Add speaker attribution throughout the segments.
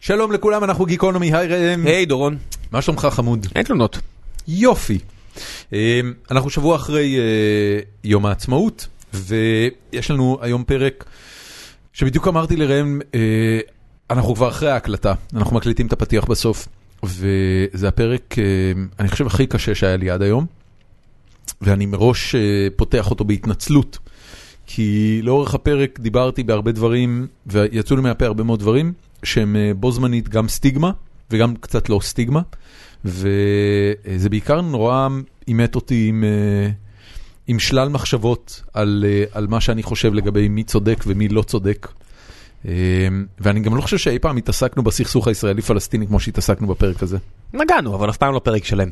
Speaker 1: שלום לכולם, אנחנו גיקונומי, היי ראם.
Speaker 2: היי דורון.
Speaker 1: מה שלומך חמוד?
Speaker 2: אין תלונות.
Speaker 1: יופי. אה, אנחנו שבוע אחרי אה, יום העצמאות, ויש לנו היום פרק שבדיוק אמרתי לראם, אה, אנחנו כבר אחרי ההקלטה, אנחנו מקליטים את הפתיח בסוף, וזה הפרק, אה, אני חושב, הכי קשה שהיה לי עד היום, ואני מראש אה, פותח אותו בהתנצלות, כי לאורך הפרק דיברתי בהרבה דברים, ויצאו לי מהפה הרבה מאוד דברים, שהם אה, בו זמנית גם סטיגמה, וגם קצת לא סטיגמה. וזה בעיקר נורא אימת אותי עם, אה, עם שלל מחשבות על, אה, על מה שאני חושב לגבי מי צודק ומי לא צודק. אה, ואני גם לא חושב שאי פעם התעסקנו בסכסוך הישראלי-פלסטיני כמו שהתעסקנו בפרק הזה.
Speaker 2: נגענו, אבל אף פעם לא פרק שלם.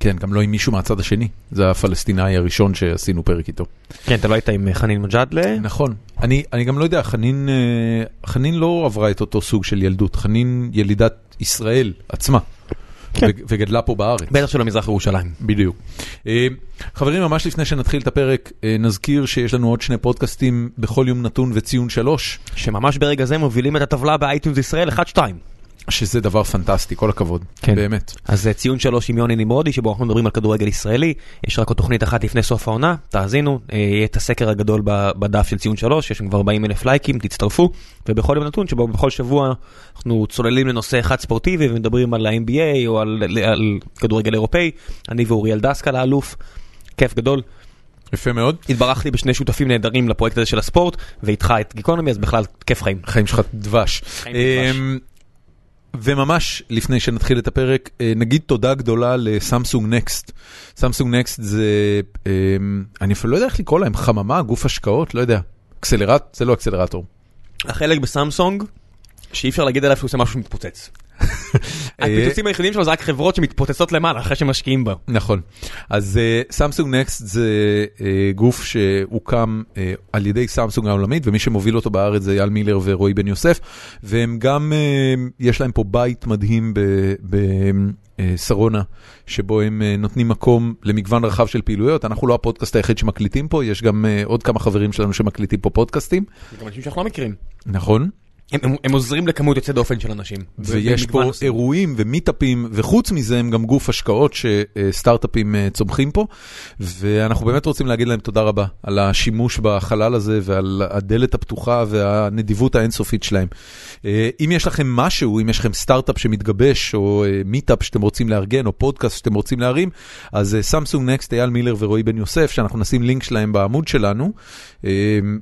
Speaker 1: כן, גם לא עם מישהו מהצד השני, זה הפלסטינאי הראשון שעשינו פרק איתו.
Speaker 2: כן, אתה לא היית עם אה, חנין מג'אדלה?
Speaker 1: נכון. אני, אני גם לא יודע, חנין, אה, חנין לא עברה את אותו סוג של ילדות, חנין ילידת ישראל עצמה.
Speaker 2: כן.
Speaker 1: ו- וגדלה פה בארץ.
Speaker 2: בטח של המזרח ירושלים.
Speaker 1: בדיוק. אה, חברים, ממש לפני שנתחיל את הפרק, אה, נזכיר שיש לנו עוד שני פודקאסטים בכל יום נתון וציון שלוש,
Speaker 2: שממש ברגע זה מובילים את הטבלה באייטיונס ישראל 1-2.
Speaker 1: שזה דבר פנטסטי, כל הכבוד.
Speaker 2: כן.
Speaker 1: באמת.
Speaker 2: אז אה, ציון 3 עם יוני נמרודי, שבו אנחנו מדברים על כדורגל ישראלי. יש רק עוד תוכנית אחת לפני סוף העונה, תאזינו. אה, יהיה את הסקר הגדול ב- בדף של ציון 3, יש שם כבר 40 אלף לייקים, תצטרפו. ובכל יום נתון, שבו בכל שבוע אנחנו צוללים לנושא אחד ספורטיבי ומדברים על ה-NBA או על, על, על כדורגל אירופאי. אני ואוריאל דסקל האלוף. כיף גדול.
Speaker 1: יפה מאוד.
Speaker 2: התברכתי בשני שותפים נהדרים לפרויקט הזה של הספורט, ואיתך את גיקונומי, אז בכלל כיף חיים.
Speaker 1: חיים שלך דבש.
Speaker 2: חיים דבש.
Speaker 1: אמ, וממש לפני שנתחיל את הפרק, אה, נגיד תודה גדולה לסמסונג נקסט. סמסונג נקסט זה, אמ, אני אפילו לא יודע איך לקרוא להם, חממה, גוף השקעות, לא יודע. אקסלרט, זה לא אקסלרטור.
Speaker 2: החלק בסמסונג, שאי אפשר להגיד עליו שהוא עושה משהו שמתפוצץ. אה, הפיצוצים היחידים שלו זה רק חברות שמתפוצצות למעלה אחרי שמשקיעים בה.
Speaker 1: נכון. אז סמסונג uh, נקסט זה uh, גוף שהוקם uh, על ידי סמסונג העולמית, ומי שמוביל אותו בארץ זה אייל מילר ורועי בן יוסף, והם גם, uh, יש להם פה בית מדהים בשרונה, שבו הם uh, נותנים מקום למגוון רחב של פעילויות. אנחנו לא הפודקאסט היחיד שמקליטים פה, יש גם uh, עוד כמה חברים שלנו שמקליטים פה פודקאסטים,
Speaker 2: זה גם אנשים שאנחנו לא מכירים.
Speaker 1: נכון?
Speaker 2: הם- הם הם עוזרים לכמות יוצאת דופן של אנשים.
Speaker 1: ויש
Speaker 2: במגוון
Speaker 1: פה
Speaker 2: נושאים.
Speaker 1: אירועים ומיטאפים, וחוץ מזה הם גם גוף השקעות שסטארט-אפים אה, צומחים פה, ואנחנו באמת רוצים להגיד להם תודה רבה על השימוש בחלל הזה ועל הדלת הפתוחה והנדיבות האינסופית שלהם. אה, אם יש לכם משהו, אם יש לכם סטארט-אפ שמתגבש, או אה, מיטאפ שאתם רוצים לארגן, או פודקאסט שאתם רוצים להרים, אז סמסונג נקסט, אייל מילר ורועי בן יוסף, שאנחנו נשים לינק שלהם בעמוד שלנו, אה,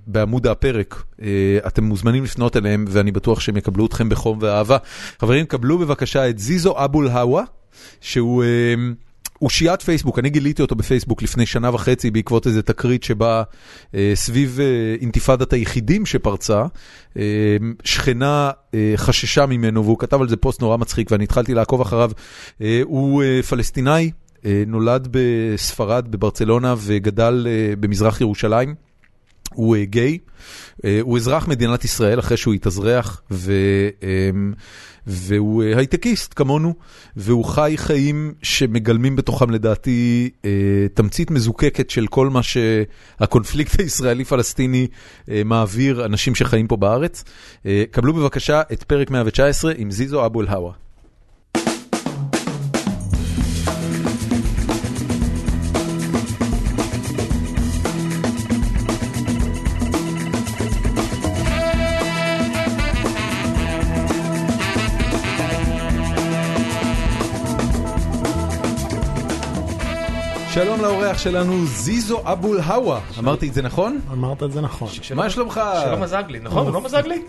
Speaker 1: בעמוד הפרק. אה, אתם מוזמנים לפנות אליהם, ואני בטוח שהם יקבלו אתכם בחום ואהבה. חברים, קבלו בבקשה את זיזו אבול הווה, שהוא... אה, אושיית פייסבוק, אני גיליתי אותו בפייסבוק לפני שנה וחצי בעקבות איזה תקרית שבה אה, סביב אה, אינתיפאדת היחידים שפרצה, אה, שכנה אה, חששה ממנו והוא כתב על זה פוסט נורא מצחיק ואני התחלתי לעקוב אחריו. אה, הוא אה, פלסטינאי, אה, נולד בספרד, בברצלונה וגדל אה, במזרח ירושלים. הוא אה, גיי, אה, הוא אזרח מדינת ישראל אחרי שהוא התאזרח, ו, אה, והוא אה, הייטקיסט כמונו, והוא חי חיים שמגלמים בתוכם לדעתי אה, תמצית מזוקקת של כל מה שהקונפליקט הישראלי-פלסטיני אה, מעביר אנשים שחיים פה בארץ. אה, קבלו בבקשה את פרק 119 עם זיזו אבו אל-הווא. שלום לאורח שלנו, זיזו אבו אל-הווא. אמרתי את זה נכון?
Speaker 3: אמרת את זה נכון.
Speaker 1: מה שלומך?
Speaker 2: שלא מזג לי, נכון? הוא לא מזג לי?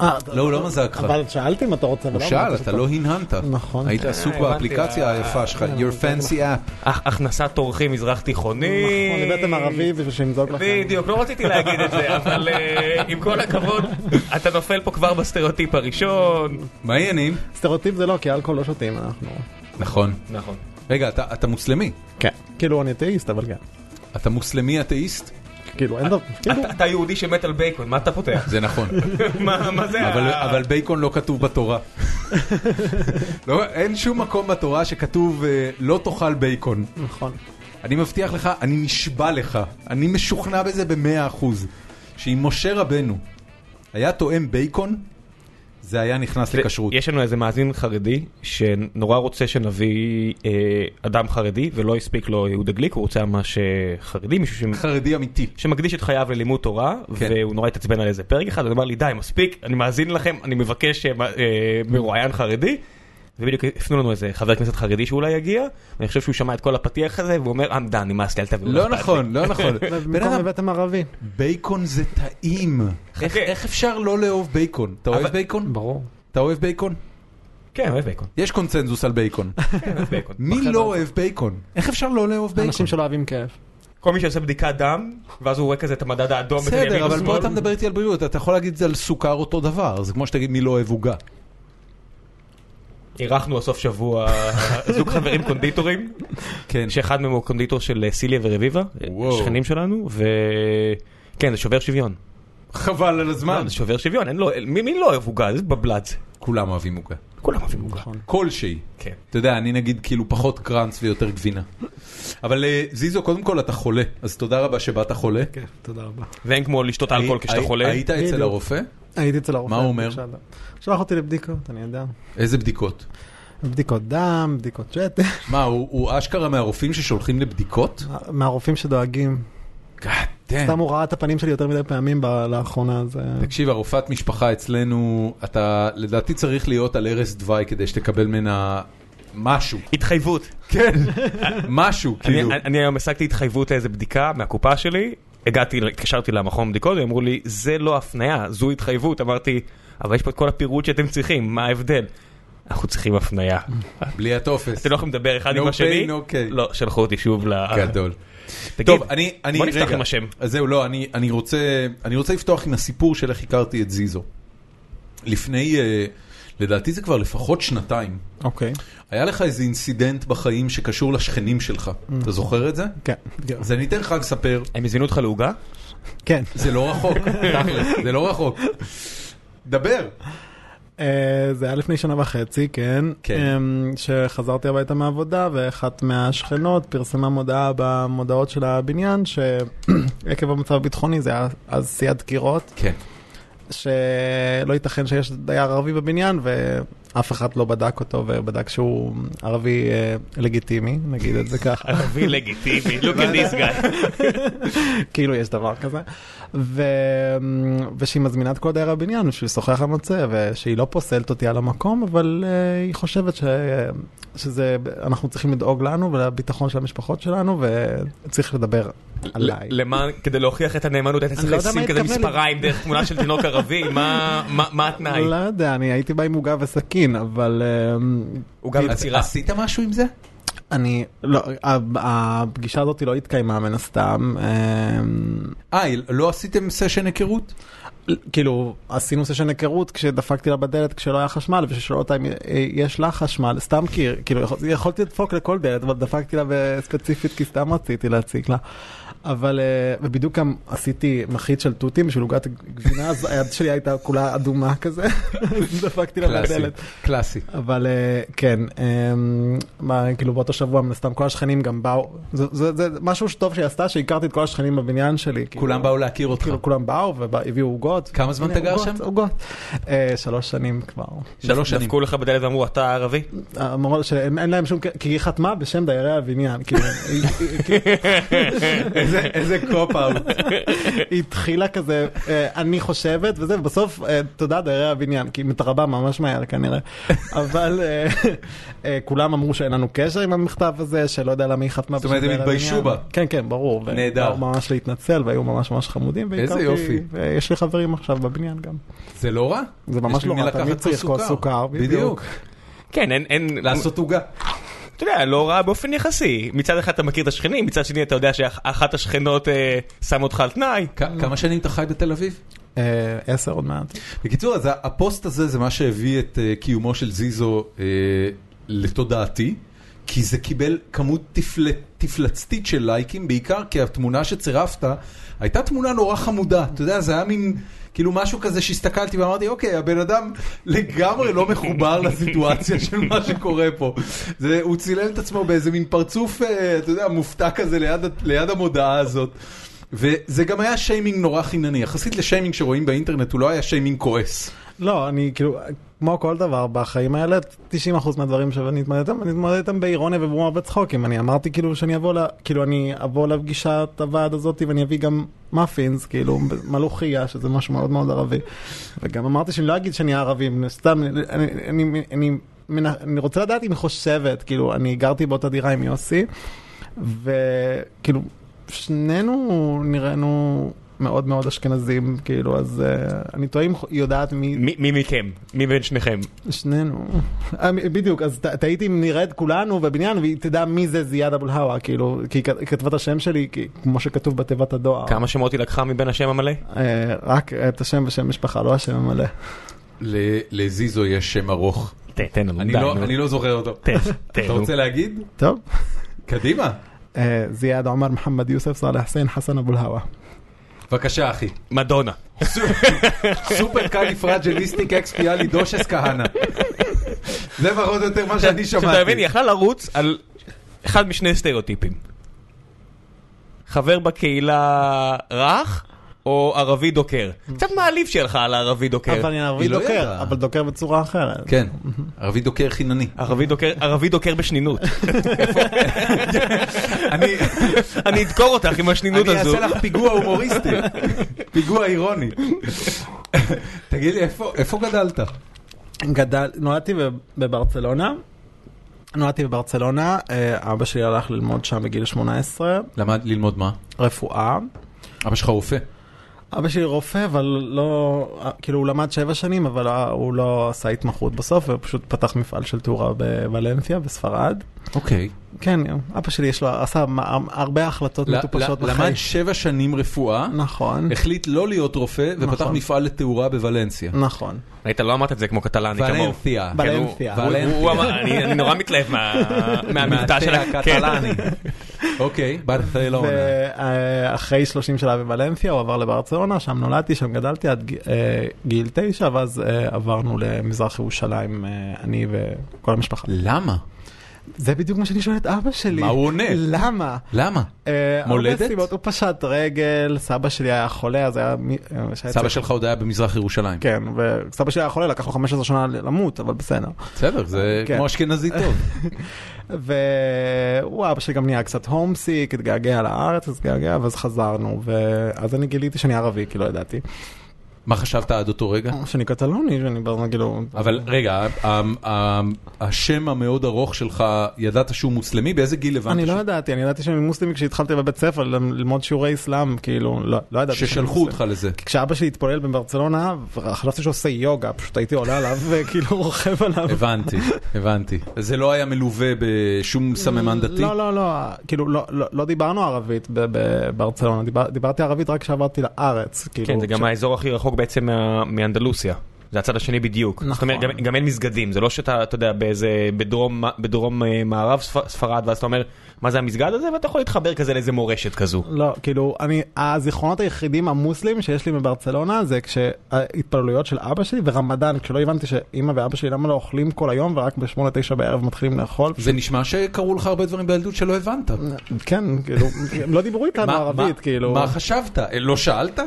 Speaker 3: אה,
Speaker 1: לא, הוא לא מזג לך.
Speaker 3: אבל שאלתי אם אתה רוצה ולא
Speaker 1: הוא שאל,
Speaker 3: אמרת
Speaker 1: אתה
Speaker 3: שאתה-
Speaker 1: לא הנהנת.
Speaker 3: נכון.
Speaker 1: היית עסוק
Speaker 2: אה,
Speaker 1: באפליקציה
Speaker 2: הבנתי.
Speaker 1: היפה שלך,
Speaker 3: אה,
Speaker 1: your fancy app.
Speaker 2: הח- הכנסת אורחים מזרח תיכוני.
Speaker 3: נכון, הבאתם ערבי בשביל שימזוג לכם.
Speaker 2: בדיוק, לא רציתי להגיד את זה, אבל אה, עם כל הכבוד, אתה נופל פה כבר בסטריאוטיפ הראשון.
Speaker 1: מה העניינים?
Speaker 3: סטריאוטיפ זה לא, כי אלכוהול לא שותים אנחנו.
Speaker 1: נכון.
Speaker 2: נכון.
Speaker 1: רגע, אתה אתה מוסלמי.
Speaker 3: כן. כאילו אני אתאיסט, אבל כן.
Speaker 1: אתה מוסלמי אתאיסט?
Speaker 3: כאילו אין דבר, כאילו,
Speaker 2: אתה- אתה יהודי שמת על בייקון, מה אתה פותח?
Speaker 1: זה נכון.
Speaker 2: מה מה זה?
Speaker 1: אבל-
Speaker 2: ה-
Speaker 1: אבל בייקון לא כתוב בתורה. לא, אין שום מקום בתורה שכתוב אה, לא תאכל בייקון.
Speaker 3: נכון.
Speaker 1: אני מבטיח לך, אני נשבע לך, אני משוכנע בזה במאה אחוז, שאם משה רבנו היה תואם בייקון, זה היה נכנס לכשרות.
Speaker 4: יש לנו איזה מאזין חרדי שנורא רוצה שנביא אה, אדם חרדי ולא הספיק לו יהודה גליק, הוא רוצה ממש אה, חרדי, מישהו ש...
Speaker 1: חרדי אמיתי.
Speaker 4: שמקדיש את חייו ללימוד תורה,
Speaker 1: כן.
Speaker 4: כן. והוא נורא התעצבן על איזה פרק אחד, הוא אמר לי די מספיק, אני מאזין לכם, אני מבקש אה, מ- אה, מרואיין חרדי. ובדיוק הפנו לנו איזה חבר כנסת חרדי שאולי יגיע, ואני חושב שהוא שמע את כל הפתיח הזה, והוא אומר, I'm done, נמאס לי, אל תביאו.
Speaker 1: לא
Speaker 4: אכפת לי."
Speaker 1: נכון, לא נכון. בן
Speaker 3: במקום
Speaker 1: אדם,
Speaker 3: הבאתם ערבי.
Speaker 1: בייקון זה טעים.
Speaker 4: כן,
Speaker 1: איך- איך אפשר לא לאהוב בייקון? אתה אוהב
Speaker 4: אבל-
Speaker 1: בייקון?
Speaker 3: ברור.
Speaker 1: אתה אוהב בייקון?
Speaker 4: כן, אוהב בייקון.
Speaker 1: יש קונצנזוס על בייקון.
Speaker 4: כן, אוהב בייקון.
Speaker 1: מי
Speaker 3: בחדר.
Speaker 1: לא אוהב בייקון? איך אפשר לא לאהוב בייקון?
Speaker 3: אנשים שלא אוהבים כאב.
Speaker 4: כל מי שעושה בדיקת דם, ואז הוא רואה כזה את המדד האדום. ואת הימין
Speaker 1: בסדר, אבל פה
Speaker 4: ושמאל.
Speaker 1: אתה מדבר איתי על בריאות, אתה יכול להגיד את זה על סוכר אותו דבר, זה כמו שתגיד מי לא אוהב עוגה.
Speaker 4: אירחנו הסוף שבוע זוג חברים קונדיטורים,
Speaker 1: כן.
Speaker 4: שאחד מהם הוא קונדיטור של אה, סיליה ורביבה,
Speaker 1: וואו.
Speaker 4: שכנים שלנו, וכן, זה שובר שוויון.
Speaker 1: חבל על הזמן.
Speaker 4: לא, זה שובר שוויון, אין לו, מי, מי לא אוהב עוגה? זה בבל"ץ.
Speaker 1: כולם אוהבים עוגה.
Speaker 4: כולם אוהבים עוגה.
Speaker 3: נכון.
Speaker 1: כלשהי.
Speaker 4: כן.
Speaker 1: אתה יודע, אני נגיד כאילו פחות קראנץ ויותר גבינה. אבל אה, זיזו, קודם כל אתה חולה, אז תודה רבה שבאת חולה.
Speaker 3: כן, תודה רבה.
Speaker 4: ואין כמו לשתות אלכוהול
Speaker 1: הי-
Speaker 4: כשאתה חולה.
Speaker 1: היית אצל
Speaker 3: בדיוק.
Speaker 1: הרופא?
Speaker 3: הייתי אצל הרופא.
Speaker 1: מה הוא אומר?
Speaker 3: בבקשה, לא. שלח אותי לבדיקות, אני יודע.
Speaker 1: איזה בדיקות?
Speaker 3: בדיקות דם, בדיקות שתן,
Speaker 1: מה, הוא הוא אשכרה מהרופאים ששולחים לבדיקות?
Speaker 3: מהרופאים שדואגים.
Speaker 1: God damn.
Speaker 3: סתם הוא ראה את הפנים שלי יותר מדי פעמים ב- לאחרונה, אז... אה,
Speaker 1: תקשיב, הרופאת משפחה אצלנו, אתה לדעתי צריך להיות על ערש דווי כדי שתקבל ממנה משהו.
Speaker 4: התחייבות.
Speaker 1: כן, משהו,
Speaker 4: אני,
Speaker 1: כאילו.
Speaker 4: אני- אני היום השגתי התחייבות לאיזה בדיקה מהקופה שלי, הגעתי, התקשרתי למכון בדיקות, הם אמרו לי, זה לא הפניה, זו התחייבות. אמרתי, אבל יש פה את כל הפירוט שאתם צריכים, מה ההבדל? אנחנו צריכים הפניה.
Speaker 1: בלי הטופס.
Speaker 4: אתם לא יכולים לדבר אחד
Speaker 1: No
Speaker 4: עם
Speaker 1: pain,
Speaker 4: השני?
Speaker 1: no gain.
Speaker 4: לא, שלחו אותי שוב ל...
Speaker 1: גדול.
Speaker 4: תגיד,
Speaker 1: טוב, אני, אני,
Speaker 4: בוא נפתח
Speaker 1: רגע.
Speaker 4: עם השם.
Speaker 1: אז זהו, לא, אני, אני, רוצה, אני רוצה לפתוח עם הסיפור של איך הכרתי את זיזו. לפני, אה, לדעתי זה כבר לפחות שנתיים,
Speaker 3: אוקיי.
Speaker 1: היה לך איזה אינסידנט בחיים שקשור לשכנים שלך. אתה זוכר את זה?
Speaker 3: כן. כן.
Speaker 1: אז אני אתן לך לספר,
Speaker 4: הם הזמינו אותך לעוגה?
Speaker 3: כן.
Speaker 1: זה לא רחוק, תכל'ס, זה לא רחוק. דבר.
Speaker 3: אה, זה היה לפני שנה וחצי, כן.
Speaker 1: כן.
Speaker 3: אה, שחזרתי הביתה מהעבודה, ואחת מהשכנות פרסמה מודעה במודעות של הבניין, שעקב המצב הביטחוני, זה היה אז סיעת קירות,
Speaker 1: כן.
Speaker 3: שלא ייתכן שיש דייר ערבי בבניין, ואף אחד לא בדק אותו, ובדק שהוא ערבי אה, לגיטימי, נגיד את זה ככה.
Speaker 4: ערבי לגיטימי, look at this guy.
Speaker 3: כאילו יש דבר כזה. ו... ושהיא מזמינה את כל דיירי הבניין בשביל לשוחח על הנושא, ושהיא לא פוסלת אותי על המקום, אבל אה, היא חושבת ש... שזה, אנחנו צריכים לדאוג לנו ולביטחון של המשפחות שלנו, וצריך לדבר עליי.
Speaker 4: ל- למען, כדי להוכיח את הנאמנות, היית צריך
Speaker 3: לא יודע מה
Speaker 4: לשים כזה
Speaker 3: התכוון לי.
Speaker 4: מספריים דרך תמונה של תינוק ערבי, מה- מה מה התנאי?
Speaker 3: לא יודע, אני הייתי בא עם עוגה וסכין, אבל אה,
Speaker 4: עוגה
Speaker 1: אז
Speaker 4: בצירה.
Speaker 1: עשית משהו עם זה?
Speaker 3: אני, לא, ה- הפגישה הזאת לא התקיימה מן הסתם. אה,
Speaker 1: אה, לא עשיתם סשן היכרות?
Speaker 3: כאילו, עשינו סשן היכרות כשדפקתי לה בדלת כשלא היה חשמל, וששאלו אותה אם אה, יש לה חשמל, סתם כי, כאילו, יכול- יכולתי לדפוק לכל דלת, אבל דפקתי לה ספציפית כי סתם רציתי להציק לה. אבל, אה, ובדיוק גם עשיתי מחית של תותים בשביל עוגת גבינה, אז היד שלי הייתה כולה אדומה כזה, אז דפקתי לה
Speaker 1: קלאסי,
Speaker 3: בדלת.
Speaker 1: קלאסי.
Speaker 3: אבל אה, כן, אה, מה, כאילו באותו שבוע מן הסתם כל השכנים גם באו, זה- זה זה משהו שטוב שהיא עשתה, שהכרתי את כל השכנים בבניין שלי. כאילו.
Speaker 1: כולם באו להכיר אותך.
Speaker 3: כאילו כולם באו והביאו עוגות.
Speaker 1: כמה זמן
Speaker 3: הנה,
Speaker 1: אתה גר
Speaker 3: עוגות,
Speaker 1: שם?
Speaker 3: עוגות. אה, שלוש שנים כבר.
Speaker 1: שלוש
Speaker 4: דפ-
Speaker 1: שנים.
Speaker 4: דפקו לך בדלת ואמרו, אתה ערבי?
Speaker 3: אמרו שאין אין להם שום, כי היא חתמה בשם דיירי הבניין. כאילו, היא- היא- כאילו,
Speaker 1: איזה- איזה קופ-אאוט.
Speaker 3: היא התחילה כזה, אה, אני חושבת, וזה, ובסוף, אה, תודה דיירי הבניין, כי היא מתרבה ממש מהר כנראה. אבל אה, אה, כולם אמרו שאין לנו קשר עם המכתב הזה, שלא יודע למה היא חתמה
Speaker 1: זאת אומרת, הם התביישו בה.
Speaker 3: כן, כן, ברור. והם
Speaker 1: נהדר.
Speaker 3: באו ממש להתנצל, והיו ממש ממש חמודים.
Speaker 1: איזה
Speaker 3: והכרתי-
Speaker 1: יופי.
Speaker 3: ויש לי חברים עכשיו בבניין גם.
Speaker 1: זה לא רע?
Speaker 3: זה ממש
Speaker 1: יש
Speaker 3: לא
Speaker 1: ממי
Speaker 3: רע,
Speaker 1: לקחת
Speaker 3: תמיד
Speaker 1: פה
Speaker 3: צריך כוס סוכר,
Speaker 1: בדיוק.
Speaker 3: בדיוק.
Speaker 4: כן, אין, אין,
Speaker 1: לעשות עוגה.
Speaker 4: אתה יודע, לא רע באופן יחסי. מצד אחד אתה מכיר את השכנים, מצד שני אתה יודע שאחת השכנות אה, שמה אותך על תנאי.
Speaker 1: כ- כמה שנים אתה חי בתל אביב?
Speaker 3: אה, עשר עוד מעט.
Speaker 1: בקיצור, אז הפוסט הזה זה מה שהביא את אה, קיומו של זיזו אה, לתודעתי, כי זה קיבל כמות תפל... תפלצתית של לייקים, בעיקר כי התמונה שצירפת הייתה תמונה נורא חמודה. אתה יודע, זה היה מין... כאילו משהו כזה שהסתכלתי ואמרתי, אוקיי, הבן אדם לגמרי לא מחובר לסיטואציה של מה שקורה פה. זה, הוא צילם את עצמו באיזה מין פרצוף, אה, אתה יודע, מופתע כזה ליד, ה- ליד המודעה הזאת. וזה גם היה שיימינג נורא חינני, יחסית לשיימינג שרואים באינטרנט הוא לא היה שיימינג כועס.
Speaker 3: לא, אני כאילו, כמו כל דבר בחיים האלה, 90% מהדברים שאני אתמודד איתם, אני אתמודד איתם באירוניה ובהומור וצחוקים. אני אמרתי כאילו שאני אבוא, ל- כאילו אני אבוא לפגישת הוועד הזאת ואני אביא גם מאפינס, כאילו מלוחייה, שזה משהו מאוד מאוד ערבי. וגם אמרתי שאני לא אגיד שאני ערבי, סתם, אני, אני, אני, אני, אני רוצה לדעת אם היא חושבת, כאילו, אני גרתי באותה דירה עם יוסי, וכאילו, שנינו נראינו... מאוד מאוד אשכנזים, כאילו, אז uh, אני תוהה אם היא יודעת מי
Speaker 2: מי מי מכם? מי בין שניכם?
Speaker 3: שנינו. אה, בדיוק, אז ת- תהיתי אם נרד כולנו בבניין והיא תדע מי זה זיאד אבו אל-הווא, כאילו, כי היא כת- היא כתבה את השם שלי כי- כמו שכתוב בתיבת הדואר.
Speaker 2: כמה שמות היא לקחה מבין השם המלא?
Speaker 3: אה, רק את השם ושם משפחה, לא השם המלא.
Speaker 1: ל- לזיזו יש שם ארוך.
Speaker 2: תן, תן לנו,
Speaker 1: אני
Speaker 2: די,
Speaker 1: לא-
Speaker 2: נו.
Speaker 1: אני לא זוכר אותו.
Speaker 2: תן, תן.
Speaker 1: אתה
Speaker 2: נו.
Speaker 1: רוצה להגיד?
Speaker 3: טוב,
Speaker 1: קדימה.
Speaker 3: אה, זיאד עומר מוחמד יוסף סאלח חסיין חסן אבו אל-הווא.
Speaker 1: בבקשה, אחי.
Speaker 2: מדונה.
Speaker 1: סופר קאלי פרג'ליסטיק אקס פיאלי דושס כהנא. זה פחות או יותר מה שאני
Speaker 2: עכשיו, אתה מבין,
Speaker 1: שמעתי.
Speaker 2: היא יכלה לרוץ על אחד משני סטריאוטיפים. חבר בקהילה רך, או ערבי דוקר.
Speaker 1: Mm.
Speaker 2: קצת מעליב שיהיה לך על הערבי דוקר.
Speaker 3: אבל אני ערבי
Speaker 1: היא לא
Speaker 3: דוקר,
Speaker 1: ידעה.
Speaker 3: אבל דוקר בצורה אחרת.
Speaker 1: כן, ערבי דוקר חינני.
Speaker 2: ערבי דוקר, ערבי דוקר בשנינות.
Speaker 1: אני
Speaker 2: אני אדקור אותך עם השנינות
Speaker 1: אני
Speaker 2: הזו.
Speaker 1: אעשה לך פיגוע הומוריסטי, פיגוע אירוני. תגיד לי, איפה- איפה גדלת? כן.
Speaker 3: גדל, נולדתי בב- בברצלונה. נולדתי בברצלונה, אה, אבא שלי הלך ללמוד שם בגיל 18,
Speaker 1: למד ללמוד מה?
Speaker 3: רפואה.
Speaker 1: אבא שלך רופא.
Speaker 3: אבא שלי רופא, אבל לא, כאילו הוא למד שבע שנים, אבל אה, הוא לא עשה התמחות בסוף, הוא פשוט פתח מפעל של תאורה בוולנסיה, בספרד.
Speaker 1: אוקיי.
Speaker 3: כן, אבא שלי יש לו, עשה מה- הרבה החלטות מטופשות
Speaker 1: למד
Speaker 3: בחיים.
Speaker 1: שבע שנים רפואה,
Speaker 3: נכון,
Speaker 1: החליט לא להיות רופא, ופתח
Speaker 3: נכון.
Speaker 1: מפעל לתאורה בוולנסיה.
Speaker 3: נכון.
Speaker 2: ראית, לא אמרת את זה כמו קטלני כמוהו.
Speaker 1: ולנסיה.
Speaker 3: בל-
Speaker 2: כן, הוא-
Speaker 3: ולנסיה.
Speaker 2: הוא- הוא- הוא אמר, אני אני נורא מתלהב מה- מהמבטא כן. של
Speaker 1: מהתה הקטלני. אוקיי, ברצלונה.
Speaker 3: ואחרי 30 שנה בוולנסיה הוא עבר לברצלונה, שם נולדתי, שם גדלתי עד ג- אה, גיל תשע, ואז אה, עברנו למזרח ירושלים, אה, אני וכל המשפחה.
Speaker 1: למה?
Speaker 3: זה בדיוק מה שאני שואל את אבא שלי.
Speaker 1: מה הוא עונה?
Speaker 3: למה?
Speaker 1: למה?
Speaker 3: אה,
Speaker 1: מולדת?
Speaker 3: הרבה סיבות, הוא פשט רגל, סבא שלי היה חולה, אז היה... מי- אה, שהיה
Speaker 1: סבא
Speaker 3: צריך-
Speaker 1: שלך עוד היה במזרח ירושלים.
Speaker 3: כן, וסבא שלי היה חולה, לקח לו 15 שנה למות, אבל בסדר.
Speaker 1: בסדר, זה
Speaker 3: כן.
Speaker 1: כמו אשכנזי טוב.
Speaker 3: והוא אבא שלי גם נהיה קצת הומסיק, התגעגע לארץ, התגעגע, ואז חזרנו, ואז אני גיליתי שאני ערבי, כי לא ידעתי.
Speaker 1: מה חשבת עד אותו רגע?
Speaker 3: שאני קטלוני, שאני בר- כאילו...
Speaker 1: אבל רגע, ה- ה- ה- השם המאוד ארוך שלך, ידעת שהוא מוסלמי? באיזה גיל הבנת?
Speaker 3: אני לא
Speaker 1: ש-
Speaker 3: ידעתי, אני ידעתי שאני מוסלמי כשהתחלתי בבית ספר ל- ללמוד שיעורי אסלאם, כאילו, לא לא ידעתי שאני
Speaker 1: ששלחו
Speaker 3: מוסלמי.
Speaker 1: אותך לזה.
Speaker 3: כשאבא שלי התפולל בברצלונה, חשבתי שהוא עושה יוגה, פשוט הייתי עולה עליו וכאילו רוכב עליו.
Speaker 1: הבנתי, הבנתי. זה לא היה מלווה בשום סממן דתי?
Speaker 3: לא, לא, לא, כאילו לא, לא, לא דיברנו ערבית ב- ב- ברצלונה, דיבר, דיברתי ערבית רק כשעברתי לארץ. כאילו,
Speaker 2: כן, זה
Speaker 3: כש-
Speaker 2: גם האזור הכי רחוק בעצם מה- מאנדלוסיה. זה הצד השני בדיוק. זאת אומרת,
Speaker 3: נכון.
Speaker 2: גם- גם אין מסגדים, זה לא שאתה, אתה יודע, באיזה, בדרום בדרום, אה, מערב ספ- ספרד, ואז אתה אומר, מה זה המסגד הזה? ואתה יכול להתחבר כזה לאיזה מורשת כזו.
Speaker 3: לא, כאילו, אני, הזיכרונות היחידים המוסלמים שיש לי מברצלונה זה כשההתפללויות של אבא שלי ורמדאן, כשלא הבנתי שאימא ואבא שלי למה לא אוכלים כל היום ורק בשמונה תשע בערב מתחילים לאכול.
Speaker 1: זה נשמע שקרו לך הרבה דברים בילדות שלא הבנת.
Speaker 3: כן, כאילו, הם לא דיברו איתנו
Speaker 1: מה-
Speaker 3: ערבית,
Speaker 1: מה-
Speaker 3: כאילו.
Speaker 1: מה חשבת? אה, לא שאלת?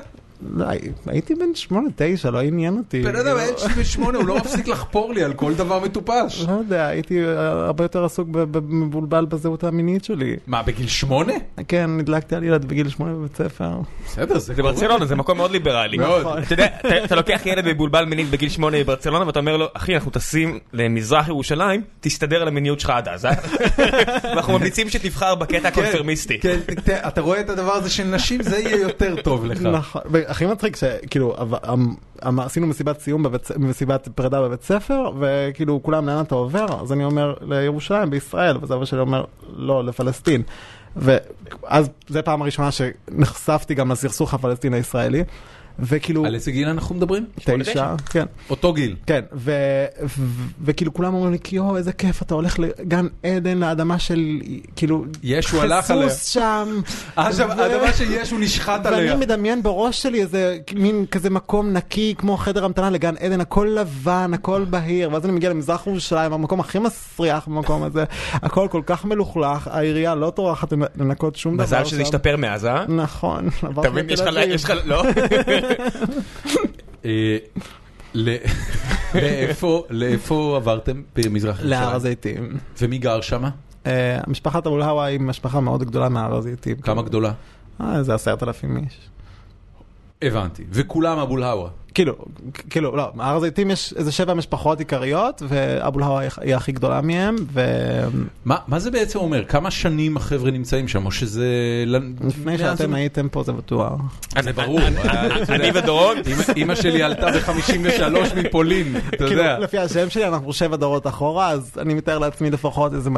Speaker 3: לא, הייתי בן שמונה תשע, לא עניין אותי.
Speaker 1: בן אדם
Speaker 3: כאילו.
Speaker 1: היה 98, הוא לא מפסיק לחפור לי על כל דבר מטופש.
Speaker 3: לא יודע, הייתי אה, הרבה יותר עסוק, ב- ב- מבולבל בזהות המינית שלי.
Speaker 1: מה, בגיל שמונה?
Speaker 3: כן, נדלקתי על ילד בגיל שמונה בבית ספר.
Speaker 1: בסדר, זה
Speaker 2: זה
Speaker 1: קורה.
Speaker 2: ברצלונה, זה מקום מאוד ליברלי.
Speaker 1: מאוד.
Speaker 3: נכון.
Speaker 2: אתה יודע, אתה- אתה לוקח ילד מבולבל מינית בגיל שמונה בברצלונה ואתה אומר לו, אחי, אנחנו טסים למזרח ירושלים, תסתדר על המיניות שלך עד אז, אה? ואנחנו ממליצים שתבחר בקטע
Speaker 1: כן,
Speaker 2: הקונפרמיסטי.
Speaker 1: כן, ת- ת- אתה רואה את הדבר הזה של נשים, זה יהיה יותר טוב לך.
Speaker 3: נכון, והכי מצחיק שכאילו עב- אמ- אמ- עשינו מסיבת סיום, בבית ס- מסיבת פרידה בבית ספר, וכאילו כולם לאן אתה עובר? אז אני אומר לירושלים, בישראל, ואז אבא שלי אומר לא, לפלסטין. ואז זה פעם הראשונה שנחשפתי גם לסכסוך הפלסטיני הישראלי, וכאילו
Speaker 1: על איזה גיל אנחנו מדברים?
Speaker 3: תשע, כן.
Speaker 1: אותו גיל.
Speaker 3: כן, ו, ו, וכאילו כולם אומרים לי, יואו, איזה כיף, אתה הולך לגן עדן, לאדמה של, כאילו,
Speaker 1: ישו הלך עליה. אה,
Speaker 3: חסוס שם.
Speaker 1: עכשיו,
Speaker 3: ו-
Speaker 1: הדבר שישו נשחט עליה.
Speaker 3: ואני מדמיין בראש שלי איזה מין כזה מקום נקי, כמו חדר המתנה לגן עדן, הכל לבן, הכל בהיר, ואז אני מגיע למזרח ירושלים, המקום הכי מסריח במקום הזה, הכל כל כך מלוכלך, העירייה לא טורחת לנקות שום דבר
Speaker 2: מזל שזה השתפר מאז, אה?
Speaker 3: נכון. עברתי
Speaker 2: אתה מבין,
Speaker 3: לתל
Speaker 2: יש לך,
Speaker 3: אביב.
Speaker 2: יש לך, לא?
Speaker 1: אה, ל- לאיפה- לאיפה עברתם במזרח
Speaker 3: להר
Speaker 1: ירושלים?
Speaker 3: הזיתים.
Speaker 1: ומי גר שם?
Speaker 3: אה, משפחת אבו להווה היא משפחה מאוד גדולה מהר הזיתים.
Speaker 1: כמה גדולה?
Speaker 3: אה, איזה עשרת אלפים איש.
Speaker 1: הבנתי. וכולם אבולהורה.
Speaker 3: כאילו, כאילו, לא, מהר הזיתים יש איזה שבע משפחות עיקריות, ואבו להווה היא- היא הכי גדולה מהם, ולפני
Speaker 1: מה מה זה בעצם אומר? כמה שנים החבר'ה נמצאים שם? או שזה... ל-
Speaker 3: שאתם הייתם פה זה בטוח.
Speaker 1: זה ברור. אתה יודע,
Speaker 2: אני ודורון,
Speaker 1: אמא- אמא שלי עלתה ב-53 מפולין, אתה
Speaker 3: כאילו,
Speaker 1: יודע.
Speaker 3: לפי השם שלי אנחנו שבע דורות אחורה, אז אני מתאר לעצמי לפחות איזה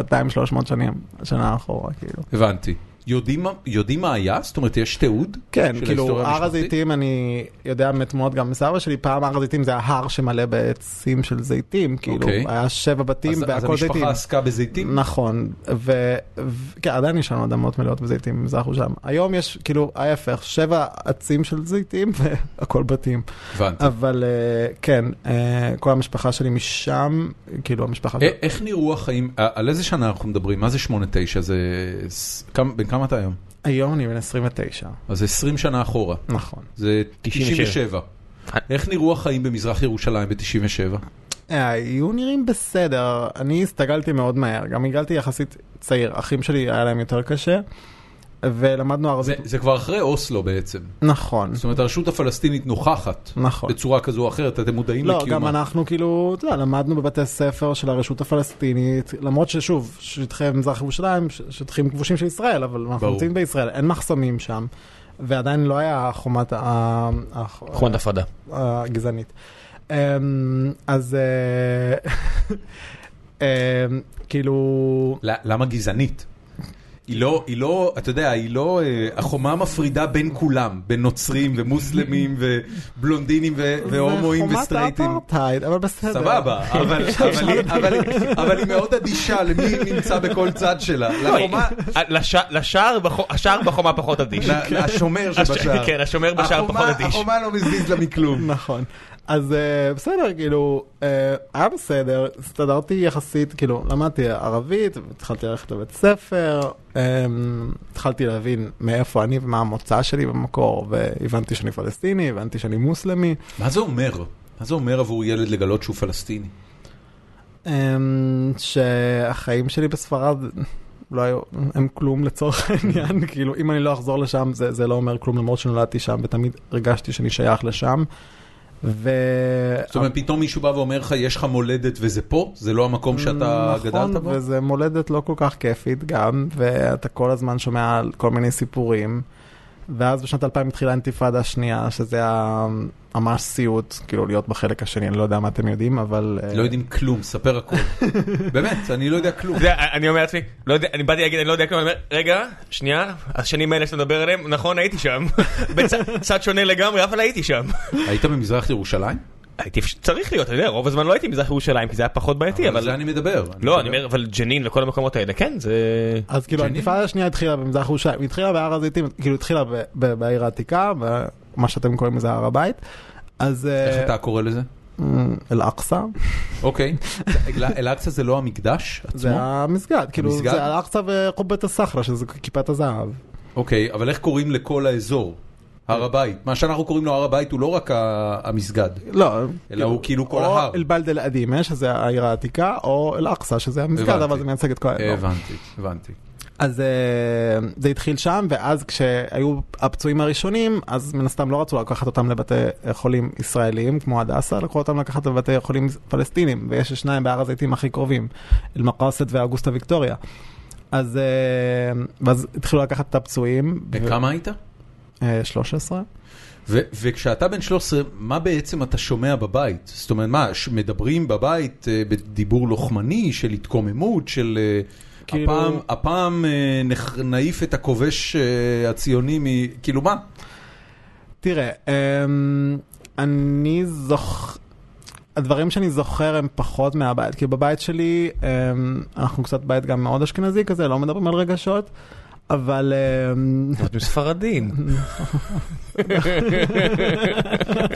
Speaker 3: 200-300 שנים, שנה אחורה, כאילו.
Speaker 1: הבנתי. יודעים מה- יודעים מה היה? זאת אומרת, יש תיעוד?
Speaker 3: כן,
Speaker 1: של
Speaker 3: כאילו,
Speaker 1: ההיסטוריה
Speaker 3: הר
Speaker 1: המשפחתית?
Speaker 3: הזיתים, אני יודע מתמונות גם מסבא שלי, פעם הר הזיתים זה ההר שמלא בעצים של זיתים, כאילו,
Speaker 1: אוקיי.
Speaker 3: היה שבע בתים
Speaker 1: אז- אז
Speaker 3: והכל זיתים.
Speaker 1: המשפחה עסקה בזיתים?
Speaker 3: נכון, ו- ו- כן, עדיין יש לנו אדמות מלאות בזיתים במזרח ירושלים. היום יש, כאילו, ההפך, שבע עצים של זיתים והכל בתים.
Speaker 1: הבנתי.
Speaker 3: אבל אה, כן, אה, כל המשפחה שלי משם, כאילו, המשפחה...
Speaker 1: א- איך נראו החיים, א- על איזה שנה אנחנו מדברים? מה זה 8-9? זה... ס- כמה- בן כמה אתה היום?
Speaker 3: היום אני בן 29,
Speaker 1: אז זה 20 שנה אחורה.
Speaker 3: נכון.
Speaker 1: זה
Speaker 2: 97.
Speaker 1: 97.
Speaker 2: אה-
Speaker 1: איך נראו החיים במזרח ירושלים ב-97?
Speaker 3: אה, היו נראים בסדר, אני הסתגלתי מאוד מהר, גם הגעתי יחסית צעיר, אחים שלי היה להם יותר קשה, ולמדנו
Speaker 1: זה,
Speaker 3: ערבית.
Speaker 1: זה כבר אחרי אוסלו בעצם.
Speaker 3: נכון,
Speaker 1: זאת אומרת, הרשות הפלסטינית נוכחת
Speaker 3: נכון.
Speaker 1: בצורה כזו או אחרת, אתם מודעים
Speaker 3: לא,
Speaker 1: לקיומה.
Speaker 3: גם אנחנו כאילו, אתה יודע, למדנו בבתי ספר של הרשות הפלסטינית, למרות ששוב, שטחי מזרח ירושלים, ש- שטחים כבושים של ישראל, אבל אנחנו
Speaker 1: ברור.
Speaker 3: נמצאים בישראל, אין מחסומים שם, ועדיין לא היה חומת ה- הח-
Speaker 2: חומת הפרדה.
Speaker 3: הגזענית. אמ, אז אה, אמ, כאילו,
Speaker 1: ל- למה גזענית? היא לא, היא לא, אתה יודע, היא לא, אה, החומה מפרידה בין כולם, בין נוצרים ומוסלמים ובלונדינים ו- והומואים וסטרייטים.
Speaker 3: זה חומת האפרטהייד, אבל בסדר.
Speaker 1: סבבה, אבל, אבל, היא, אבל, היא- אבל היא מאוד אדישה למי נמצא בכל צד שלה. לחומה,
Speaker 2: לא, אה, לשער בחו- השער בחומה פחות אדיש.
Speaker 1: ל- לשומר
Speaker 2: הש-
Speaker 1: שבשער.
Speaker 2: כן, השומר בשער
Speaker 1: החומה-
Speaker 2: פחות אדיש.
Speaker 1: החומה לא מזיז לה מכלום.
Speaker 3: נכון. אז אה, בסדר, כאילו, אה, היה בסדר, הסתדרתי יחסית, כאילו, למדתי ערבית, התחלתי ללכת לבית ספר, אה, התחלתי להבין מאיפה אני ומה המוצא שלי במקור, והבנתי שאני פלסטיני, הבנתי שאני מוסלמי.
Speaker 1: מה זה אומר? מה זה אומר עבור ילד לגלות שהוא פלסטיני?
Speaker 3: אמ, שהחיים שלי בספרד לא היו, הם כלום לצורך העניין, כאילו אם אני לא אחזור לשם זה, זה לא אומר כלום למרות שנולדתי שם ותמיד הרגשתי שאני שייך לשם. ו...
Speaker 1: זאת אומרת, פתאום מישהו בא ואומר לך, יש לך מולדת וזה פה? זה לא המקום שאתה גדלת
Speaker 3: נכון,
Speaker 1: בו?
Speaker 3: וזה מולדת לא כל כך כיפית גם, ואתה כל הזמן שומע על כל מיני סיפורים. ואז בשנת 2000 התחילה האינתיפאדה השנייה, שזה היה ממש סיוט, כאילו להיות בחלק השני, אני לא יודע מה אתם יודעים, אבל... אה,
Speaker 1: לא יודעים כלום, ספר הכל. באמת, אני לא יודע כלום.
Speaker 2: אתה יודע, אני אומר לעצמי, לא יודע- אני באתי להגיד, אני לא יודע כלום, אני אומר, רגע, שנייה, השנים האלה שאתה מדבר עליהם, נכון, הייתי שם. בצד שונה לגמרי, אבל הייתי שם.
Speaker 1: היית במזרח ירושלים?
Speaker 2: הייתי, צריך להיות, אתה יודע, רוב הזמן לא הייתי במזרח ירושלים, כי זה היה פחות בעייתי,
Speaker 1: על זה
Speaker 2: אבל...
Speaker 1: אני מדבר.
Speaker 2: לא, אני אומר, אבל ג'נין וכל המקומות האלה, כן, זה...
Speaker 3: אז כאילו
Speaker 1: ג'נין?
Speaker 3: האינתיפאדה השנייה התחילה במזרח ירושלים, היא התחילה בהר הזיתים, כאילו התחילה ב- ב- בעיר העתיקה, מה שאתם קוראים לזה הר הבית. אז
Speaker 1: איך
Speaker 3: אה,
Speaker 1: אתה קורא לזה?
Speaker 3: אמ, אל-אקצא,
Speaker 1: אוקיי. אל-אקצא זה לא המקדש
Speaker 3: זה
Speaker 1: עצמו?
Speaker 3: המסגד, כאילו
Speaker 1: המסגד?
Speaker 3: זה אל-אקצא וחובת הסחרא, שזה כיפת הזהב.
Speaker 1: אוקיי, אבל איך קוראים לכל האזור? הר הבית. מה שאנחנו קוראים לו הר הבית הוא לא רק ה- המסגד,
Speaker 3: לא,
Speaker 1: אלא הוא כאילו כל
Speaker 3: או
Speaker 1: ההר.
Speaker 3: אל-בלד אל-אדימה, שזה העיר העתיקה, או אל-אקצא, שזה המסגד,
Speaker 1: הבנתי.
Speaker 3: אבל זה מייצג את כל האזור.
Speaker 1: אה, הבנתי, הבנתי.
Speaker 3: אז אה, זה התחיל שם, ואז כשהיו הפצועים הראשונים, אז מן הסתם לא רצו לקחת אותם לבתי אה, חולים ישראליים, כמו הדסה, לקחו אותם לקחת לבתי חולים פלסטינים, ויש שניים בהר הזיתים הכי קרובים, אל-מקאסד ואוגוסטה ויקטוריה. אז, אה, ואז התחילו לקחת את הפצועים. ו-
Speaker 1: כמה היית?
Speaker 3: אה, 13.
Speaker 1: ו- וכשאתה בן 13, מה בעצם אתה שומע בבית? זאת אומרת, מה, ש- מדברים בבית אה, בדיבור לוחמני, של התקוממות, של... אה,
Speaker 3: כאילו-
Speaker 1: הפעם, הפעם אה, נח- נעיף את הכובש אה, הציוני מ... כאילו מה?
Speaker 3: תראה, אמ, אני זוכר, הדברים שאני זוכר הם פחות מהבית, כי בבית שלי, אמ, אנחנו קצת בית גם מאוד אשכנזי כזה, לא מדברים על רגשות, אבל אמ,
Speaker 2: אתם ספרדים.
Speaker 3: כן,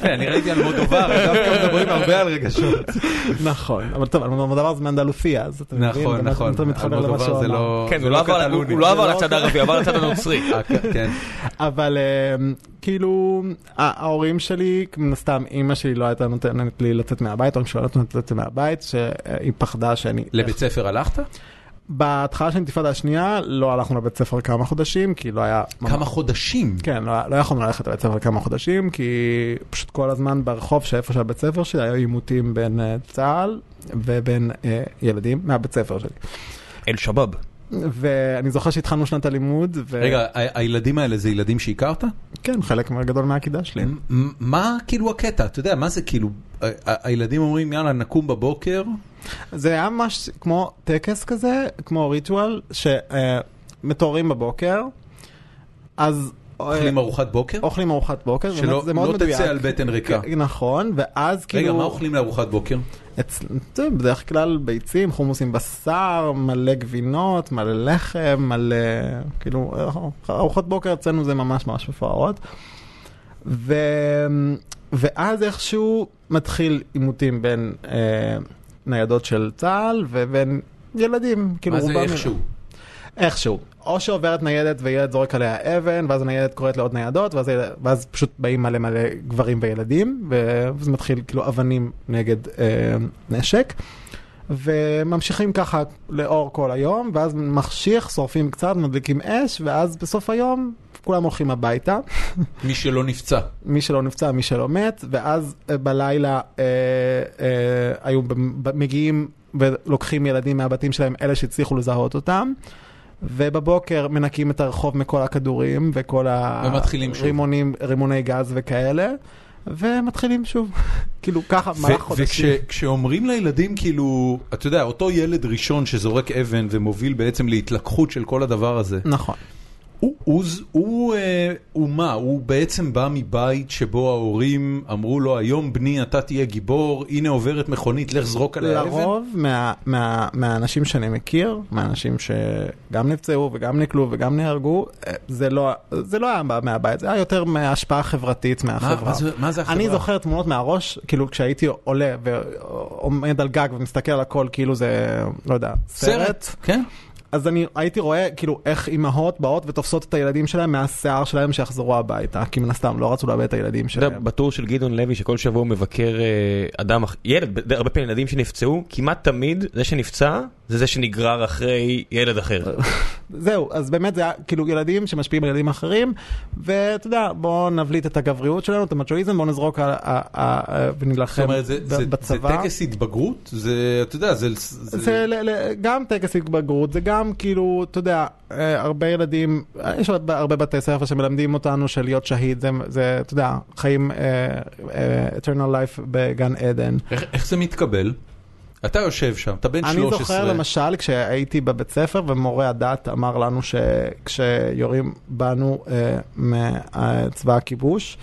Speaker 1: כן,
Speaker 2: אני ראיתי על מודובר,
Speaker 1: דווקא מדברים הרבה על רגשות.
Speaker 3: נכון, אבל טוב, המדבר זה מאנדלופיה, אז אתה מבין,
Speaker 1: נכון,
Speaker 3: אתה-
Speaker 1: נכון.
Speaker 3: אתה מתחבר
Speaker 1: המודובר
Speaker 3: למה שהוא
Speaker 1: זה
Speaker 3: אמר.
Speaker 1: לא-
Speaker 2: כן,
Speaker 1: זה
Speaker 2: הוא לא עבר- הוא-
Speaker 1: קטלוני.
Speaker 2: הוא לא עבר
Speaker 3: זה לא-
Speaker 2: לצד הערבי, הוא עבר לצד הנוצרי.
Speaker 1: אה, כן, כן.
Speaker 3: אבל אמ, כאילו ה- ההורים שלי, מן הסתם אימא שלי לא הייתה נותנת לי לצאת מהבית, ההורים שלי לא נותנת לי לצאת מהבית, שהיא פחדה שאני...
Speaker 1: לבית ספר הלכת?
Speaker 3: בהתחלה של האינתיפאדה השנייה לא הלכנו לבית ספר כמה חודשים, כי לא היה...
Speaker 1: כמה חודשים.
Speaker 3: כן, לא, לא יכולנו ללכת לבית ספר כמה חודשים, כי פשוט כל הזמן ברחוב שאיפה שהבית ספר שלי היו עימותים בין אה, צה"ל ובין אה, ילדים מהבית ספר שלי.
Speaker 2: אל שבאב.
Speaker 3: ואני זוכר שהתחלנו שנת הלימוד, ו...
Speaker 1: רגע, ה- הילדים האלה זה ילדים שהכרת?
Speaker 3: כן, חלק גדול מהעקידה שלי.
Speaker 1: מ- מה כאילו הקטע? אתה יודע, מה זה כאילו, ה- ה- הילדים אומרים יאללה נקום בבוקר, Mm-hmm.
Speaker 3: זה היה ממש כמו טקס כזה, כמו ריטואל, שמתעוררים בבוקר, אז...
Speaker 1: אוכלים
Speaker 3: אה,
Speaker 1: ארוחת בוקר?
Speaker 3: אוכלים ארוחת בוקר,
Speaker 1: שלא
Speaker 3: באמת, זה מאוד
Speaker 1: לא
Speaker 3: מדויק.
Speaker 1: תצא על בטן ריקה.
Speaker 3: נכון, ואז כאילו...
Speaker 1: רגע, מה אוכלים לארוחת בוקר?
Speaker 3: אצל- זה בדרך כלל ביצים, חומוס עם בשר, מלא גבינות, מלא לחם, מלא... כאילו, ארוחות בוקר אצלנו זה ממש ממש מפוארות. ו... ואז איכשהו מתחיל עימותים בין אה, ניידות של צה"ל ובין ילדים. כאילו
Speaker 1: מה זה
Speaker 3: רובם-
Speaker 1: איכשהו?
Speaker 3: איכשהו. או שעוברת ניידת וילד זורק עליה אבן, ואז הניידת קוראת לעוד ניידות, ואז, הילד- ואז פשוט באים מלא מלא גברים וילדים, ו- וזה מתחיל כאילו אבנים נגד אה, נשק. וממשיכים ככה לאור כל היום, ואז מחשיך, שורפים קצת, מדליקים אש, ואז בסוף היום כולם הולכים הביתה.
Speaker 1: מי שלא נפצע.
Speaker 3: מי שלא נפצע, מי שלא מת, ואז אה, בלילה אה, אה, היו ב- ב- מגיעים ולוקחים ילדים מהבתים שלהם, אלה שהצליחו לזהות אותם, ובבוקר מנקים את הרחוב מכל הכדורים וכל
Speaker 1: ומתחילים שוב.
Speaker 3: הרימונים, רימוני גז וכאלה, ומתחילים שוב. כאילו ככה, מהלך חודשים.
Speaker 1: וכשאומרים לילדים כאילו, אתה יודע, אותו ילד ראשון שזורק אבן ומוביל בעצם להתלקחות של כל הדבר הזה,
Speaker 3: נכון.
Speaker 1: הוא, הוא, ז- הוא, אה, הוא מה? הוא בעצם בא מבית שבו ההורים אמרו לו, היום בני אתה תהיה גיבור, הנה עוברת מכונית, לך זרוק עליה אבן.
Speaker 3: לרוב מה, מה, מהאנשים שאני מכיר, מהאנשים שגם נפצעו וגם נקלו וגם נהרגו, אה, זה לא, זה לא היה בא מהבית, זה היה יותר מהשפעה חברתית
Speaker 1: מה,
Speaker 3: מהחברה.
Speaker 1: מה, זה, מה זה החברה?
Speaker 3: אני זוכר תמונות מהראש, כאילו כשהייתי עולה ועומד על גג ומסתכל על הכל, כאילו זה, לא יודע, סרט.
Speaker 1: סרט, כן.
Speaker 3: אז אני הייתי רואה כאילו איך אימהות באות ותופסות את הילדים שלהם מהשיער שלהם שיחזרו הביתה, כי מן הסתם לא רצו לאבד את הילדים
Speaker 2: אתה יודע,
Speaker 3: שלהם.
Speaker 2: בטור של גדעון לוי שכל שבוע הוא מבקר אה, אדם, אח- ילד, ב- הרבה פעמים ילדים שנפצעו, כמעט תמיד זה שנפצע זה זה שנגרר אחרי ילד אחר.
Speaker 1: אה,
Speaker 3: זהו, אז באמת זה היה כאילו ילדים שמשפיעים על ילדים אחרים, ואתה יודע, בואו נבליט את הגבריות שלנו, את המצ'ואיזם, בואו נזרוק על- ה- ה- ה-
Speaker 1: זאת
Speaker 3: ונילחם
Speaker 1: אומרת, זה,
Speaker 3: ב-
Speaker 1: זה, זה
Speaker 3: בצבא.
Speaker 1: טקס התבגרות, זה, אתה יודע, זה... זה...
Speaker 3: זה ל- ל- גם טקס התבגרות, זה גם כאילו, אתה יודע, אה, הרבה ילדים, אה, יש הרבה- הרבה בתי ספר שמלמדים אותנו שלהיות שהיד, זה- זה, אתה יודע, חיים אה, אה, eternal life בגן עדן.
Speaker 1: איך, איך זה מתקבל? אתה יושב שם, אתה בן 13.
Speaker 3: אני זוכר למשל כשהייתי בבית ספר ומורה הדת אמר לנו שכשיורים בנו אה, מצבא הכיבוש,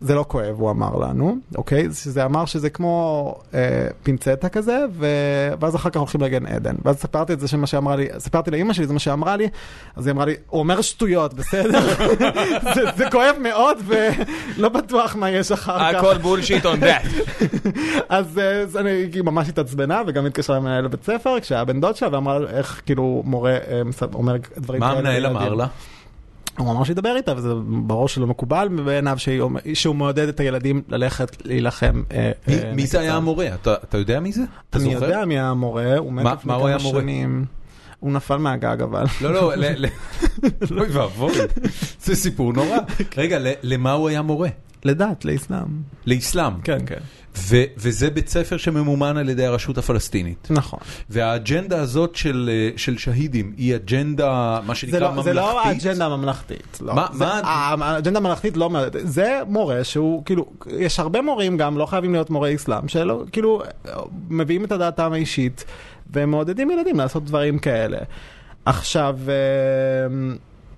Speaker 3: זה לא כואב, הוא אמר לנו, אוקיי? שזה אמר שזה כמו אה, פינצטה כזה, ו... ואז אחר כך הולכים לגן עדן. ואז סיפרתי את זה שמה שאמרה לי, סיפרתי לאימא שלי, זה מה שאמרה לי, אז היא אמרה לי, הוא אומר שטויות, בסדר? זה, זה כואב מאוד ולא בטוח מה יש אחר
Speaker 1: אה,
Speaker 3: כך.
Speaker 2: הכל בולשיט on that.
Speaker 3: אז, אה, אז אני היא ממש התעצבנה וגם התקשרה למנהל בית ספר כשהיה בן דוד שלה ואמרה איך כאילו מורה אה, מס- אומר דברים
Speaker 1: מה
Speaker 3: כאלה
Speaker 1: המנהל
Speaker 3: לילדים.
Speaker 1: אמר לה?
Speaker 3: הוא אמר שידבר איתה וזה בראש שלא מקובל בעיניו שהיא אומר- שהוא מעודד את הילדים ללכת להילחם. אה,
Speaker 1: מי-
Speaker 3: אה,
Speaker 1: מי
Speaker 3: נגד
Speaker 1: זה היה
Speaker 3: צה"ל.
Speaker 1: המורה? אתה אתה יודע מי זה? אתה
Speaker 3: אני
Speaker 1: זוכר?
Speaker 3: יודע מי היה המורה, הוא מת
Speaker 1: מה-
Speaker 3: לפני
Speaker 1: מה הוא היה
Speaker 3: כמה
Speaker 1: מורה?
Speaker 3: שנים. הוא נפל מהגג אבל.
Speaker 1: לא, לא, ל- ל- אוי ואבוי, זה סיפור נורא.
Speaker 3: כן.
Speaker 1: רגע, ל- למה הוא היה מורה?
Speaker 3: לדת, לאסלאם.
Speaker 1: לאסלאם.
Speaker 3: כן, כן.
Speaker 1: ו- וזה בית ספר שממומן על ידי הרשות הפלסטינית.
Speaker 3: נכון.
Speaker 1: והאג'נדה הזאת של, אה, של שהידים היא אג'נדה, מה
Speaker 3: זה
Speaker 1: שנקרא
Speaker 3: לא,
Speaker 1: ממלכתית.
Speaker 3: זה לא האג'נדה הממלכתית. לא.
Speaker 1: מה-
Speaker 3: זה,
Speaker 1: מה-
Speaker 3: האג'נדה הממלכתית לא אומרת, זה מורה שהוא, כאילו, יש הרבה מורים גם, לא חייבים להיות מורי אסלאם, שלא, כאילו, מביאים את הדעתם האישית, ומעודדים ילדים לעשות דברים כאלה. עכשיו, אה,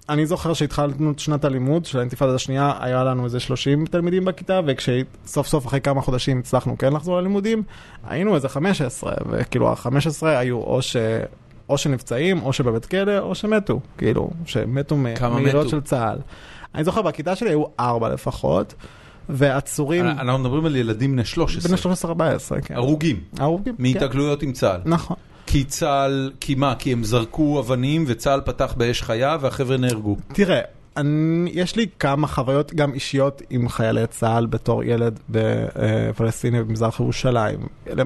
Speaker 3: אני זוכר שהתחלנו את שנת הלימוד של האינתיפאדה השנייה, היה לנו איזה 30 תלמידים בכיתה, וכשסוף סוף אחרי כמה חודשים הצלחנו כן לחזור ללימודים, היינו איזה 15, וכאילו ה-15 היו או ש... או שנפצעים, או שבבית כלא, או שמתו, כאילו, שמתו
Speaker 1: כמה
Speaker 3: מעילות
Speaker 1: מתו?
Speaker 3: של צה"ל. אני זוכר, בכיתה שלי היו ארבע לפחות, ועצורים,
Speaker 1: אנ- אנחנו מדברים על ילדים בני
Speaker 3: בין
Speaker 1: 13,
Speaker 3: 13-14, כן.
Speaker 1: הרוגים,
Speaker 3: הרוגים, כן.
Speaker 1: מהתגלויות עם צה"ל.
Speaker 3: נכון.
Speaker 1: כי צה"ל, כי מה? כי הם זרקו אבנים וצה"ל פתח באש חיה והחבר'ה נהרגו.
Speaker 3: תראה, אני, יש לי כמה חוויות גם אישיות עם חיילי צה"ל בתור ילד בפלסטיני במזרח ירושלים.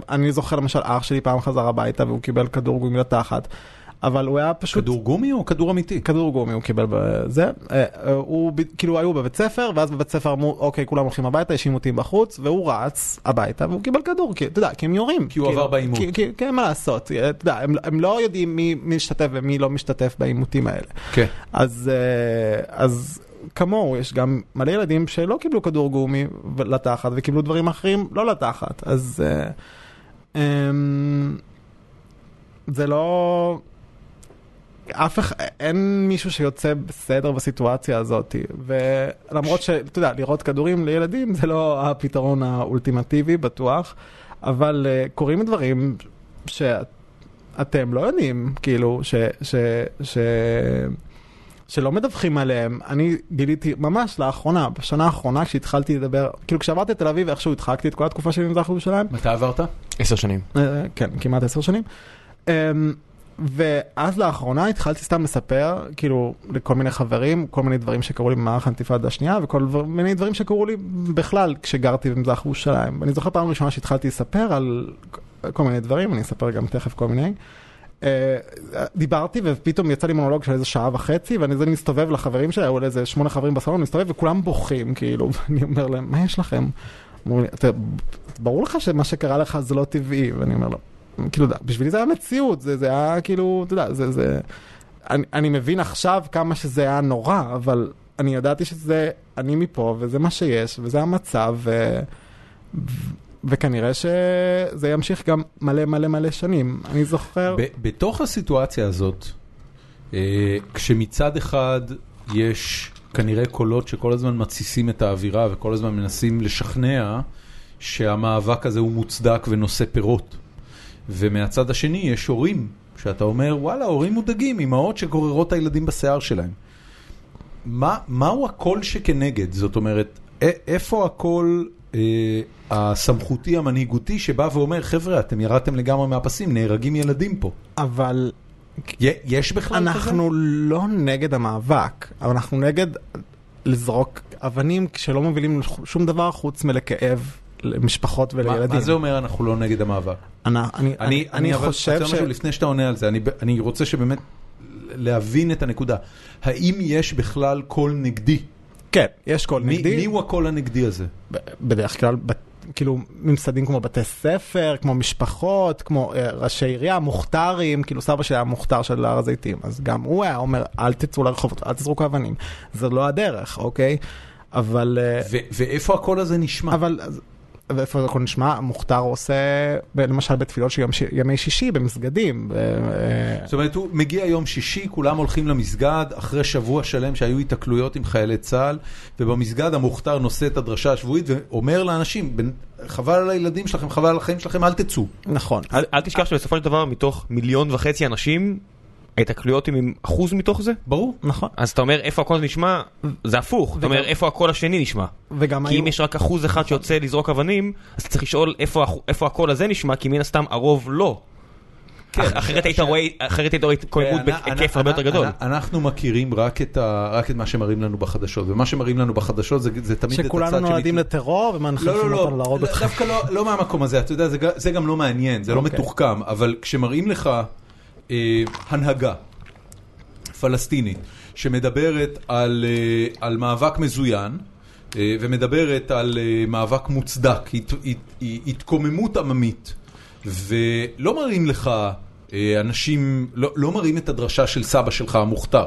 Speaker 3: אני זוכר למשל אח שלי פעם חזר הביתה והוא קיבל כדור גומי לתחת, אבל הוא היה פשוט...
Speaker 1: כדור גומי או כדור אמיתי?
Speaker 3: כדור גומי הוא קיבל בזה, אה, אה, הוא ב- כאילו היו בבית ספר ואז בבית ספר אמרו אוקיי כולם הולכים הביתה יש עימותים בחוץ והוא רץ הביתה והוא קיבל כדור כי אתה יודע כי הם יורים.
Speaker 1: כי הוא
Speaker 3: כאילו,
Speaker 1: עבר בעימות.
Speaker 3: כי- כי- כן מה לעשות, אה, אתה יודע הם- הם לא יודעים מי מי משתתף ומי לא משתתף בעימותים האלה.
Speaker 1: כן.
Speaker 3: אז, אה, אז כמוהו יש גם מלא ילדים שלא קיבלו כדור גומי ו- לתחת וקיבלו דברים אחרים לא לתחת, אז אה, אמ, זה לא... אף אחד, אין מישהו שיוצא בסדר בסיטואציה הזאת, ולמרות שאתה יודע, לראות כדורים לילדים זה לא הפתרון האולטימטיבי בטוח, אבל אה, קורים דברים שאתם לא יודעים, כאילו, ש... ש, ש שלא מדווחים עליהם, אני גיליתי ממש לאחרונה, בשנה האחרונה כשהתחלתי לדבר, כאילו כשעברתי לתל אביב איכשהו הדחקתי את כל התקופה שלי במזרח ירושלים,
Speaker 1: מתי עברת?
Speaker 2: עשר שנים.
Speaker 3: אה, כן, כמעט עשר שנים. אמ, ואז לאחרונה התחלתי סתם לספר, כאילו, לכל מיני חברים, כל מיני דברים שקרו לי במערך האינתיפאדה השנייה, וכל דבר- מיני דברים שקרו לי בכלל כשגרתי במזרח ירושלים. אני זוכר פעם ראשונה שהתחלתי לספר על כל מיני דברים, אני אספר גם תכף כל מיני. אה, דיברתי ופתאום יצא לי מונולוג של איזה שעה וחצי ואני זה מסתובב לחברים שלי, היו לי איזה שמונה חברים בסלון, אני מסתובב וכולם בוכים כאילו, ואני אומר להם, מה יש לכם? אמרו לי, "אתה- ברור לך שמה שקרה לך זה לא טבעי, ואני אומר לו, כאילו, אתה יודע, בשבילי זה היה מציאות, זה, זה היה כאילו, אתה יודע, זה, זה... אני, אני מבין עכשיו כמה שזה היה נורא, אבל אני ידעתי שזה, אני מפה, וזה מה שיש, וזה המצב, ו... ו- וכנראה שזה ימשיך גם מלא מלא מלא שנים. אני זוכר...
Speaker 1: ב- בתוך הסיטואציה הזאת, אה, כשמצד אחד יש כנראה קולות שכל הזמן מתסיסים את האווירה וכל הזמן מנסים לשכנע שהמאבק הזה הוא מוצדק ונושא פירות. ומהצד השני יש הורים, שאתה אומר, וואלה, הורים מודאגים, אמהות שגוררות את הילדים בשיער שלהם. מה, מהו הקול שכנגד? זאת אומרת, א- איפה הקול אה, הסמכותי המנהיגותי שבא ואומר, חבר'ה, אתם ירדתם לגמרי מהפסים, נהרגים ילדים פה.
Speaker 3: אבל
Speaker 1: י- יש בכלל כזה?
Speaker 3: אנחנו לא נגד המאבק, אבל אנחנו נגד לזרוק אבנים שלא מובילים לשום דבר חוץ מלכאב למשפחות
Speaker 1: מה,
Speaker 3: ולילדים.
Speaker 1: מה זה אומר אנחנו לא נגד המאבק?
Speaker 3: אני, אני,
Speaker 1: אני, אני, אבל
Speaker 3: חושב
Speaker 1: רוצה
Speaker 3: ש...
Speaker 1: משהו לפני שאתה עונה על זה, אני, ב- אני רוצה שבאמת להבין את הנקודה. האם יש בכלל קול נגדי?
Speaker 3: כן, יש קול
Speaker 1: מי-
Speaker 3: נגדי.
Speaker 1: מי הוא הקול הנגדי הזה?
Speaker 3: ב- בדרך כלל, בת- כאילו, ממסדים כמו בתי ספר, כמו משפחות, כמו אה, ראשי עירייה, מוכתרים, כאילו סבא שלי היה מוכתר של הר הזיתים, אז גם הוא היה אומר, אל תצאו לרחובות, אל תזרוק אבנים. זה לא הדרך, אוקיי? אבל... אה,
Speaker 1: ו- ואיפה הקול הזה נשמע?
Speaker 3: אבל אז- ואיפה זה הכל נשמע? המוכתר עושה ב- למשל בתפילות של יום ש- ימי שישי במסגדים. ו- אה,
Speaker 1: זאת אומרת, הוא מגיע יום שישי, כולם הולכים למסגד, אחרי שבוע שלם שהיו התקלויות עם חיילי צה"ל, ובמסגד המוכתר נושא את הדרשה השבועית ואומר לאנשים, "בן- חבל על הילדים שלכם, חבל על החיים שלכם, אל תצאו.
Speaker 3: נכון.
Speaker 2: אל, אל תשכח שבסופו של דבר מתוך מיליון וחצי אנשים, ההתקלויות הם עם אחוז מתוך זה?
Speaker 1: ברור.
Speaker 3: נכון.
Speaker 2: אז אתה אומר איפה הקול נשמע, זה הפוך, אתה אומר
Speaker 3: וגם-
Speaker 2: איפה הקול השני נשמע.
Speaker 3: וגם
Speaker 2: כי
Speaker 3: היו...
Speaker 2: אם יש רק אחוז אחד שיוצא לזרוק אבנים, אז צריך לשאול איפה הח- איפה הקול הזה נשמע, כי מן הסתם הרוב לא. אח- אחרת היית רואה אחרת היית רואה התקוממות
Speaker 1: אנ-
Speaker 2: בהיקף
Speaker 1: אנ-
Speaker 2: הרבה יותר
Speaker 1: אנ-
Speaker 2: גדול.
Speaker 1: אנ- אנחנו מכירים רק את ה- רק את מה שמראים לנו בחדשות, ומה שמראים לנו בחדשות זה- זה תמיד את הצד
Speaker 3: שכולנו נולדים
Speaker 1: שמת-
Speaker 3: לטרור ומנחים
Speaker 1: לא, לא,
Speaker 3: אותנו
Speaker 1: לא,
Speaker 3: להרוג אותך.
Speaker 1: דווקא לא- לא מהמקום הזה, אתה יודע, זה ג- זה גם לא מעניין, זה לא
Speaker 3: אוקיי.
Speaker 1: מתוחכם, אבל כשמראים לך אה, הנהגה פלסטינית שמדברת על אה, על מאבק מזוין, אה, ומדברת על אה, מאבק מוצדק, הת- הת- הת- התקוממות עממית, ולא מראים לך אה, אנשים, לא לא מראים את הדרשה של סבא שלך המוכתר.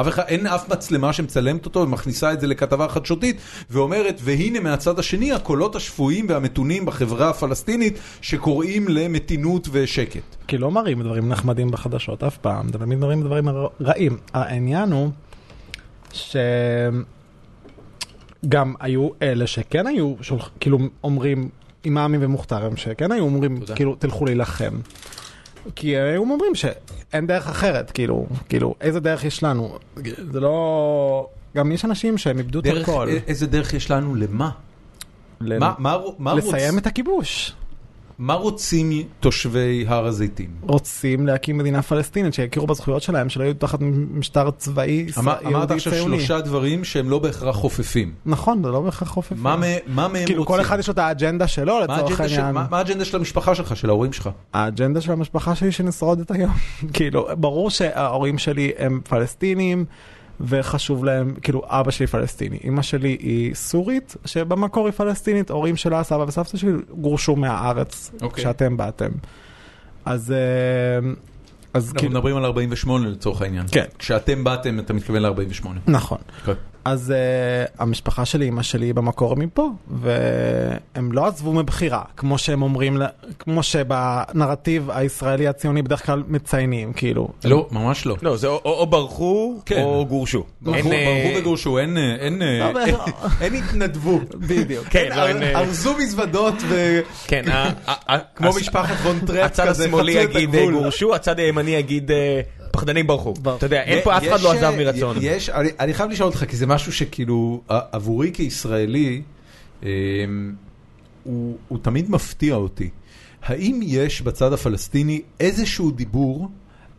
Speaker 1: אף אחד, אין אף מצלמה שמצלמת אותו ומכניסה את זה לכתבה חדשותית ואומרת, והנה מהצד השני הקולות השפויים והמתונים בחברה הפלסטינית שקוראים למתינות ושקט.
Speaker 3: כי לא מראים דברים נחמדים בחדשות אף פעם, זה תמיד מראים דברים רע- רעים. העניין הוא שגם היו אלה שכן היו, שולח- כאילו אומרים, אימאמים ומוכתרים, שכן היו אומרים,
Speaker 1: תודה.
Speaker 3: כאילו, תלכו להילחם. כי הם אומרים שאין דרך אחרת, כאילו, כאילו, איזה דרך יש לנו? זה לא... גם יש אנשים שהם איבדו את
Speaker 1: דרך,
Speaker 3: הכל.
Speaker 1: א- איזה דרך יש לנו למה?
Speaker 3: ל-
Speaker 1: מה, מה, מה,
Speaker 3: לסיים
Speaker 1: רוצ,
Speaker 3: את הכיבוש.
Speaker 1: מה רוצים תושבי הר הזיתים?
Speaker 3: רוצים להקים מדינה פלסטינית, שיכירו בזכויות שלהם, שלא יהיו תחת משטר צבאי
Speaker 1: אמר-
Speaker 3: ישראל-
Speaker 1: אמרת
Speaker 3: יהודי
Speaker 1: עכשיו
Speaker 3: ציוני.
Speaker 1: שלושה דברים שהם לא בהכרח חופפים.
Speaker 3: נכון, זה לא בהכרח חופף.
Speaker 1: מה מה- מה מהם
Speaker 3: כאילו כל
Speaker 1: רוצים?
Speaker 3: אחד יש לו את האג'נדה שלו
Speaker 1: מה
Speaker 3: לצורך
Speaker 1: האג'נדה של-
Speaker 3: העניין.
Speaker 1: מה- מה האג'נדה של המשפחה שלך, של ההורים שלך?
Speaker 3: האג'נדה של המשפחה שלי שנשרוד את היום. כאילו, ברור שההורים שלי הם פלסטינים, וחשוב להם, כאילו, אבא שלי פלסטיני, אמא שלי היא סורית, שבמקור היא פלסטינית, הורים שלה, סבא וסבתא שלי, גורשו מהארץ,
Speaker 1: אוקיי.
Speaker 3: כשאתם באתם. אז, אה, אז
Speaker 1: אנחנו
Speaker 3: כאילו,
Speaker 1: מדברים על 48 לצורך העניין.
Speaker 3: כן.
Speaker 1: כשאתם באתם, אתה מתכוון ל-48.
Speaker 3: נכון.
Speaker 1: כן.
Speaker 3: אז uh, המשפחה שלי, אמא שלי במקור מפה, והם לא עזבו מבחירה, כמו שהם אומרים, ל- כמו שבנרטיב הישראלי הציוני בדרך כלל מציינים, כאילו.
Speaker 1: לא, ממש לא.
Speaker 4: לא, זה או- או או ברחו
Speaker 1: כן.
Speaker 4: או גורשו.
Speaker 1: ברחו
Speaker 4: אין, אה,
Speaker 1: ברחו וגורשו, אין, אה, אין, אה,
Speaker 3: אבל-
Speaker 1: אין- אין התנדבו.
Speaker 3: בדיוק.
Speaker 4: כן, לא, אין... אה,
Speaker 1: ארזו מזוודות ו...
Speaker 4: כן, ה- ה- ה-
Speaker 1: כמו
Speaker 4: הס-
Speaker 1: משפחת וונטרק
Speaker 4: הצד
Speaker 1: כזה,
Speaker 4: השמאלי
Speaker 1: חצו את
Speaker 4: יגיד אה,
Speaker 1: הגבול.
Speaker 4: גורשו, הצד הימני יגיד אה, פחדנים ברחו.
Speaker 3: ברחו.
Speaker 4: אתה יודע, אין
Speaker 1: י-
Speaker 4: פה אף אחד
Speaker 1: יש,
Speaker 4: לא עזב
Speaker 1: אה,
Speaker 4: מרצון.
Speaker 1: י- יש, אני, אני חייב לשאול אותך, כי זה משהו שכאילו, ע- עבורי כישראלי, אמ, הוא, הוא תמיד מפתיע אותי. האם יש בצד הפלסטיני איזשהו דיבור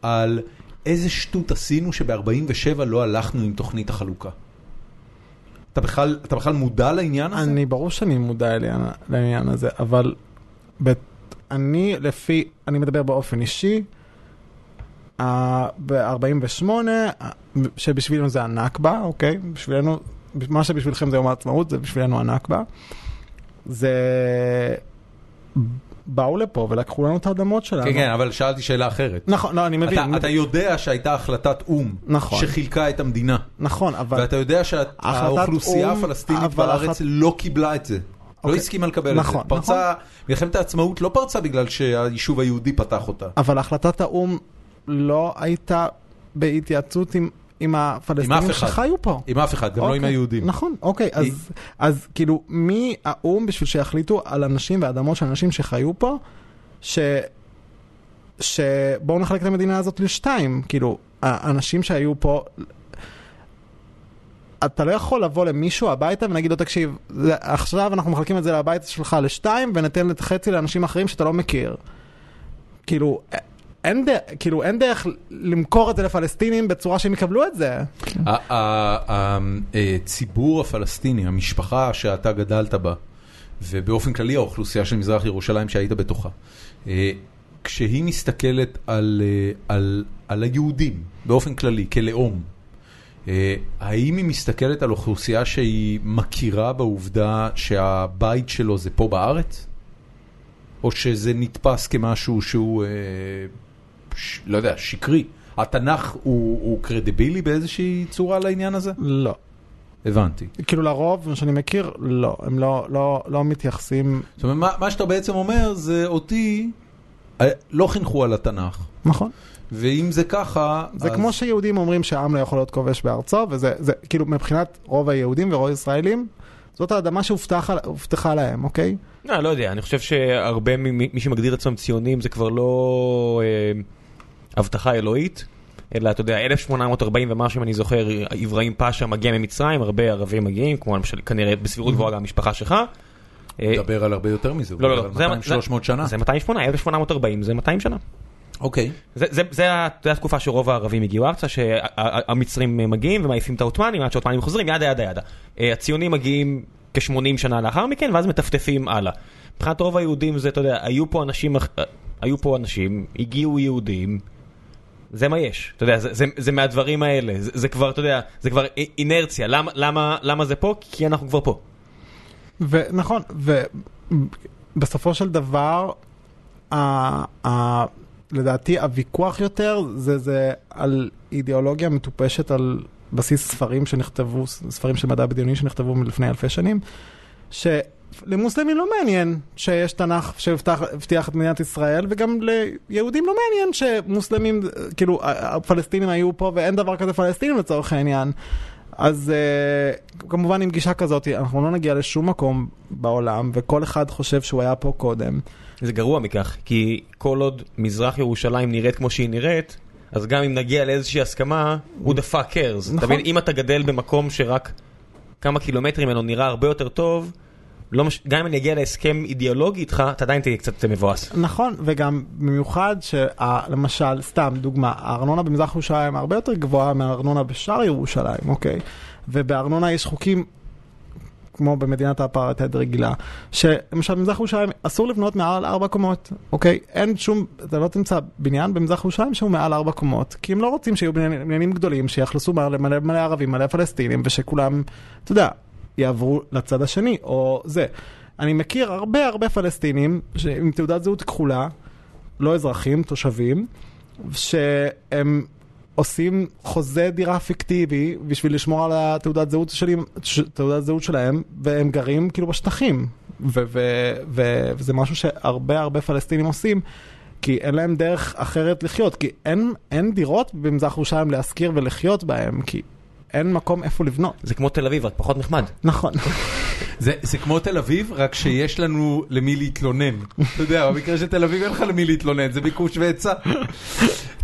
Speaker 1: על איזה שטות עשינו שב-47 לא הלכנו עם תוכנית החלוקה? אתה בכלל, אתה בכלל מודע לעניין הזה?
Speaker 3: אני, ברור שאני מודע לעניין- לעניין הזה, אבל בת, אני לפי, אני מדבר באופן אישי, ב-48, שבשבילנו זה הנכבה, אוקיי? בשבילנו, מה שבשבילכם זה יום העצמאות, זה בשבילנו הנכבה. זה... באו לפה ולקחו לנו את האדמות שלנו.
Speaker 1: כן, כן, אבל שאלתי שאלה אחרת.
Speaker 3: נכון, לא, אני מבין.
Speaker 1: אתה, אתה יודע שהייתה החלטת או"ם,
Speaker 3: נכון.
Speaker 1: שחילקה את המדינה.
Speaker 3: נכון, אבל...
Speaker 1: ואתה יודע
Speaker 3: החלטת
Speaker 1: שהאוכלוסייה
Speaker 3: או"ם,
Speaker 1: הפלסטינית
Speaker 3: אבל
Speaker 1: בארץ
Speaker 3: אחת-
Speaker 1: לא קיבלה את זה. לא
Speaker 3: אוקיי.
Speaker 1: הסכימה לקבל את זה.
Speaker 3: נכון,
Speaker 1: פרצה, מלחמת העצמאות לא פרצה בגלל שהיישוב היהודי פתח אותה.
Speaker 3: אבל החלטת האו"ם לא הייתה בהתייעצות עם, עם
Speaker 1: עם אף
Speaker 3: הפלסטינים
Speaker 1: אחד.
Speaker 3: שחיו פה.
Speaker 1: עם אף אחד, גם לא
Speaker 3: אוקיי,
Speaker 1: עם היהודים.
Speaker 3: נכון, אוקיי, אז,
Speaker 1: היא-
Speaker 3: אז כאילו, מי האו"ם בשביל שיחליטו על אנשים ואדמות של אנשים שחיו פה, ש... שבואו נחלק את המדינה הזאת לשתיים, כאילו, האנשים שהיו פה... אתה לא יכול לבוא למישהו הביתה ולהגיד לו, תקשיב, זה- עכשיו אנחנו מחלקים את זה לבית שלך לשתיים וניתן את חצי לאנשים אחרים שאתה לא מכיר. כאילו, א- אין, ד... כאילו, אין דרך למכור את זה לפלסטינים בצורה שהם יקבלו את זה.
Speaker 1: ה- ה- ה- הציבור הפלסטיני, המשפחה שאתה גדלת בה, ובאופן כללי האוכלוסייה של מזרח ירושלים שהיית בתוכה, אה, כשהיא מסתכלת על, אה, על, על היהודים באופן כללי, כלאום, אה, האם היא מסתכלת על אוכלוסייה שהיא מכירה בעובדה שהבית שלו זה פה בארץ? או שזה נתפס כמשהו שהוא, אה, ש, לא יודע, שקרי? התנ"ך הוא, הוא קרדיבילי באיזושהי צורה לעניין הזה?
Speaker 3: לא.
Speaker 1: הבנתי.
Speaker 3: כאילו לרוב, מה שאני מכיר, לא, הם לא, לא, לא מתייחסים,
Speaker 1: זאת אומרת, מה, מה שאתה בעצם אומר זה אותי, אה, לא חינכו על התנ"ך,
Speaker 3: נכון.
Speaker 1: ואם זה ככה,
Speaker 3: זה
Speaker 1: אז...
Speaker 3: כמו שיהודים אומרים שהעם לא יכול להיות כובש בארצו, וזה זה, כאילו מבחינת רוב היהודים ורוב הישראלים, זאת האדמה שהובטחה הובטחה להם, אוקיי?
Speaker 2: לא, לא יודע, אני חושב שהרבה ממי מי שמגדיר את עצמם ציונים זה כבר לא אה, הבטחה אלוהית, אלא אתה יודע, 1840 ומשהו, אם אני זוכר, אברהים פאשה מגיע ממצרים, הרבה ערבים מגיעים, כמו למשל, כנראה בסבירות גבוהה גם המשפחה שלך. אה,
Speaker 1: דבר על הרבה יותר מזה, הוא
Speaker 2: לא, לא,
Speaker 1: מדבר על
Speaker 2: לא, זה-
Speaker 1: 200, 300 שנה.
Speaker 2: זה 208, 1840 זה 200 שנה.
Speaker 1: אוקיי.
Speaker 2: זה, זה, זה, ה- זה התקופה שרוב הערבים הגיעו ארצה, שהמצרים מגיעים ומעיפים את העות'מאנים עד שהעות'מאנים חוזרים, ידה ידה ידה. אה, הציונים מגיעים כ-80 שנה לאחר מכן, ואז מטפטפים הלאה. מבחינת רוב היהודים זה, אתה יודע, היו פה אנשים, אח- אה, היו פה אנשים, הגיעו יהודים, זה מה יש, אתה יודע, זה, זה, זה מהדברים האלה, זה, זה כבר, אתה יודע, זה כבר אי- אינרציה, למה, למה, למה זה פה? כי אנחנו כבר פה.
Speaker 3: ונכון, ובסופו של דבר, ה, ה, לדעתי הוויכוח יותר זה, זה על אידיאולוגיה מטופשת על בסיס ספרים שנכתבו, ספרים של מדע בדיוני שנכתבו מלפני אלפי שנים, שלמוסלמים לא מעניין שיש תנ"ך שהבטח- הבטיח את מדינת ישראל, וגם ליהודים לא מעניין שמוסלמים, כאילו הפלסטינים היו פה ואין דבר כזה פלסטינים לצורך העניין. אז אה, כמובן עם גישה כזאת, אנחנו לא נגיע לשום מקום בעולם, וכל אחד חושב שהוא היה פה קודם.
Speaker 4: זה גרוע מכך, כי כל עוד מזרח ירושלים נראית כמו שהיא נראית, אז גם אם נגיע לאיזושהי הסכמה, who the fuck cares.
Speaker 3: נכון.
Speaker 4: אתה מבין, אם אתה גדל במקום שרק כמה קילומטרים ממנו נראה הרבה יותר טוב, לא מש... גם אם אני אגיע להסכם אידיאולוגי איתך, אתה עדיין תהיה קצת מבואס. נכון.
Speaker 3: נכון, וגם במיוחד שלמשל, סתם דוגמה, הארנונה במזרח ירושלים הרבה יותר גבוהה מהארנונה בשאר ירושלים, אוקיי? ובארנונה יש חוקים, כמו במדינת האפרטהייד רגילה, שלמשל במזרח ירושלים אסור לבנות מעל ארבע קומות, אוקיי? אין שום, אתה לא תמצא בניין במזרח ירושלים שהוא מעל ארבע קומות, כי הם לא רוצים שיהיו בניינים בניינים גדולים שיאכלסו מלא מלא מלא ערבים, מלא פלסטינים, ושכולם, אתה יודע, יעברו לצד השני, או זה. אני מכיר הרבה הרבה פלסטינים ש- עם תעודת זהות כחולה, לא אזרחים, תושבים, שהם עושים חוזה דירה פיקטיבי בשביל לשמור על התעודת זהות, שלי, ש- תעודת זהות שלהם, והם גרים כאילו בשטחים. ו- ו- ו- וזה משהו שהרבה הרבה פלסטינים עושים. כי אין להם דרך אחרת לחיות, כי אין, אין דירות במזרח ירושלים להשכיר ולחיות בהם, כי אין מקום איפה לבנות.
Speaker 4: זה כמו תל אביב, רק פחות נחמד.
Speaker 3: נכון.
Speaker 1: זה, זה כמו תל אביב, רק שיש לנו למי להתלונן. אתה יודע, במקרה של תל אביב אין לך למי להתלונן, זה ביקוש והיצע.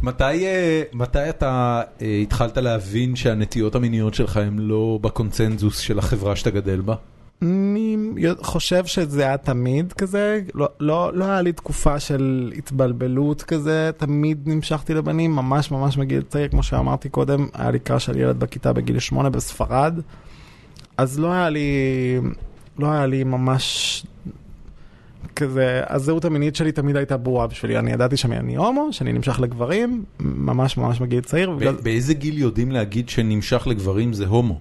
Speaker 1: מתי, אה, מתי אתה אה, התחלת להבין שהנטיות המיניות שלך הן לא בקונצנזוס של החברה שאתה גדל בה?
Speaker 3: אני חושב שזה היה תמיד כזה, לא, לא, לא היה לי תקופה של התבלבלות כזה, תמיד נמשכתי לבנים, ממש ממש מגיל צעיר, כמו שאמרתי קודם, היה לי קרש על ילד בכיתה בגיל שמונה בספרד, אז לא היה לי, לא היה לי ממש כזה, הזהות המינית שלי תמיד הייתה ברורה בשבילי, אני ידעתי שאני הומו, שאני נמשך לגברים, ממש ממש מגיל צעיר, ובגלל-
Speaker 1: ב- באיזה גיל יודעים להגיד שנמשך לגברים זה הומו?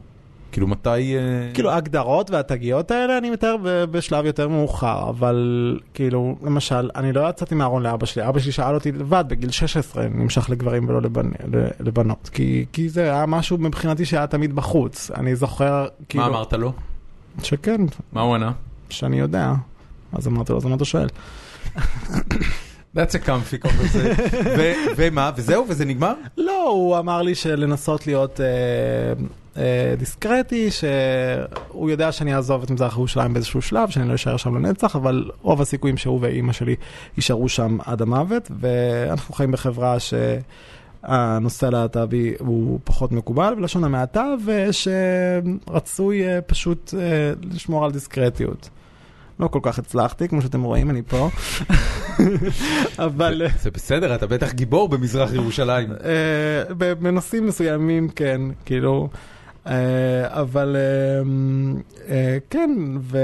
Speaker 1: כאילו מתי... אה,
Speaker 3: כאילו ההגדרות והתגיות האלה אני מתאר ב- בשלב יותר מאוחר, אבל כאילו, למשל, אני לא יצאתי מהארון לאבא שלי, אבא שלי שאל אותי לבד בגיל 16, אם נמשך לגברים ולא לבנ... ל- לבנות, כי, כי זה היה משהו מבחינתי שהיה תמיד בחוץ, אני זוכר, כאילו,
Speaker 1: מה אמרת לו?
Speaker 3: שכן,
Speaker 1: מה הוא ענה?
Speaker 3: שאני יודע, אז אמרתי לו, אז למה אתה שואל?
Speaker 1: That's a comfy conversation. ו- ומה? וזהו? וזה נגמר?
Speaker 3: לא, הוא אמר לי שלנסות להיות אה, אה, דיסקרטי, שהוא יודע שאני אעזוב את מזרח ירושלים באיזשהו שלב, שאני לא אשאר שם לנצח, אבל רוב הסיכויים שהוא ואימא שלי יישארו שם עד המוות, ואנחנו חיים בחברה שהנושא הלהט"בי הוא פחות מקובל, בלשון המעטה, ושרצוי אה, פשוט אה, לשמור על דיסקרטיות. לא כל כך הצלחתי, כמו שאתם רואים, אני פה. אבל...
Speaker 1: זה בסדר, אתה בטח גיבור במזרח ירושלים.
Speaker 3: אה, ב- בנושאים מסוימים כן, כאילו, אה, אבל אה, אה, כן, ו...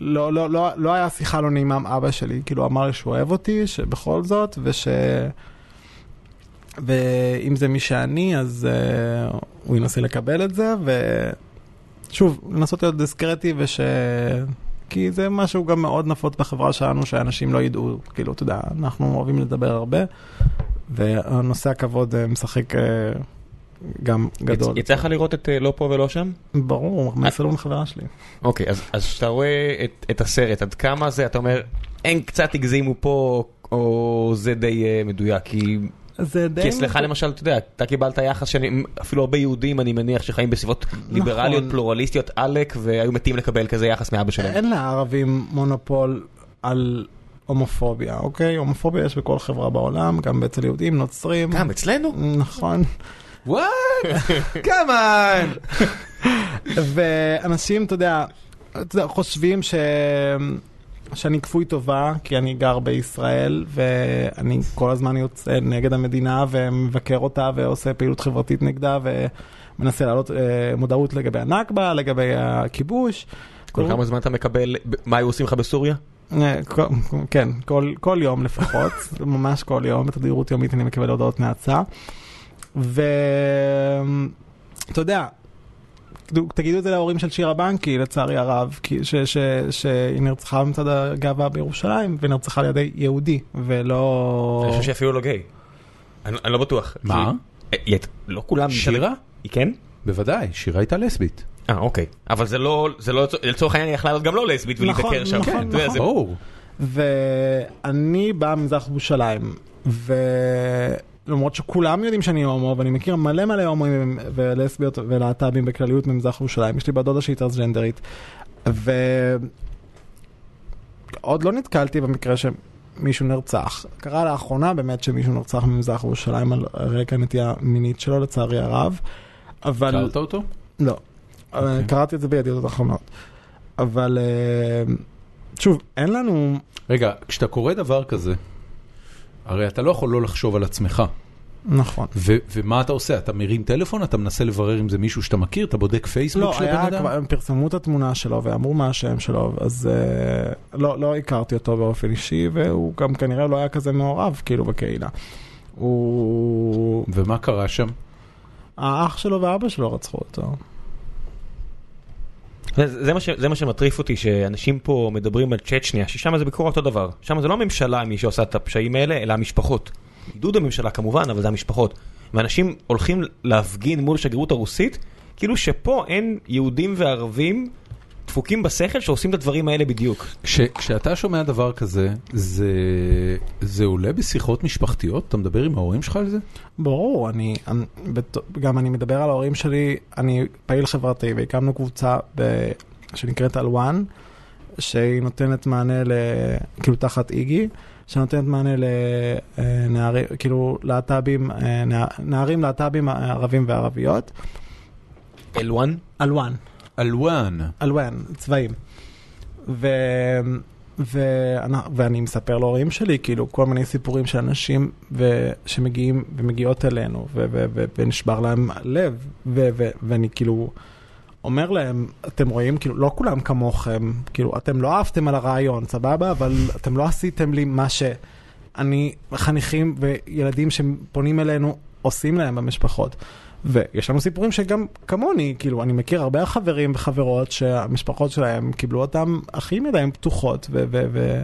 Speaker 3: לא, לא, לא, לא היה שיחה לא נעימה עם אבא שלי, כאילו אמר לי שהוא אוהב אותי, שבכל זאת, וש... ואם זה מי שאני, אז uh, הוא ינסה לקבל את זה, ושוב, לנסות להיות דיסקרטי, וש... כי זה משהו גם מאוד נפוץ בחברה שלנו, שאנשים לא ידעו, כאילו, אתה יודע, אנחנו אוהבים לדבר הרבה, והנושא הכבוד אה, משחק אה, גם גדול.
Speaker 4: יצ- יצא לך לראות את אה, לא פה ולא שם?
Speaker 3: ברור, מהסלון חברה שלי.
Speaker 4: אוקיי, אז אז כשאתה רואה את- את הסרט, עד כמה זה, אתה אומר, אין קצת הגזימו פה, או זה די אה, מדויק, כי
Speaker 3: זה די... נכון.
Speaker 4: כי אצלך למשל, אתה יודע, אתה קיבלת יחס שאני, אפילו הרבה יהודים, אני מניח, שחיים בסביבות ליברליות, פלורליסטיות, עלק, והיו מתים לקבל כזה יחס מאבא שלהם.
Speaker 3: נכון. אין לערבים מונופול על הומופוביה, אוקיי? הומופוביה יש בכל חברה בעולם, גם אצל יהודים, נוצרים.
Speaker 4: גם אצלנו?
Speaker 3: נכון.
Speaker 1: וואט? כמובן!
Speaker 3: ואנשים, אתה יודע, אתה יודע, חושבים ש... שאני כפוי טובה, כי אני גר בישראל, ואני כל הזמן יוצא נגד המדינה, ומבקר אותה, ועושה פעילות חברתית נגדה, ומנסה להעלות אה, מודעות לגבי הנכבה, לגבי הכיבוש.
Speaker 4: כל כמה זמן אתה מקבל, ב- מה היו עושים לך בסוריה?
Speaker 3: אה, כל- כן, כל, כל יום לפחות, ממש כל יום, בתדירות יומית אני מקבל הודעות נאצה. ואתה יודע, תגידו- תגידו את זה להורים של שירה בנקי, לצערי הרב, כי- ש- ש- שהיא נרצחה במצעד הגאווה בירושלים, ונרצחה על ידי יהודי, ולא...
Speaker 4: אני חושב שאפילו לא גיי. אני אני לא בטוח.
Speaker 1: מה?
Speaker 4: כי- אה, היא הייתה- לא כולם...
Speaker 1: שירה?
Speaker 4: היא כן?
Speaker 1: בוודאי, שירה הייתה לסבית.
Speaker 4: אה, אוקיי. אבל זה לא, זה לא, לצורך העניין היא יכלה להיות גם לא לסבית
Speaker 3: נכון,
Speaker 4: ולהתעקר שם.
Speaker 3: נכון,
Speaker 1: אה,
Speaker 4: אתה יודע, זה-
Speaker 3: נכון.
Speaker 1: ברור.
Speaker 3: ואני בא ממזרח ירושלים, ו... למרות שכולם יודעים שאני הומו, ואני מכיר מלא מלא הומואים ולסביות ולהט"בים בכלליות ממזרח ירושלים, יש לי בת דודה שהיא טרנסג'נדרית. ועוד לא נתקלתי במקרה שמישהו נרצח. קרה לאחרונה באמת שמישהו נרצח ממזרח ירושלים על רקע נטייה מינית שלו, לצערי הרב. אבל...
Speaker 1: קראת אותו?
Speaker 3: לא. אבל קראתי את זה בידיעות אחרונות. אבל אה, שוב, אין לנו...
Speaker 1: רגע, כשאתה קורא דבר כזה, הרי אתה לא יכול לא לחשוב על עצמך.
Speaker 3: נכון.
Speaker 1: ו- ומה אתה עושה? אתה מרים טלפון, אתה מנסה לברר אם זה מישהו שאתה מכיר, אתה בודק פייסבוק
Speaker 3: לא,
Speaker 1: של הבן
Speaker 3: היה
Speaker 1: אדם?
Speaker 3: כבר, הם פרסמו את התמונה שלו ואמרו מה השם שלו, אז אה, לא, לא הכרתי אותו באופן אישי, והוא גם כנראה לא היה כזה מעורב, כאילו, בקהילה. הוא...
Speaker 1: ומה קרה שם?
Speaker 3: האח שלו ואבא שלו רצחו אותו.
Speaker 4: זה, זה, מה ש, זה מה שמטריף אותי, שאנשים פה מדברים על צ'צ'ניה, ששם זה בקורה אותו דבר. שם זה לא הממשלה מי שעושה את הפשעים האלה, אלא המשפחות. עידוד הממשלה כמובן, אבל זה המשפחות. ואנשים הולכים להפגין מול השגרירות הרוסית, כאילו שפה אין יהודים וערבים דפוקים בשכל שעושים את הדברים האלה בדיוק.
Speaker 1: כש- כשאתה שומע דבר כזה, זה, זה עולה בשיחות משפחתיות? אתה מדבר עם ההורים שלך על זה?
Speaker 3: ברור, אני, אני בת- גם אני מדבר על ההורים שלי, אני פעיל חברתי והקמנו קבוצה ב, שנקראת אלואן, שהיא נותנת מענה, ל, כאילו תחת איגי, שנותנת מענה לנערים, כאילו להט"בים, אה, נע- נערים להט"בים אה, ערבים וערביות.
Speaker 4: אלואן?
Speaker 3: אלואן.
Speaker 1: אלואן.
Speaker 3: אלואן, צבעים. ו... ואני, ואני מספר להורים שלי, כאילו, כל מיני סיפורים של אנשים ו... שמגיעים ומגיעות אלינו, ו... ו... ו... ונשבר להם הלב, ו... ו... ואני כאילו אומר להם, אתם רואים, כאילו, לא כולם כמוכם, כאילו, אתם לא אהבתם על הרעיון, סבבה, אבל אתם לא עשיתם לי מה שאני, חניכים וילדים שפונים אלינו, עושים להם במשפחות. ויש לנו סיפורים שגם כמוני, כאילו, אני מכיר הרבה חברים וחברות שהמשפחות שלהם קיבלו אותם הכי עם ידיים פתוחות, ו... ו-, ו-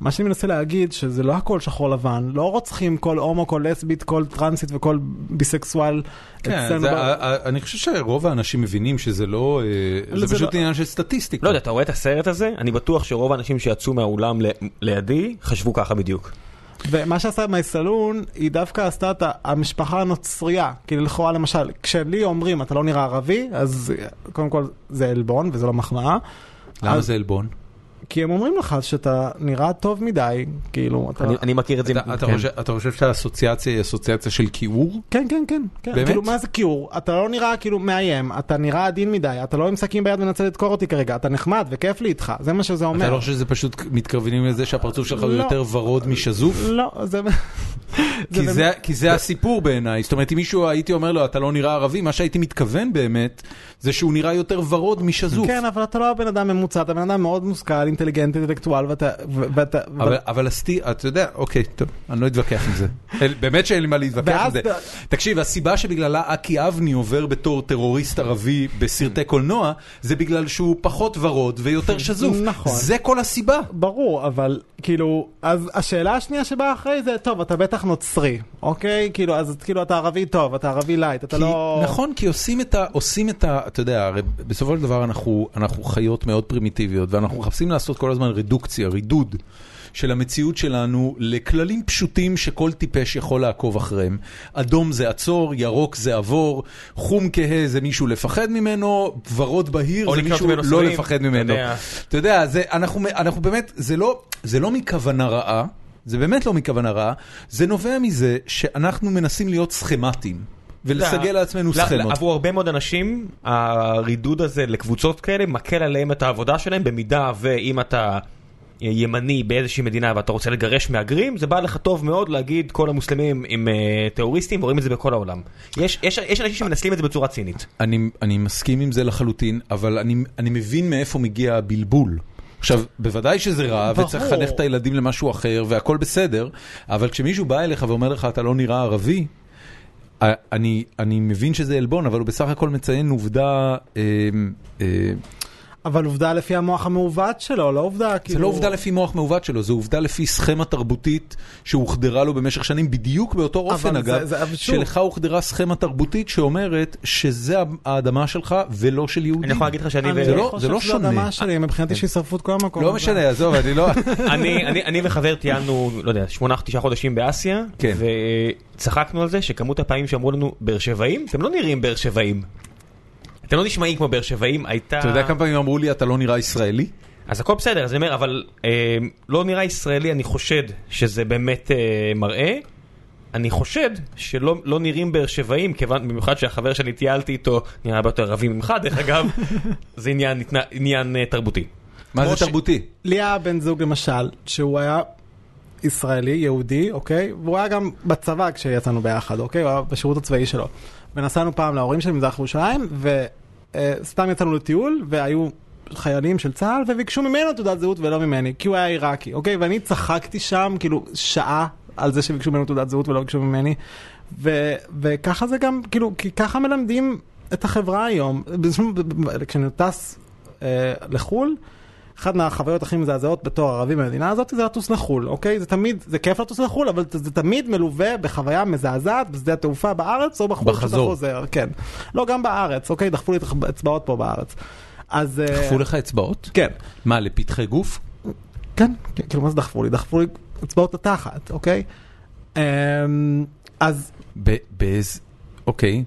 Speaker 3: מה שאני מנסה להגיד, שזה לא הכל שחור לבן, לא רוצחים כל הומו, כל לסבית, כל טרנסית וכל ביסקסואל
Speaker 1: כן, זה, ה- ה- אני חושב שרוב האנשים מבינים שזה לא, אה,
Speaker 3: לא,
Speaker 1: זה
Speaker 3: זה
Speaker 1: פשוט
Speaker 3: לא-
Speaker 1: עניין של סטטיסטיקה.
Speaker 4: לא יודע, אתה רואה את הסרט הזה? אני בטוח שרוב האנשים שיצאו מהאולם ל- לידי חשבו ככה בדיוק.
Speaker 3: ומה שעשה מי סלון, היא דווקא עשתה את ה- המשפחה הנוצרייה. כאילו לכאורה למשל, כשלי אומרים אתה לא נראה ערבי, אז קודם כל זה עלבון וזה לא מחמאה.
Speaker 1: למה
Speaker 3: אז-
Speaker 1: זה עלבון?
Speaker 3: כי הם אומרים לך שאתה נראה טוב מדי, כאילו, אתה...
Speaker 4: אני, אני מכיר את זה.
Speaker 1: אתה- אתה
Speaker 4: כן.
Speaker 1: חושב- אתה חושב שהאסוציאציה היא אסוציאציה של כיעור?
Speaker 3: כן, כן, כן. כן.
Speaker 1: באמת?
Speaker 3: כאילו, מה זה כיעור? אתה לא נראה כאילו מאיים, אתה נראה עדין מדי, אתה לא עם סכין ביד ומנסה לדקור אותי כרגע, אתה נחמד וכיף לי איתך, זה מה שזה אומר.
Speaker 1: אתה לא חושב שזה פשוט מתכוונים לזה שהפרצוף שלך הוא
Speaker 3: לא.
Speaker 1: יותר ורוד משזוף?
Speaker 3: לא, זה...
Speaker 1: כי
Speaker 3: באמת-
Speaker 1: זה, כי זה הסיפור בעיניי, זאת אומרת אם מישהו הייתי אומר לו אתה לא נראה ערבי, מה שהייתי מתכוון באמת זה שהוא נראה יותר ורוד משזוף.
Speaker 3: כן, אבל אתה לא הבן אדם ממוצע, אתה בן אדם מאוד מושכל, אינטליגנט, אינטלקטואל, ואתה... ו- ואתה...
Speaker 1: אבל, אבל הסטי, אתה יודע, אוקיי, טוב, אני לא אתווכח עם זה. אל- באמת שאין לי מה להתווכח עם
Speaker 3: ואז
Speaker 1: זה.
Speaker 3: אתה-
Speaker 1: תקשיב, הסיבה שבגללה אקי אבני עובר בתור טרוריסט ערבי בסרטי קולנוע, זה בגלל שהוא פחות ורוד ויותר שזוף.
Speaker 3: נכון.
Speaker 1: זה כל הסיבה.
Speaker 3: ברור, אבל כאילו, אז השאלה השנייה שבאה אחרי זה, טוב, אתה בטח נוצרי, אוקיי? כאילו, אז כאילו אתה ערבי טוב, אתה ערבי לייט, אתה
Speaker 1: כי,
Speaker 3: לא...
Speaker 1: נכון, כי עושים את ה... עושים את ה... אתה יודע, הרי בסופו של דבר אנחנו, אנחנו חיות מאוד פרימיטיביות, ואנחנו מחפשים לעשות כל הזמן רדוקציה, רידוד. של המציאות שלנו לכללים פשוטים שכל טיפש יכול לעקוב אחריהם. אדום זה עצור, ירוק זה עבור, חום כהה זה מישהו לפחד ממנו, ורוד בהיר
Speaker 4: או
Speaker 1: זה
Speaker 4: לקנות
Speaker 1: מישהו
Speaker 4: ממנו
Speaker 1: לא
Speaker 4: סמים,
Speaker 1: לפחד
Speaker 4: אתה
Speaker 1: ממנו.
Speaker 4: יודע.
Speaker 1: אתה יודע, זה, אנחנו, אנחנו באמת, זה לא, זה לא מכוונה רעה, זה באמת לא מכוונה רעה, זה נובע מזה שאנחנו מנסים להיות סכמטיים, ולסגל לעצמנו
Speaker 4: לא, לא,
Speaker 1: סכמות.
Speaker 4: עבור הרבה מאוד אנשים, הרידוד הזה לקבוצות כאלה מקל עליהם את העבודה שלהם, במידה ואם אתה ימני באיזושהי מדינה ואתה רוצה לגרש מהגרים, זה בא לך טוב מאוד להגיד כל המוסלמים הם אה, טרוריסטים, ורואים את זה בכל העולם. יש, יש, יש אנשים שמנצלים את זה בצורה צינית.
Speaker 1: אני, אני מסכים עם זה לחלוטין, אבל אני, אני מבין מאיפה מגיע הבלבול. עכשיו, בוודאי שזה רע,
Speaker 3: ברור.
Speaker 1: וצריך לחנך את הילדים למשהו אחר, והכל בסדר, אבל כשמישהו בא אליך ואומר לך, אתה לא נראה ערבי, א- אמ, אני, אני מבין שזה עלבון, אבל הוא בסך הכל מציין עובדה... אה, אה,
Speaker 3: אבל עובדה לפי המוח המעוות שלו, לא עובדה כאילו...
Speaker 1: זה לא עובדה לפי מוח מעוות שלו, זו עובדה לפי סכמה תרבותית שהוחדרה לו במשך שנים, בדיוק באותו אופן
Speaker 3: זה-
Speaker 1: אגב,
Speaker 3: זה- אבל שוב-
Speaker 1: שלך הוחדרה סכמה תרבותית שאומרת שזה האדמה שלך ולא של יהודים.
Speaker 4: אני יכול להגיד לך שאני
Speaker 3: אני
Speaker 4: ו-
Speaker 1: זה לא-
Speaker 3: חושב
Speaker 1: לא
Speaker 3: שזו
Speaker 1: שונה.
Speaker 3: אדמה שלי, מבחינתי שישרפו את כל המקום.
Speaker 1: לא
Speaker 3: הזה.
Speaker 1: משנה, עזוב, אני לא...
Speaker 4: אני, אני, אני וחבר טיילנו, לא יודע, שמונה, תשעה חודשים באסיה,
Speaker 1: כן.
Speaker 4: וצחקנו על זה שכמות הפעמים שאמרו לנו, באר שבעים? אתם לא נראים באר שבעים. אתם לא נשמעים כמו באר שבעים, הייתה...
Speaker 1: אתה יודע כמה פעמים אמרו לי, אתה לא נראה ישראלי?
Speaker 4: אז הכל בסדר, אז אני אומר, אבל אה, לא נראה ישראלי, אני חושד שזה באמת אה, מראה. אני חושד שלא לא נראים באר שבעים, כיוון במיוחד שהחבר שאני טיילתי איתו נראה הרבה יותר ערבי ממך, דרך אגב, זה עניין, התנה- עניין אה, תרבותי.
Speaker 1: מה
Speaker 4: כמו
Speaker 1: זה
Speaker 4: ש- אה-
Speaker 1: תרבותי?
Speaker 3: לי היה בן זוג למשל, שהוא היה ישראלי, יהודי, אוקיי? והוא היה גם בצבא כשיצאנו ביחד, אוקיי? הוא היה בשירות הצבאי שלו. ונסענו פעם להורים שלי במזרח ירושלים, וסתם יצאנו לטיול, והיו חיילים של צה"ל, וביקשו ממנו תעודת זהות ולא ממני, כי הוא היה עיראקי, אוקיי? ואני צחקתי שם, כאילו, שעה על זה שביקשו ממנו תעודת זהות ולא ביקשו ממני. ו- וככה זה גם, כאילו, כי ככה מלמדים את החברה היום. בשום- כשאני טס אה, לחו"ל, אחת מהחוויות הכי מזעזעות בתור ערבי במדינה הזאת זה לטוס לחו"ל, אוקיי? זה תמיד, זה כיף לטוס לחו"ל, אבל זה תמיד מלווה בחוויה מזעזעת בשדה התעופה בארץ או בחו"ל כשאתה
Speaker 1: בחזור.
Speaker 3: חוזר, כן. לא, גם בארץ, אוקיי? דחפו לי את האצבע- האצבעות פה בארץ. אז... אה,
Speaker 1: דחפו לך אצבעות?
Speaker 3: כן.
Speaker 1: מה, לפתחי גוף?
Speaker 3: כן, כן, כאילו מה זה דחפו לי? דחפו לי אצבעות לתחת, אוקיי? אמ, אז
Speaker 1: ב- באיזה... אוקיי.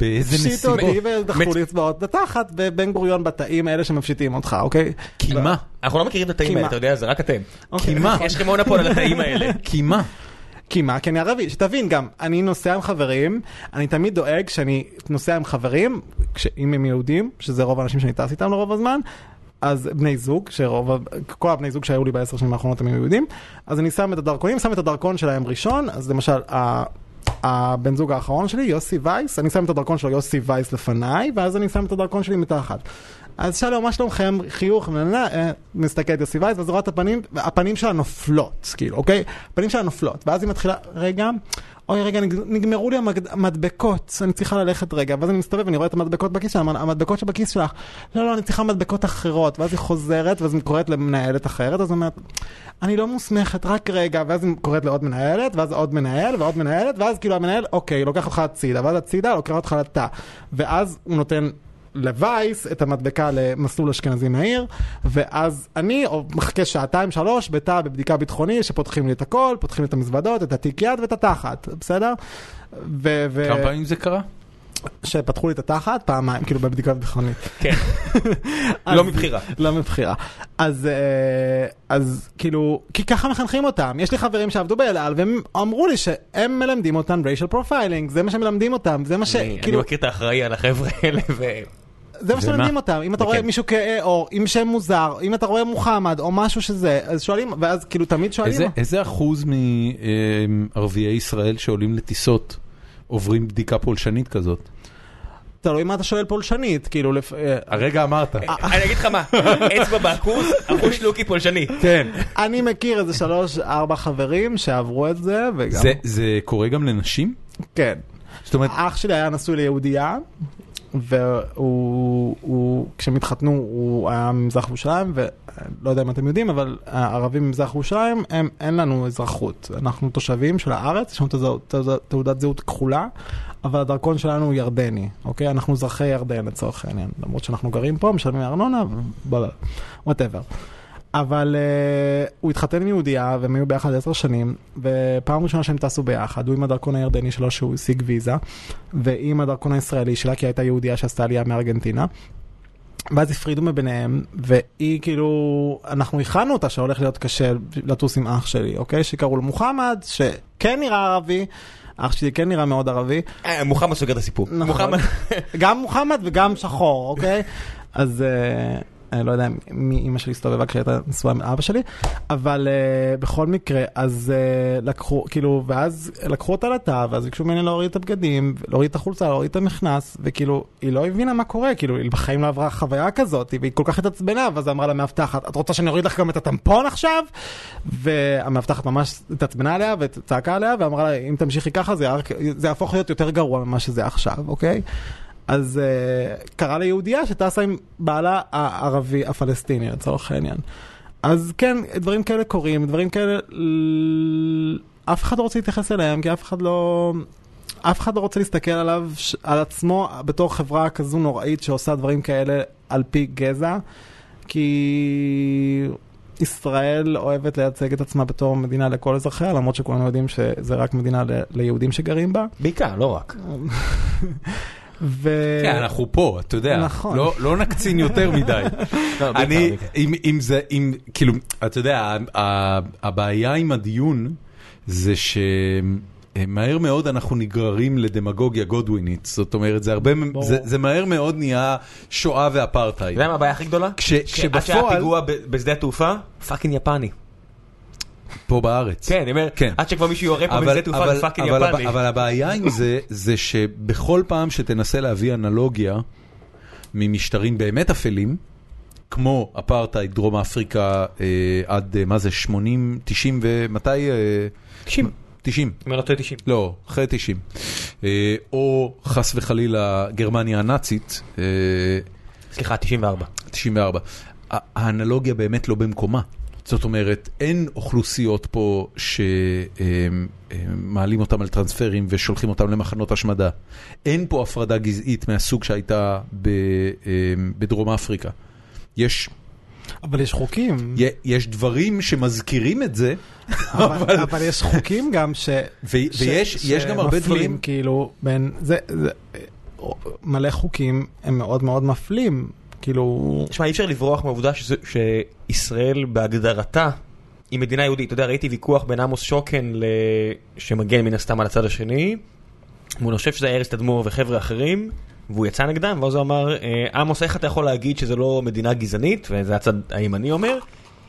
Speaker 1: באיזה
Speaker 3: פשיטו
Speaker 1: נסיבות?
Speaker 3: אותי ודחפו
Speaker 4: מת-
Speaker 3: לי אצבעות לתחת בבן גוריון בתאים האלה שמפשיטים אותך, אוקיי?
Speaker 1: כי מה?
Speaker 4: אנחנו לא מכירים את התאים
Speaker 3: כי
Speaker 4: האלה,
Speaker 3: מה?
Speaker 4: אתה יודע, זה רק אתם.
Speaker 3: אוקיי.
Speaker 1: כי מה?
Speaker 4: יש לכם מונופול על התאים האלה. אה-
Speaker 1: כי מה?
Speaker 3: כי מה? כי אני ערבי. שתבין גם, אני נוסע עם חברים, אני תמיד דואג שאני נוסע עם חברים, כש- אם הם יהודים, שזה רוב האנשים שאני טס איתם לרוב הזמן, אז בני זוג, שרוב, ה- כל הבני זוג שהיו לי בעשר שנים האחרונות הם היו יהודים, אז אני שם את הדרכונים, שם את הדרכון שלהם ראשון, אז למשל, ה... הבן זוג האחרון שלי, יוסי וייס, אני שם את הדרכון שלו יוסי וייס לפניי, ואז אני שם את הדרכון שלי מתחת. אז שלום, מה שלומכם? חיוך, נה, נה, נה, אה, מסתכלת יוסי וייס, ואז רואה את הפנים, הפנים שלה נופלות, כאילו, אוקיי? הפנים שלה נופלות, ואז היא מתחילה, רגע, אוי רגע, נג- נגמרו לי המגד- המדבקות, אני צריכה ללכת רגע, ואז אני מסתובב, אני רואה את המדבקות בכיס שלה, המ- המדבקות שבכיס שלך, לא, לא, אני צריכה מדבקות אחרות, ואז היא חוזרת, ואז היא קוראת למנהלת אחרת, אז היא אומרת, אני לא מוסמכת, רק רגע, ואז היא קוראת לעוד מנהלת, ואז עוד מנהל, ועוד מנהלת, ואז כאילו המנהל, אוקיי, לוקח אותך הצידה, ואז הצידה, לוקח אותך לתא, ואז הוא נותן... לווייס את המדבקה למסלול אשכנזי מהיר, ואז אני או- מחכה שעתיים שלוש בתא בבדיקה ביטחוני שפותחים לי את הכל, פותחים לי את המזוודות, את התיק יד ואת התחת, בסדר? ו... ו-
Speaker 1: כמה פעמים זה קרה?
Speaker 3: שפתחו לי את התחת פעמיים, כאילו בבדיקה ביטחונית.
Speaker 4: כן.
Speaker 3: אז-
Speaker 4: לא מבחירה.
Speaker 3: לא מבחירה. אז, אה, אז כאילו, כי ככה מחנכים אותם. יש לי חברים שעבדו באל על והם אמרו לי שהם מלמדים אותם racial profiling, זה מה שמלמדים אותם, זה מה ש...
Speaker 4: אני אני
Speaker 3: כאילו,
Speaker 4: מכיר את האחראי על החבר'ה האלה, ו...
Speaker 3: זה מה
Speaker 1: ומה?
Speaker 3: שמלמדים אותם, אם אתה רואה
Speaker 4: וכן.
Speaker 3: מישהו כהה עור, עם שם מוזר, אם אתה רואה מוחמד או משהו שזה, אז שואלים, ואז כאילו תמיד שואלים,
Speaker 1: איזה- איזה אחוז מערביי ישראל שעולים לטיסות עוברים בדיקה פולשנית כזאת?
Speaker 3: תלוי מה אתה שואל פולשנית, כאילו, לפ- אה,
Speaker 1: הרגע אמרת.
Speaker 4: אני אגיד לך מה, אצבע בעכוז, אחוז שלוקי פולשני.
Speaker 1: כן.
Speaker 3: אני מכיר איזה שלוש, ארבע חברים שעברו את זה, וגם,
Speaker 1: זה- זה קורה גם לנשים?
Speaker 3: כן.
Speaker 1: זאת אומרת,
Speaker 3: אח שלי היה נשוי ליהודייה, והוא, הוא, כשהם התחתנו, הוא היה ממזרח ירושלים, ולא יודע אם אתם יודעים, אבל הערבים ממזרח ירושלים, הם, אין לנו אזרחות. אנחנו תושבים של הארץ, יש לנו תז- תז- תעודת זהות כחולה, אבל הדרכון שלנו הוא ירדני, אוקיי? אנחנו אזרחי ירדן לצורך העניין, למרות שאנחנו גרים פה, משלמים ארנונה, וואטאבר. אבל uh, הוא התחתן עם יהודייה והם היו ביחד עשר שנים ופעם ראשונה שהם טסו ביחד הוא עם הדרכון הירדני שלו שהוא השיג ויזה והיא עם הדרכון הישראלי שלה כי הייתה יהודייה שעשתה עלייה מארגנטינה. ואז הפרידו מביניהם והיא כאילו אנחנו הכנו אותה שהולך להיות קשה לטוס עם אח שלי אוקיי שקראו לו מוחמד שכן נראה ערבי. אח שלי כן נראה מאוד ערבי,
Speaker 4: אה, מוחמד סוגר את הסיפור.
Speaker 3: נכון.
Speaker 4: מוחמד-
Speaker 3: גם מוחמד וגם שחור, אוקיי? אז אה, אני לא יודע מי אימא שלי הסתובבה כשהייתה נשואה עם אבא שלי, אבל אה, בכל מקרה, אז אה, לקחו, כאילו, ואז לקחו אותה לתא, ואז ביקשו ממני להוריד את הבגדים, להוריד את החולצה, להוריד את המכנס, וכאילו, היא לא הבינה מה קורה, כאילו, היא בחיים לא עברה חוויה כזאת, והיא כל כך התעצבנה, ואז אמרה למאבטחת, את רוצה שאני אוריד לך גם את הטמפון עכשיו? והמאבטחת ממש התעצבנה עליה וצעקה עליה ואמרה לה אם תמשיכי ככה זה, יהיה רק- זה יהפוך להיות יותר גרוע ממה שזה עכשיו אוקיי. אז uh, קרה ליהודייה שטסה עם בעלה הערבי הפלסטיני לצורך העניין. אז כן, דברים כאלה קורים, דברים כאלה, ל- אף אחד לא רוצה להתייחס אליהם, כי אף אחד לא... אף אחד לא רוצה להסתכל עליו, ש- על עצמו, בתור חברה כזו נוראית שעושה דברים כאלה על פי גזע, כי ישראל אוהבת לייצג את עצמה בתור מדינה לכל אזרחיה, למרות שכולנו יודעים שזה רק מדינה ל- ליהודים שגרים בה.
Speaker 4: בעיקר, לא רק.
Speaker 3: ו...
Speaker 1: כן, אנחנו פה, אתה יודע.
Speaker 3: אה, נכון.
Speaker 1: לא- לא נקצין יותר מדי.
Speaker 4: לא, בעיקר,
Speaker 1: אני,
Speaker 4: בעיקר.
Speaker 1: אם- אם זה, אם, כאילו, אתה יודע, ה- ה- הבעיה עם הדיון זה ש... אה, מהר מאוד אנחנו נגררים לדמגוגיה גודווינית, זאת אומרת, זה, הרבה, זה, זה מהר מאוד נהיה שואה
Speaker 4: אתה
Speaker 1: ואפרטהייד.
Speaker 4: יודע מה הבעיה הכי גדולה?
Speaker 1: כש-
Speaker 4: כן, עד שהיה
Speaker 1: כשבפועל-
Speaker 4: פיגוע ב- בשדה התעופה, פאקינג יפני.
Speaker 1: פה בארץ.
Speaker 4: כן, אני אומר,
Speaker 1: כן.
Speaker 4: עד שכבר מישהו יורה פה בשדה תעופה, זה פאקינג
Speaker 1: אבל,
Speaker 4: יפני.
Speaker 1: אבל הבעיה עם זה, זה שבכל פעם שתנסה להביא אנלוגיה ממשטרים באמת אפלים, כמו אפרטהייד, דרום אפריקה, אה, עד, אה, מה זה, 80, 90 ומתי? אה,
Speaker 4: 90.
Speaker 1: 90.
Speaker 4: אם אני לא טועה 90.
Speaker 1: לא, אחרי 90. אה, או חס וחלילה גרמניה הנאצית, אה,
Speaker 4: סליחה, 94.
Speaker 1: 94. ה- האנלוגיה באמת לא במקומה. זאת אומרת, אין אוכלוסיות פה שמעלים אותם על טרנספרים ושולחים אותם למחנות השמדה. אין פה הפרדה גזעית מהסוג שהייתה ב, אמ, בדרום אפריקה. יש,
Speaker 3: אבל יש חוקים.
Speaker 1: י- יש דברים שמזכירים את זה,
Speaker 3: אבל, אבל יש חוקים גם ש...
Speaker 1: ו, ויש
Speaker 3: ש-
Speaker 1: יש גם הרבה
Speaker 3: שמפלים,
Speaker 1: דברים...
Speaker 3: כאילו, בין... זה, זה... מלא חוקים הם מאוד מאוד מפלים. כאילו...
Speaker 4: תשמע, אי אפשר לברוח מהעובדה שזה- שישראל בהגדרתה היא מדינה יהודית. אתה יודע, ראיתי ויכוח בין עמוס שוקן, ל- שמגן מן הסתם על הצד השני, והוא חושב שזה היה ארז תדמור וחבר'ה אחרים, והוא יצא נגדם, ואז הוא אמר, "אה, עמוס, איך אתה יכול להגיד שזה לא מדינה גזענית, וזה הצד הימני אומר,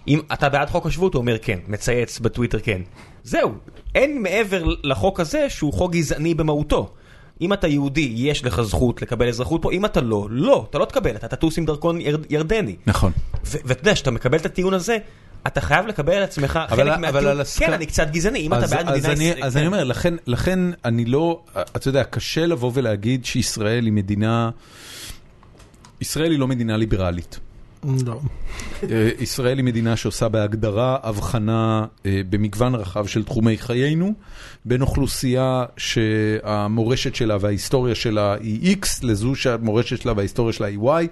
Speaker 4: אם אתה בעד חוק השבות, הוא אומר כן, מצייץ בטוויטר כן. זהו, אין מעבר לחוק הזה שהוא חוק גזעני במהותו. אם אתה יהודי, יש לך זכות לקבל אזרחות פה, אם אתה לא, לא, אתה לא תקבל, אתה תטוס עם דרכון יר, ירדני.
Speaker 1: נכון.
Speaker 4: ו- ואתה יודע, כשאתה מקבל את הטיעון הזה, אתה חייב לקבל על עצמך
Speaker 1: אבל
Speaker 4: חלק
Speaker 1: ה- אבל
Speaker 4: מהטיעון,
Speaker 1: על הסק-
Speaker 4: כן, אני קצת גזעני, אם אתה
Speaker 1: אז,
Speaker 4: בעד
Speaker 1: אז,
Speaker 4: מדינה...
Speaker 1: אני,
Speaker 4: ישראל-
Speaker 1: אז אני
Speaker 4: כן.
Speaker 1: אומר, לכן, לכן אני לא, אתה יודע, קשה לבוא ולהגיד שישראל היא מדינה, ישראל היא לא מדינה ליברלית.
Speaker 3: לא.
Speaker 1: אה, ישראל היא מדינה שעושה בהגדרה הבחנה אה, במגוון רחב של תחומי חיינו, בין אוכלוסייה שהמורשת שלה וההיסטוריה שלה היא X לזו שהמורשת שלה וההיסטוריה שלה היא Y.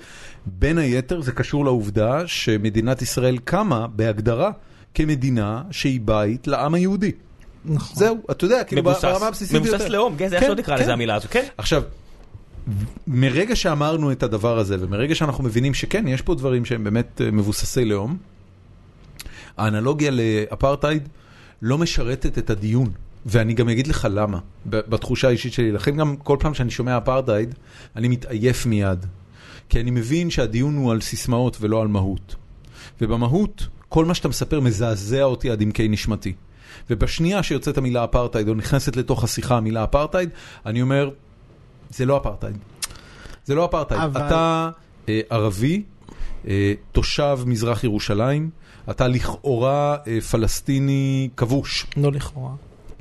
Speaker 1: בין היתר זה קשור לעובדה שמדינת ישראל קמה בהגדרה כמדינה שהיא בית לעם היהודי.
Speaker 3: נכון.
Speaker 1: זהו, אתה יודע, כאילו
Speaker 4: מבוסס-
Speaker 1: ברמה הבסיסית ביותר.
Speaker 4: מבוסס לאום, גזע, איך
Speaker 1: כן,
Speaker 4: שלא תקרא
Speaker 1: כן.
Speaker 4: לזה המילה הזו, כן?
Speaker 1: עכשיו, מרגע שאמרנו את הדבר הזה, ומרגע שאנחנו מבינים שכן, יש פה דברים שהם באמת אה, מבוססי לאום, האנלוגיה לאפרטהייד לא משרתת את הדיון. ואני גם אגיד לך למה, ב- בתחושה האישית שלי. לכן גם כל פעם שאני שומע אפרטהייד, אני מתעייף מיד. כי אני מבין שהדיון הוא על סיסמאות ולא על מהות. ובמהות, כל מה שאתה מספר מזעזע אותי עד עמקי נשמתי. ובשנייה שיוצאת המילה אפרטהייד, או נכנסת לתוך השיחה המילה אפרטהייד, אני אומר, זה לא אפרטהייד. זה לא אפרטהייד.
Speaker 3: אבל-
Speaker 1: אתה אה, ערבי, אה, תושב מזרח ירושלים, אתה לכאורה אה, פלסטיני כבוש,
Speaker 3: לא לכאורה.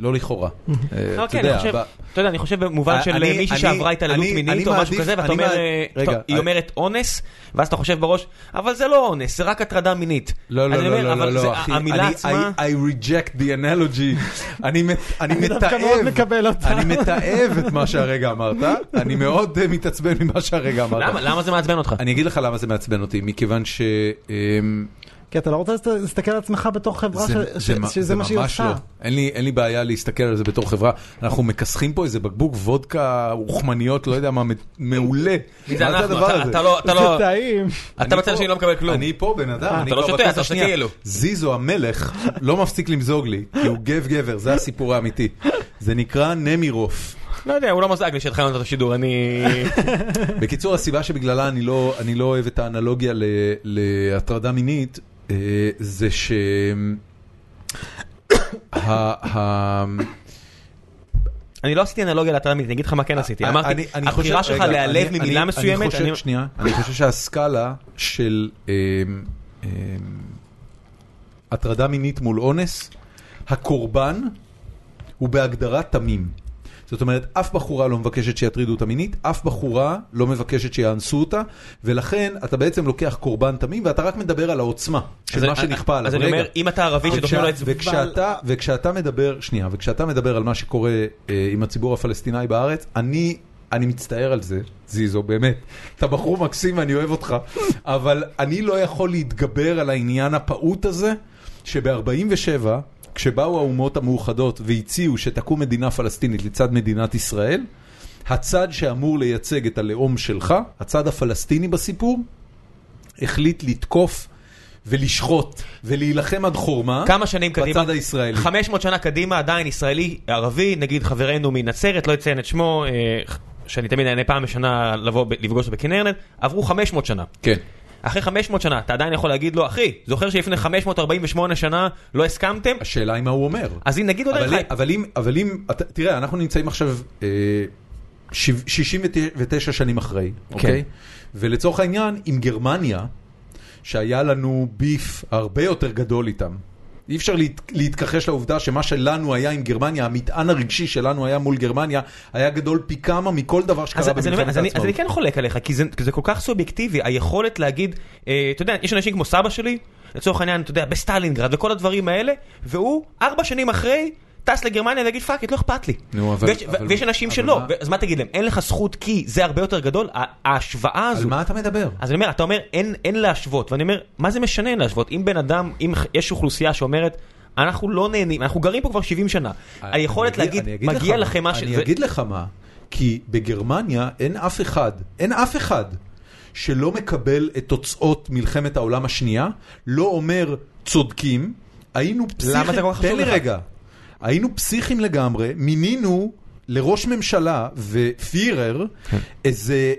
Speaker 1: לא לכאורה. אה,
Speaker 4: לא,
Speaker 1: אתה
Speaker 4: כן, אני
Speaker 1: יודע,
Speaker 4: חושב,
Speaker 1: ב-
Speaker 4: אתה יודע, אני חושב במובן של אה,
Speaker 1: אני-
Speaker 4: מישהי
Speaker 1: אני-
Speaker 4: שעברה התעללות
Speaker 1: אני- אני
Speaker 4: מינית או משהו
Speaker 1: מעדיף-
Speaker 4: כזה, ואתה
Speaker 1: אני
Speaker 4: אומר,
Speaker 1: מעד-
Speaker 4: אה,
Speaker 1: רגע,
Speaker 4: טוב, היא
Speaker 1: אה,
Speaker 4: אומרת אונס, ואז אתה חושב בראש, אבל זה לא אונס, זה רק הטרדה מינית.
Speaker 1: לא,
Speaker 4: אז
Speaker 1: לא,
Speaker 4: אני
Speaker 1: לא,
Speaker 4: אומר,
Speaker 1: לא,
Speaker 4: אבל
Speaker 1: לא,
Speaker 4: זה-
Speaker 1: לא, אחי.
Speaker 4: המילה
Speaker 1: אני-
Speaker 4: עצמה,
Speaker 1: I I reject the analogy. אני מת- אני
Speaker 3: אני דווקא מאוד
Speaker 1: מתעב.
Speaker 3: מקבל אותה.
Speaker 1: אני מתעב את מה שהרגע אמרת, אני מאוד אה, מתעצבן ממה שהרגע אמרת.
Speaker 4: למה- למה זה מעצבן אותך?
Speaker 1: אני אגיד לך למה זה מעצבן אותי, מכיוון ש... אמ,
Speaker 3: כי אתה לא רוצה להסת- להסתכל על עצמך בתור חברה ש-
Speaker 1: זה-
Speaker 3: אוקיי, ש-
Speaker 1: זה מ-
Speaker 3: שזה
Speaker 1: זה
Speaker 3: מה שהיא
Speaker 1: ממש
Speaker 3: עושה.
Speaker 1: לא. אין לי, אין לי בעיה להסתכל על זה בתור חברה. אנחנו מכסחים פה איזה בקבוק וודקה, רוחמניות, לא יודע מה, מ- מעולה.
Speaker 4: מי זה
Speaker 1: מה
Speaker 4: אנחנו?
Speaker 1: הדבר
Speaker 4: אתה-
Speaker 1: הזה?
Speaker 4: אתה לא, אתה
Speaker 3: זה
Speaker 4: לא,
Speaker 3: טעים.
Speaker 4: אתה
Speaker 1: אני
Speaker 4: בצד
Speaker 1: פה-
Speaker 4: שלי לא מקבל כלום.
Speaker 1: אני פה בן אדם, אני
Speaker 4: אתה
Speaker 1: כבר
Speaker 4: לא שותה,
Speaker 1: בקטע
Speaker 4: אתה עושה
Speaker 1: שנייה.
Speaker 4: כאילו.
Speaker 1: זיזו המלך לא מפסיק למזוג לי, כי הוא גב גבר, זה הסיפור האמיתי. זה נקרא נמירוף.
Speaker 4: לא יודע, הוא לא מזג לי שהתחלנו את השידור, אני...
Speaker 1: בקיצור, הסיבה שבגללה אני לא, אני לא אוהב את האנלוגיה ל- להטרדה מינית, אה, זה ש... ה- ה-
Speaker 4: אני לא עשיתי אנלוגיה להטרדה מינית, אני אגיד לך מה כן עשיתי. אמרתי,
Speaker 1: אה, אני- אני
Speaker 4: הבחירה
Speaker 1: חושב-
Speaker 4: שלך
Speaker 1: רגע,
Speaker 4: להיעלב
Speaker 1: אני-
Speaker 4: ממילה
Speaker 1: אני- אני
Speaker 4: מסוימת, אני-
Speaker 1: חושב, שנייה, אני חושב שהסקאלה של אמ, אמ, הטרדה מינית מול אונס, הקורבן הוא בהגדרה תמים. זאת אומרת, אף בחורה לא מבקשת שיטרידו אותה מינית, אף בחורה לא מבקשת שיאנסו אותה, ולכן אתה בעצם לוקח קורבן תמים, ואתה רק מדבר על העוצמה של מה שנכפה עליו.
Speaker 4: אז אני
Speaker 1: רגע. אה?
Speaker 4: אומר, אם אתה ערבי שדופקים לו את
Speaker 1: וכשה- וכשאתה, וכשאתה מדבר, שנייה, וכשאתה מדבר על מה שקורה אה, עם הציבור הפלסטיני בארץ, אני, אני מצטער על זה, זיזו, באמת. אתה בחור מקסים ואני אוהב אותך, אבל אני לא יכול להתגבר על העניין הפעוט הזה, שב-47, כשבאו האומות המאוחדות והציעו שתקום מדינה פלסטינית לצד מדינת ישראל, הצד שאמור לייצג את הלאום שלך, הצד הפלסטיני בסיפור, החליט לתקוף ולשחוט ולהילחם עד חורמה
Speaker 4: כמה שנים קדימה?
Speaker 1: בצד הישראלי.
Speaker 4: 500 שנה קדימה עדיין ישראלי ערבי, נגיד חברנו מנצרת, לא אציין את שמו, אה, שאני תמיד נהנה פעם בשנה לבוא ב- לפגוש אותו בכנרת, עברו 500 שנה.
Speaker 1: כן.
Speaker 4: אחרי 500 שנה אתה עדיין יכול להגיד לו, אחי, זוכר שלפני 548 שנה לא הסכמתם?
Speaker 1: השאלה היא מה הוא אומר.
Speaker 4: אז הנה נגיד עוד
Speaker 1: אבל,
Speaker 4: אחד.
Speaker 1: אם- אבל אם, אבל אם, אתה- תראה, אנחנו נמצאים עכשיו אה, שיב- 69 שנים אחרי, אוקיי? ולצורך העניין, עם גרמניה, שהיה לנו ביף הרבה יותר גדול איתם. אי אפשר להת, להתכחש לעובדה שמה שלנו היה עם גרמניה, המטען הרגשי שלנו היה מול גרמניה, היה גדול פי כמה מכל דבר
Speaker 4: אז,
Speaker 1: שקרה
Speaker 4: אז, אני, אומר,
Speaker 1: במלחמת
Speaker 4: אז, אני, אז אני
Speaker 1: העצמאות.
Speaker 4: כן חולק עליך, כי זה, כי זה כל כך סובייקטיבי, היכולת להגיד, אה, אתה יודע, יש אנשים כמו סבא שלי, לצורך העניין, אתה יודע, בסטלינגרד וכל הדברים האלה, והוא, ארבע שנים אחרי, טס לגרמניה ויגיד פאק איט, לא אכפת לי.
Speaker 1: נו, אבל-
Speaker 4: ויש,
Speaker 1: אבל-
Speaker 4: ויש אנשים
Speaker 1: אבל
Speaker 4: שלא,
Speaker 1: מה-
Speaker 4: מה... אז מה תגיד להם, אין לך זכות כי זה הרבה יותר גדול, ה- ההשוואה
Speaker 1: על
Speaker 4: הזו.
Speaker 1: מה אתה מדבר?
Speaker 4: אז אני אומר, אתה אומר, אין, אין להשוות, ואני אומר, מה זה משנה אין להשוות? אם בן אדם, אם יש אוכלוסייה שאומרת, אנחנו לא נהנים, אנחנו גרים פה כבר 70 שנה, היכולת
Speaker 1: אה, אני אגיד-
Speaker 4: להגיד,
Speaker 1: אני אגיד
Speaker 4: מגיע
Speaker 1: לך
Speaker 4: לכם מה ש...
Speaker 1: אני
Speaker 4: זה-
Speaker 1: אגיד לך מה, כי בגרמניה אין אף אחד, אין אף אחד שלא מקבל את תוצאות מלחמת העולם השנייה, לא אומר צודקים, היינו פסיכים...
Speaker 4: זה כל כך
Speaker 1: תן
Speaker 4: חשוב
Speaker 1: לי
Speaker 4: לך?
Speaker 1: רגע. היינו פסיכים לגמרי, מינינו לראש ממשלה ופירר
Speaker 4: כן.
Speaker 1: איזה...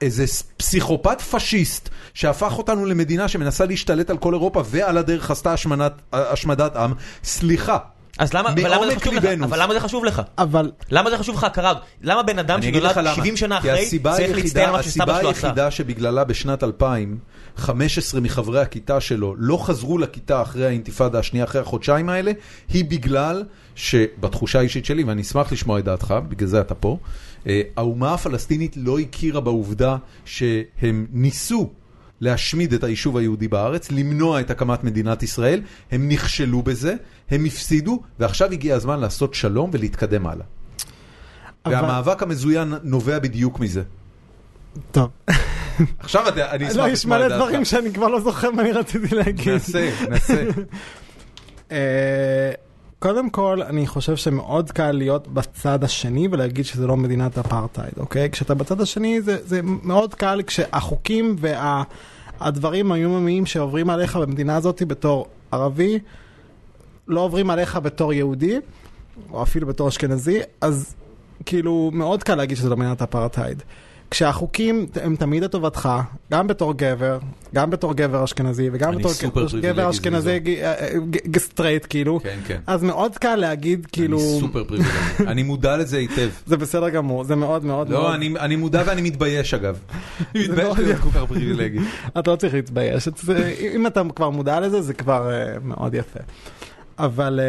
Speaker 1: איזה פסיכופת פשיסט שהפך אותנו למדינה שמנסה להשתלט על כל אירופה ועל הדרך עשתה השמנת, השמדת עם. סליחה,
Speaker 4: אז למה, אבל למה זה
Speaker 1: מעומק
Speaker 4: חשוב לך?
Speaker 1: ליבנו.
Speaker 4: אבל למה זה חשוב לך?
Speaker 3: אבל
Speaker 4: למה זה חשוב לך הכרה? למה בן אדם
Speaker 1: אני אגיד לך
Speaker 4: שנולד
Speaker 1: למה.
Speaker 4: 70 שנה
Speaker 1: כי
Speaker 4: אחרי
Speaker 1: הסיבה
Speaker 4: צריך
Speaker 1: היחידה-
Speaker 4: להצטער על מה שסבא שלו
Speaker 1: הסיבה
Speaker 4: עשה?
Speaker 1: היחידה שבגללה בשנת 2000, 15 מחברי הכיתה שלו לא חזרו לכיתה אחרי האינתיפאדה השנייה, אחרי החודשיים האלה, היא בגלל שבתחושה האישית שלי, ואני אשמח לשמוע את דעתך, בגלל זה אתה פה, אה, האומה הפלסטינית לא הכירה בעובדה שהם ניסו. להשמיד את היישוב היהודי בארץ, למנוע את הקמת מדינת ישראל, הם נכשלו בזה, הם הפסידו, ועכשיו הגיע הזמן לעשות שלום ולהתקדם הלאה. והמאבק המזוין נובע בדיוק מזה.
Speaker 3: טוב.
Speaker 1: עכשיו אתה- אני אשמח
Speaker 3: לא, יש
Speaker 1: לשמוע
Speaker 3: מלא
Speaker 1: את דעתך.
Speaker 3: דברים שאני כבר לא זוכר מה אני רציתי להגיד.
Speaker 1: נעשה, נעשה.
Speaker 3: אה, קודם כל, אני חושב שמאוד קל להיות בצד השני ולהגיד שזה לא מדינת אפרטהייד, אוקיי? כשאתה בצד השני זה, זה מאוד קל כשהחוקים וה... הדברים היומיומיים שעוברים עליך במדינה הזאת בתור ערבי, לא עוברים עליך בתור יהודי, או אפילו בתור אשכנזי, אז כאילו מאוד קל להגיד שזה לא מדינת אפרטהייד. כשהחוקים הם תמיד לטובתך, גם בתור גבר, גם בתור גבר אשכנזי וגם
Speaker 1: אני
Speaker 3: בתור
Speaker 1: סופר פריבילגי,
Speaker 3: גבר אשכנזי ג- אה, ג- ג- סטרייט כאילו,
Speaker 1: כן, כן.
Speaker 3: אז מאוד קל להגיד כאילו,
Speaker 1: אני סופר פריבילגי. אני מודע לזה היטב.
Speaker 3: זה בסדר גמור, זה מאוד מאוד מאוד,
Speaker 1: לא, אני אני מודע ואני מתבייש אגב. אני
Speaker 3: לא
Speaker 1: מתבייש להיות כל כך פריבילגי.
Speaker 3: אתה לא צריך להתבייש, את זה- אם אתה כבר מודע לזה זה כבר אה, מאוד יפה. אבל אה,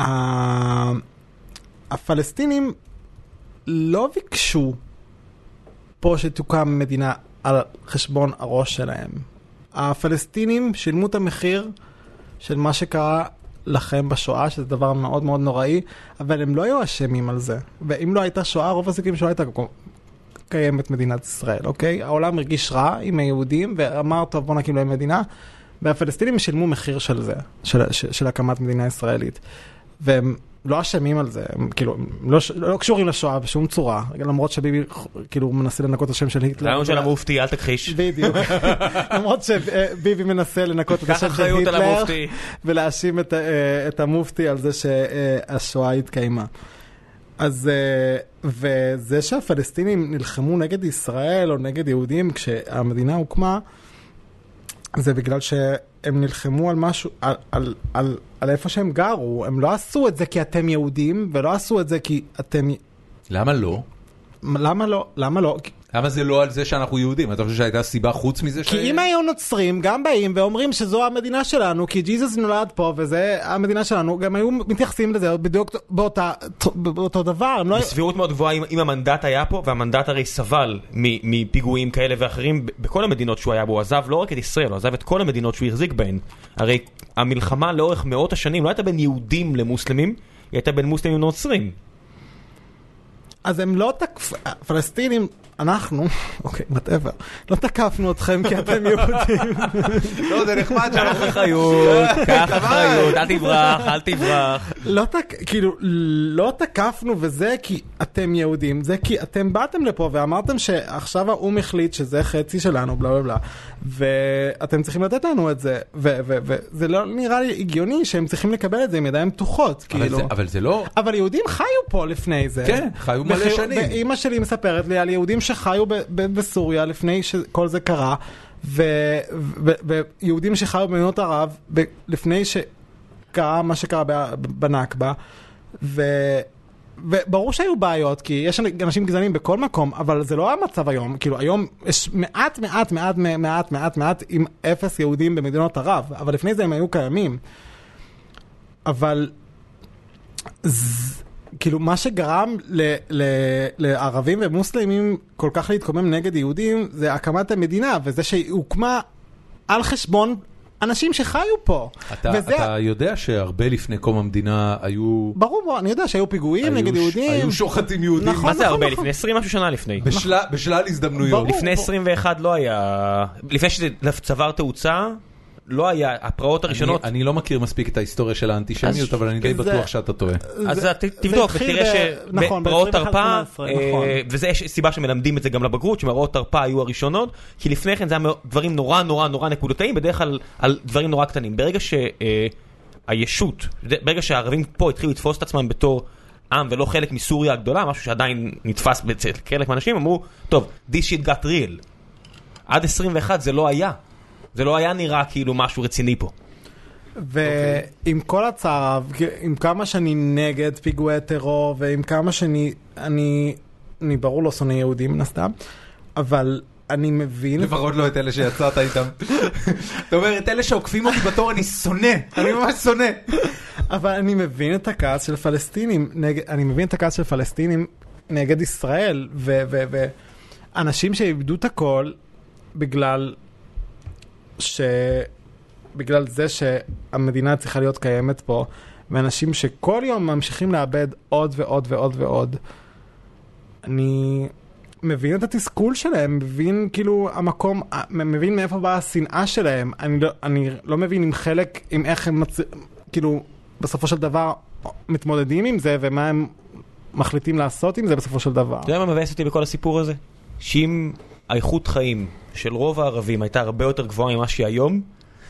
Speaker 3: ה- הפלסטינים לא ביקשו פה שתוקם מדינה על חשבון הראש שלהם. הפלסטינים שילמו את המחיר של מה שקרה לכם בשואה, שזה דבר מאוד מאוד נוראי, אבל הם לא היו אשמים על זה. ואם לא הייתה שואה, רוב הסיכויים שלא הייתה קיימת מדינת ישראל, אוקיי? העולם הרגיש רע עם היהודים ואמר, טוב, בוא נקים להם מדינה, והפלסטינים שילמו מחיר של זה, של, של, של הקמת מדינה ישראלית. והם לא אשמים על זה, הם כאילו, הם לא, ש- לא קשורים לשואה בשום צורה, למרות שביבי כאילו מנסה לנקות את השם של היטלר.
Speaker 4: רעיון של המופתי, אל תכחיש.
Speaker 3: בדיוק. למרות שביבי מנסה לנקות את
Speaker 4: קח
Speaker 3: השם של
Speaker 4: אחריות על
Speaker 3: היטלר
Speaker 4: המופתי.
Speaker 3: ולהאשים את, ה- אה, את המופתי על זה שהשואה התקיימה. אז אה, וזה שהפלסטינים נלחמו נגד ישראל או נגד יהודים כשהמדינה הוקמה, זה בגלל שהם נלחמו על משהו, על, על, על, על איפה שהם גרו, הם לא עשו את זה כי אתם יהודים ולא עשו את זה כי אתם
Speaker 1: למה לא?
Speaker 3: למה לא? למה לא? כי-
Speaker 1: למה זה לא על זה שאנחנו יהודים? אתה חושב שהייתה סיבה חוץ מזה?
Speaker 3: כי אם היו נוצרים גם באים ואומרים שזו המדינה שלנו, כי ג'יזוס נולד פה וזה המדינה שלנו, גם היו מתייחסים לזה בדיוק באותה, באותו דבר. הם לא... היו-
Speaker 4: בסבירות מאוד גבוהה אם, אם המנדט היה פה, והמנדט הרי סבל מ- מפיגועים כאלה ואחרים ב- בכל המדינות שהוא היה בו, הוא עזב לא רק את ישראל, הוא עזב את כל המדינות שהוא החזיק בהן. הרי המלחמה לאורך מאות השנים לא הייתה בין יהודים למוסלמים, היא הייתה בין מוסלמים לנוצרים.
Speaker 3: אז הם לא תקפו, הפלסטינים, אנחנו, אוקיי, וואטאבר, לא תקפנו אתכם כי אתם יהודים.
Speaker 1: לא, זה נחמד
Speaker 2: קח אחריות, קח אחריות, אל תברח, אל תברח.
Speaker 3: לא תק... כאילו, לא תקפנו וזה כי אתם יהודים, זה כי אתם באתם לפה ואמרתם שעכשיו האו"ם החליט שזה חצי שלנו, בלה בלה בלה, ואתם צריכים לתת לנו את זה, וזה ו- ו- זה לא נראה לי הגיוני שהם צריכים לקבל את זה עם ידיים פתוחות, כאילו.
Speaker 1: אבל זה לא...
Speaker 3: אבל יהודים חיו פה לפני זה.
Speaker 1: כן, חיו מלא
Speaker 3: וחיו-
Speaker 1: שנים.
Speaker 3: ואימא שלי מספרת לי על יהודים שחיו ב- ב- בסוריה לפני שכל זה קרה, ויהודים שחיו במדינות ערב ב- לפני שקרה מה שקרה ב- בנכבה, ו... וברור שהיו בעיות, כי יש אנשים גזענים בכל מקום, אבל זה לא המצב היום. כאילו, היום יש מעט, מעט, מעט, מעט, מעט, מעט, עם אפס יהודים במדינות ערב, אבל לפני זה הם היו קיימים. אבל ז- כאילו מה שגרם ל, ל, לערבים ומוסלמים כל כך להתקומם נגד יהודים זה הקמת המדינה וזה שהיא הוקמה על חשבון אנשים שחיו פה.
Speaker 1: אתה,
Speaker 3: וזה-
Speaker 1: אתה יודע שהרבה לפני קום המדינה היו...
Speaker 3: ברור, ברור, אני יודע שהיו פיגועים
Speaker 1: היו
Speaker 3: נגד
Speaker 1: ש-
Speaker 3: יהודים.
Speaker 1: היו שוחטים יהודים.
Speaker 3: נכון,
Speaker 4: מה זה הרבה?
Speaker 3: נכון.
Speaker 4: לפני 20 משהו שנה לפני.
Speaker 1: בשלל- בשלל הזדמנויות.
Speaker 3: ברור.
Speaker 4: לפני 21 לא היה... לפני שזה צבר תאוצה, לא היה, הפרעות
Speaker 1: אני,
Speaker 4: הראשונות...
Speaker 1: אני לא מכיר מספיק את ההיסטוריה של האנטישמיות,
Speaker 4: אז-
Speaker 1: אבל אני די
Speaker 3: זה-
Speaker 1: בטוח שאתה טועה.
Speaker 4: אז
Speaker 3: זה-
Speaker 4: ת-
Speaker 3: זה
Speaker 4: תבדוק
Speaker 3: התחיל
Speaker 4: ותראה
Speaker 3: ב- נכון,
Speaker 4: שבפרעות
Speaker 3: ב- 21,
Speaker 4: תרפ"א,
Speaker 3: 18,
Speaker 4: אה,
Speaker 3: נכון.
Speaker 4: וזה יש סיבה שמלמדים את זה גם לבגרות, שמראות תרפ"א היו הראשונות, כי לפני כן זה היה מאוד- דברים נורא נורא נורא נקודתיים, בדרך כלל על דברים נורא קטנים. ברגע שהישות, ברגע שהערבים פה התחילו לתפוס את עצמם בתור עם ולא חלק מסוריה הגדולה, משהו שעדיין נתפס אצל חלק מהאנשים, אמרו, טוב, this shit got real. עד 21 זה לא היה. זה לא היה נראה כאילו משהו רציני פה.
Speaker 1: אוקיי.
Speaker 3: ועם כל הצער, הרב, עם כמה שאני נגד פיגועי טרור, ועם כמה שאני, אני, אני ברור לא שונא יהודים מן הסתם, אבל אני מבין,
Speaker 1: לפחות לא את אלה שיצאת איתם. אתה אומר, את אלה שעוקפים אותי בתור אני שונא, אני ממש שונא.
Speaker 3: אבל אני מבין את הכעס של פלסטינים, נגד, אני מבין את הכעס של פלסטינים נגד ישראל, ואנשים ו- שאיבדו את הכל בגלל ש... בגלל זה שהמדינה צריכה להיות קיימת פה, ואנשים שכל יום ממשיכים לאבד עוד ועוד ועוד ועוד. אני מבין את התסכול שלהם, מבין כאילו המקום, מבין מאיפה באה השנאה שלהם. אני לא, אני לא מבין אם חלק, עם איך הם מצ... כאילו בסופו של דבר מתמודדים עם זה ומה הם מחליטים לעשות עם זה בסופו של דבר.
Speaker 4: אתה יודע מה מבאס אותי בכל הסיפור הזה? שאם האיכות חיים של רוב הערבים הייתה הרבה יותר גבוהה ממה שהיא היום,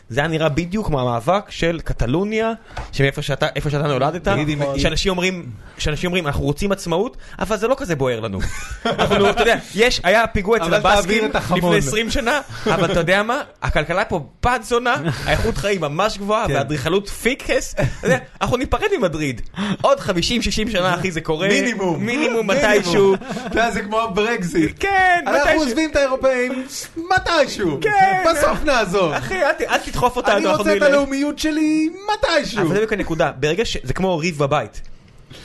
Speaker 4: זה היה נראה בדיוק כמו המאבק של קטלוניה, שמאיפה שאתה, איפה שאתה נולדת,
Speaker 1: תגיד, אם-
Speaker 4: שאנשים אומרים, שאנשים אומרים, אנחנו רוצים עצמאות, אבל זה לא כזה בוער לנו. אנחנו, אתה יודע, יש, היה פיגוע אצל
Speaker 1: אבל תעביר
Speaker 4: הבאסקים
Speaker 1: את החמון.
Speaker 4: לפני 20 שנה, אבל אתה יודע מה, הכלכלה פה בת זונה, האיכות חיים ממש גבוהה,
Speaker 1: כן.
Speaker 4: והאדריכלות פיקס, אתה יודע, אנחנו ניפרד ממדריד. עוד 50-60 שנה, אחי, זה קורה.
Speaker 1: מינימום.
Speaker 4: מינימום מתישהו.
Speaker 1: אתה יודע, זה כמו הברקזיט.
Speaker 4: כן,
Speaker 1: אנחנו
Speaker 4: מתישהו.
Speaker 1: עוזבים את האירופאים מתישהו.
Speaker 4: כן.
Speaker 1: בסוף נעזוב.
Speaker 4: אחי, אל ת- אל תדחוף
Speaker 1: אני
Speaker 4: אותנו, אנחנו
Speaker 1: רוצה את
Speaker 4: נלך.
Speaker 1: הלאומיות שלי מתישהו.
Speaker 4: אבל זה בדיוק הנקודה, ברגע ש... זה כמו ריב בבית.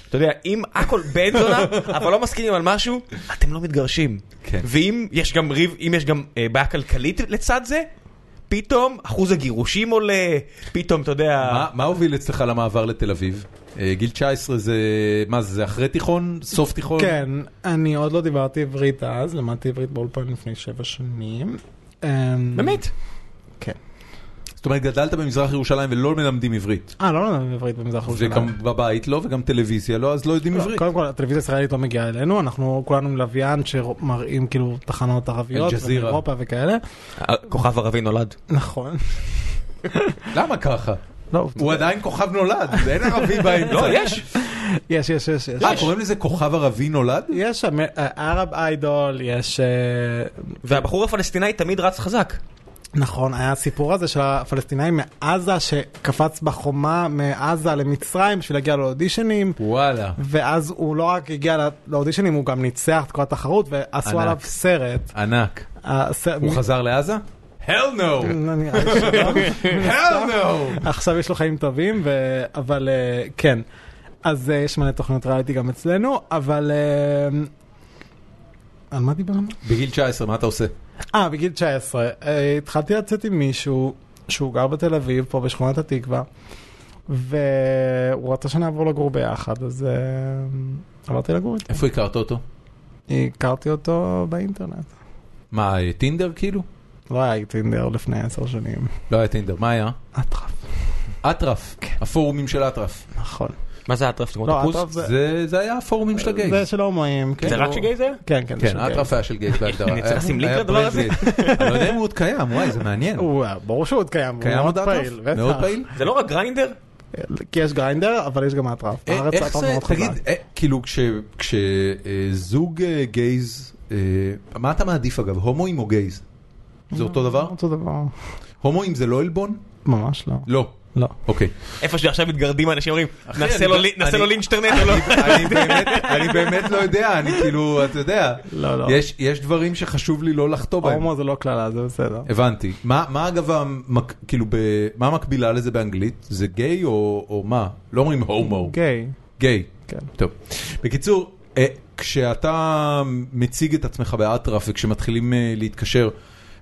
Speaker 4: אתה יודע, אם הכל בן זונה, אבל לא מסכימים על משהו, אתם לא מתגרשים.
Speaker 1: כן.
Speaker 4: ואם יש גם ריב, אם יש גם אה, בעיה כלכלית לצד זה, פתאום אחוז הגירושים עולה, פתאום, אתה יודע...
Speaker 1: מה- מה הוביל אצלך למעבר לתל אביב? אה, גיל 19 זה, מה זה, זה אחרי תיכון? סוף תיכון?
Speaker 3: כן, אני עוד לא דיברתי עברית אז, למדתי עברית באולפן לפני שבע שנים. אמ,
Speaker 4: באמת?
Speaker 3: כן.
Speaker 1: זאת אומרת, גדלת במזרח ירושלים ולא מלמדים עברית.
Speaker 3: אה, לא למדנו עברית במזרח ירושלים.
Speaker 1: וגם בבית לא, וגם טלוויזיה לא, אז לא יודעים
Speaker 3: לא,
Speaker 1: עברית.
Speaker 3: קודם כל, הטלוויזיה הישראלית לא מגיעה אלינו, אנחנו כולנו עם לוויין שמראים כאילו תחנות ערביות,
Speaker 1: אל-ג'זירה.
Speaker 3: אירופה וכאלה.
Speaker 4: אה, כוכב ערבי נולד.
Speaker 3: נכון.
Speaker 1: למה ככה?
Speaker 3: לא,
Speaker 1: הוא עדיין כוכב נולד, אין ערבי באמצע.
Speaker 4: לא, יש.
Speaker 3: יש, יש, יש, יש.
Speaker 1: אה, קוראים לזה כוכב ערבי נולד?
Speaker 3: יש שם אה, ערב איידול, יש... אה,
Speaker 4: והבחור הפלסטיני תמיד רץ חזק.
Speaker 3: נכון, היה הסיפור הזה של הפלסטינאים מעזה, שקפץ בחומה מעזה למצרים בשביל להגיע לאודישנים,
Speaker 1: וואלה.
Speaker 3: ואז הוא לא רק הגיע לא- לאודישנים, הוא גם ניצח את כל התחרות, ועשו
Speaker 1: ענק.
Speaker 3: עליו סרט.
Speaker 1: ענק.
Speaker 3: הסרט-
Speaker 1: הוא חזר לעזה? hell no!
Speaker 3: לא נראה לי שלא.
Speaker 1: hell no!
Speaker 3: עכשיו יש לו חיים טובים, ו... אבל אה, כן. אז אה, יש מלא תוכניות ריאליטי גם אצלנו, אבל... אה, על מה דיברנו?
Speaker 1: בגיל 19, מה אתה עושה?
Speaker 3: אה, בגיל 19. אה, התחלתי לצאת עם מישהו שהוא גר בתל אביב, פה בשכונת התקווה, והוא רצה שנעבור לגור ביחד, אז אה, עברתי לגור איתו.
Speaker 1: איפה הכרת אותו?
Speaker 3: הכרתי אותו באינטרנט.
Speaker 1: מה, אה, טינדר כאילו?
Speaker 3: לא היה טינדר לפני עשר שנים.
Speaker 1: לא היה טינדר, מה היה?
Speaker 3: אטרף.
Speaker 1: אטרף, הפורומים של אטרף.
Speaker 3: נכון.
Speaker 2: מה זה אטרף? תגמור את
Speaker 3: לא,
Speaker 2: הפוס?
Speaker 3: אטרף זה...
Speaker 1: זה- זה היה הפורומים של הגייז.
Speaker 3: זה של הומואים.
Speaker 1: זה
Speaker 2: זה
Speaker 3: כאילו-
Speaker 2: רק שגיי זה? היה?
Speaker 3: כן, כן. זה
Speaker 1: כן,
Speaker 3: של גיי.
Speaker 1: אטרף היה של גייז בהגדרה.
Speaker 2: אני צריך לשים לינק
Speaker 1: היה
Speaker 2: לדבר הזה?
Speaker 1: ברדלי. אני לא יודע אם הוא עוד קיים, וואי, זה מעניין.
Speaker 3: הוא, אה, ברור שהוא עוד קיים,
Speaker 1: קיים
Speaker 3: הוא
Speaker 1: עוד
Speaker 3: מאוד
Speaker 1: אטרף?
Speaker 3: פעיל, בטח.
Speaker 1: מאוד פעיל?
Speaker 2: זה לא רק גריינדר?
Speaker 3: כי יש גריינדר, אבל יש גם אטרף.
Speaker 1: אה,
Speaker 3: בארץ
Speaker 1: איך
Speaker 3: אטרף
Speaker 1: זה,
Speaker 3: מאוד חזק.
Speaker 1: תגיד, אה, כאילו כשזוג גייז, אה, מה אתה מעדיף אגב, הומואים או גייז? זה אותו דבר?
Speaker 3: אותו לא דבר.
Speaker 1: הומואים זה לא עלבון?
Speaker 3: ממש לא.
Speaker 1: לא.
Speaker 3: לא.
Speaker 1: אוקיי.
Speaker 2: איפה שעכשיו מתגרדים האנשים אומרים,
Speaker 1: אחי,
Speaker 2: נעשה
Speaker 1: אני
Speaker 2: לו
Speaker 1: ב-
Speaker 2: לינ- נעשה
Speaker 1: אני-
Speaker 2: לו לינצ'טרנט או לא?
Speaker 1: אני באמת- אני באמת לא יודע, אני כאילו, אתה יודע,
Speaker 3: לא, לא.
Speaker 1: יש- יש דברים שחשוב לי לא לחטוא בהם.
Speaker 3: הומו זה לא קללה, זה בסדר.
Speaker 1: הבנתי. מה מה אגב, המק- כאילו, ב- מה המקבילה לזה באנגלית? זה גיי או או מה? לא אומרים הומו.
Speaker 3: גיי.
Speaker 1: גיי.
Speaker 3: כן.
Speaker 1: טוב. בקיצור, אה, כשאתה מציג את עצמך באטרף וכשמתחילים אה, להתקשר,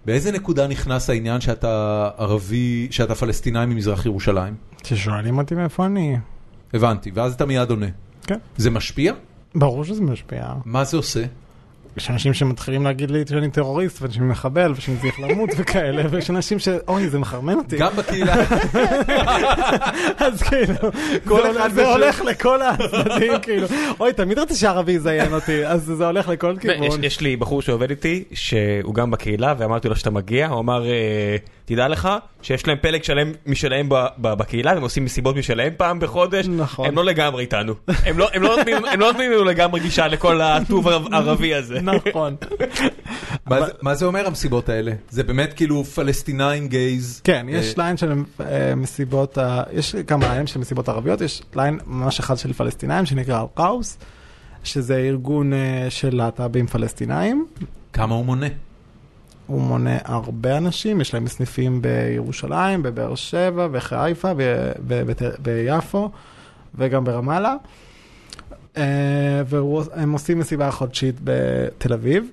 Speaker 1: באיזה נקודה נכנס העניין שאתה ערבי, שאתה פלסטינאי ממזרח ירושלים?
Speaker 3: כששואלים אותי מאיפה אני,
Speaker 1: הבנתי, ואז אתה מיד עונה.
Speaker 3: כן.
Speaker 1: זה משפיע?
Speaker 3: ברור שזה משפיע.
Speaker 1: מה זה עושה?
Speaker 3: יש אנשים שמתחילים להגיד לי שאני טרוריסט, ואני מחבל, ושאני צריך למות וכאלה, ויש אנשים ש... אוי, זה מחרמן אותי.
Speaker 1: גם בקהילה,
Speaker 3: אז כאילו,
Speaker 1: כל
Speaker 3: זה הולך-
Speaker 1: אחד
Speaker 3: זה
Speaker 1: בשם.
Speaker 3: הולך לכל הצדדים, כאילו. אוי, תמיד רציתי שערבי יזיין אותי, אז זה הולך לכל
Speaker 2: יש-
Speaker 3: כיוון.
Speaker 2: יש לי בחור שעובד איתי, שהוא גם בקהילה, ואמרתי לו שאתה מגיע, הוא אמר, "אה, תדע לך שיש להם פלג שלהם משלהם ב- ב- בקהילה, והם עושים מסיבות משלהם פעם בחודש,
Speaker 3: נכון.
Speaker 2: הם לא לגמרי איתנו. הם לא- הם לא נותנים- הם לא נותנים לנו לגמרי גישה לכל הטוב הרב- הערבי הזה.
Speaker 3: נכון.
Speaker 1: מה זה- מה זה אומר המסיבות האלה? זה באמת כאילו פלסטינאים גייז?
Speaker 3: כן,
Speaker 1: אה,
Speaker 3: יש ליין של אה, מסיבות, ה- יש כמה ליינים של מסיבות ערביות, יש ליין ממש אחד של פלסטינאים שנקרא אל-קאוס, שזה ארגון אה, של להט"בים פלסטינאים,
Speaker 1: כמה הוא מונה?
Speaker 3: הוא מונה הרבה אנשים, יש להם סניפים בירושלים, בבאר שבע, בחיפה, ב- ב- בת- ביפו וגם ברמאללה. אה, והם עושים מסיבה חודשית בתל אביב.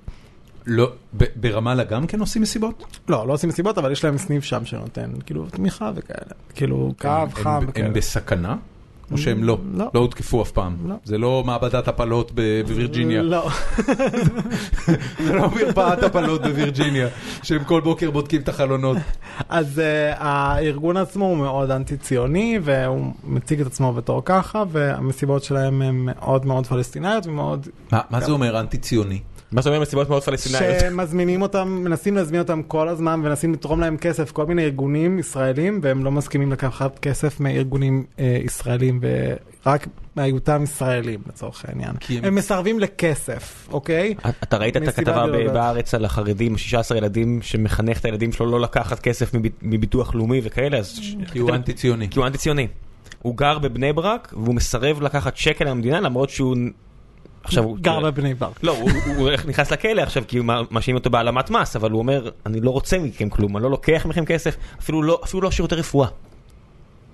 Speaker 1: לא, ב- ברמאללה גם כן עושים מסיבות?
Speaker 3: לא, לא עושים מסיבות, אבל יש להם סניף שם שנותן, כאילו, תמיכה וכאלה. כאילו, קו
Speaker 1: הם-
Speaker 3: חם
Speaker 1: הם-
Speaker 3: וכאלה.
Speaker 1: הם בסכנה? או שהם לא?
Speaker 3: לא.
Speaker 1: לא הותקפו אף פעם.
Speaker 3: לא.
Speaker 1: זה לא מעבדת הפלות ב- בווירג'יניה.
Speaker 3: לא.
Speaker 1: זה לא מרפאת הפלות בווירג'יניה, שהם כל בוקר בודקים את החלונות.
Speaker 3: אז uh, הארגון עצמו הוא מאוד אנטי-ציוני, והוא מציג את עצמו בתור ככה, והמסיבות שלהם הן מאוד מאוד פלסטיניות ומאוד...
Speaker 1: מה- מה
Speaker 3: כן.
Speaker 1: זה אומר אנטי-ציוני?
Speaker 2: מה זאת אומרת מסיבות מאוד פלסטיניות?
Speaker 3: שמזמינים אותם, מנסים להזמין אותם כל הזמן, ומנסים לתרום להם כסף, כל מיני ארגונים ישראלים, והם לא מסכימים לקחת כסף מארגונים uh, ישראלים, ורק מהיותם ישראלים לצורך העניין.
Speaker 1: כי הם-
Speaker 3: הם מסרבים לכסף, אוקיי?
Speaker 2: אתה ראית את
Speaker 3: מסיבה
Speaker 2: הכתבה ב-
Speaker 3: ביולוגית.
Speaker 2: בארץ על החרדים, 16 ילדים שמחנך את הילדים שלו לא לקחת כסף מביט- מביטוח לאומי וכאלה, אז... ש-
Speaker 1: כי
Speaker 3: כן.
Speaker 1: הוא אנטי-ציוני.
Speaker 2: כי הוא אנטי ציוני. הוא גר בבני ברק והוא מסרב לקחת שקל מהמדינה למרות שהוא... עכשיו הוא...
Speaker 3: גר
Speaker 1: כן.
Speaker 3: בבני ברק.
Speaker 2: לא, הוא- הוא הוא נכנס לכלא עכשיו כי הוא מא- מאשים אותו בהעלמת מס, אבל הוא אומר, אני לא רוצה מכם כלום, אני לא לוקח מכם כסף, אפילו לא, אפילו לא שירותי רפואה.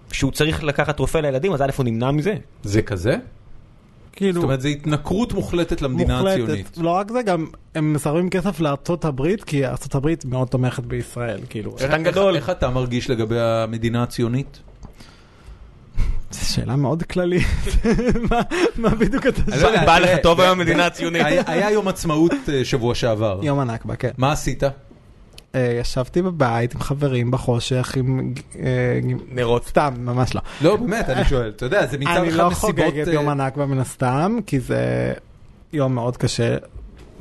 Speaker 2: כשהוא צריך לקחת רופא לילדים, אז א' הוא נמנע מזה.
Speaker 1: זה כזה? זאת
Speaker 3: כאילו...
Speaker 1: אומרת, זו התנכרות מוחלטת למדינה הציונית.
Speaker 3: לא רק זה, גם הם מסרבים כסף לארצות הברית, כי ארצות הברית מאוד תומכת בישראל, כאילו.
Speaker 1: איך-
Speaker 2: שטן
Speaker 1: איך-
Speaker 2: גדול.
Speaker 1: איך אתה מרגיש לגבי המדינה הציונית?
Speaker 3: זו שאלה מאוד כללית. מה- מה בדיוק אתה
Speaker 1: אני לא יודע,
Speaker 2: בא לך
Speaker 1: תראה,
Speaker 2: טוב
Speaker 1: ב-
Speaker 2: היום המדינה
Speaker 1: ב-
Speaker 2: הציונית.
Speaker 1: היה- היה יום עצמאות אה, שבוע שעבר.
Speaker 3: יום הנכבה, כן.
Speaker 1: מה עשית?
Speaker 3: אה, ישבתי בבית עם חברים בחושך, עם... אה, עם-
Speaker 2: נרות.
Speaker 3: סתם, ממש לא.
Speaker 1: לא, באמת, אני שואל. אתה יודע, זה מצד אחד
Speaker 3: אני
Speaker 1: מסיבות...
Speaker 3: לא חוגג את
Speaker 1: אה,
Speaker 3: יום הנכבה מן הסתם, כי זה יום מאוד קשה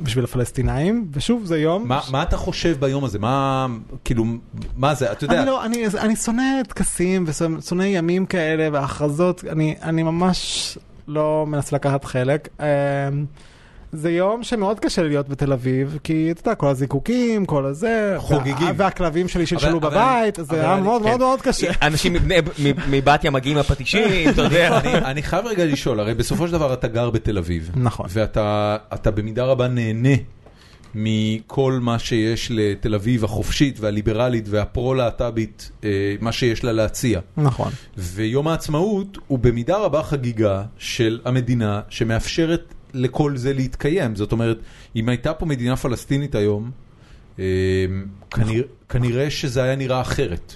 Speaker 3: בשביל הפלסטינאים, ושוב, זה יום...
Speaker 1: מה, מה אתה חושב ביום הזה? מה, כאילו, מה זה? אתה יודע,
Speaker 3: אני לא, אני, אני שונא טקסים ושונא ימים כאלה והכרזות, אני, אני ממש לא מנסה לקחת חלק. אמ, זה יום שמאוד קשה לי להיות בתל אביב, כי אתה יודע, כל הזיקוקים, כל הזה,
Speaker 1: חוגגים.
Speaker 3: וה- והכלבים שלי
Speaker 1: אבל-
Speaker 3: שלשלו
Speaker 1: אבל-
Speaker 3: בבית, אז זה
Speaker 1: אבל
Speaker 3: היה
Speaker 1: אני-
Speaker 3: מאוד
Speaker 1: כן.
Speaker 3: מאוד מאוד קשה.
Speaker 4: אנשים מבני- מ- מבת ים מגיעים לפטישים, אתה יודע.
Speaker 1: אני, אני חייב רגע לשאול, הרי בסופו של דבר אתה גר בתל אביב.
Speaker 3: נכון.
Speaker 1: ואתה אתה במידה רבה נהנה מכל מה שיש לתל אביב החופשית והליברלית והפרו-להט"בית, אה, מה שיש לה להציע.
Speaker 3: נכון.
Speaker 1: ויום העצמאות הוא במידה רבה חגיגה של המדינה שמאפשרת לכל זה להתקיים. זאת אומרת, אם הייתה פה מדינה פלסטינית היום, אה, כנראה, כנראה שזה היה נראה אחרת.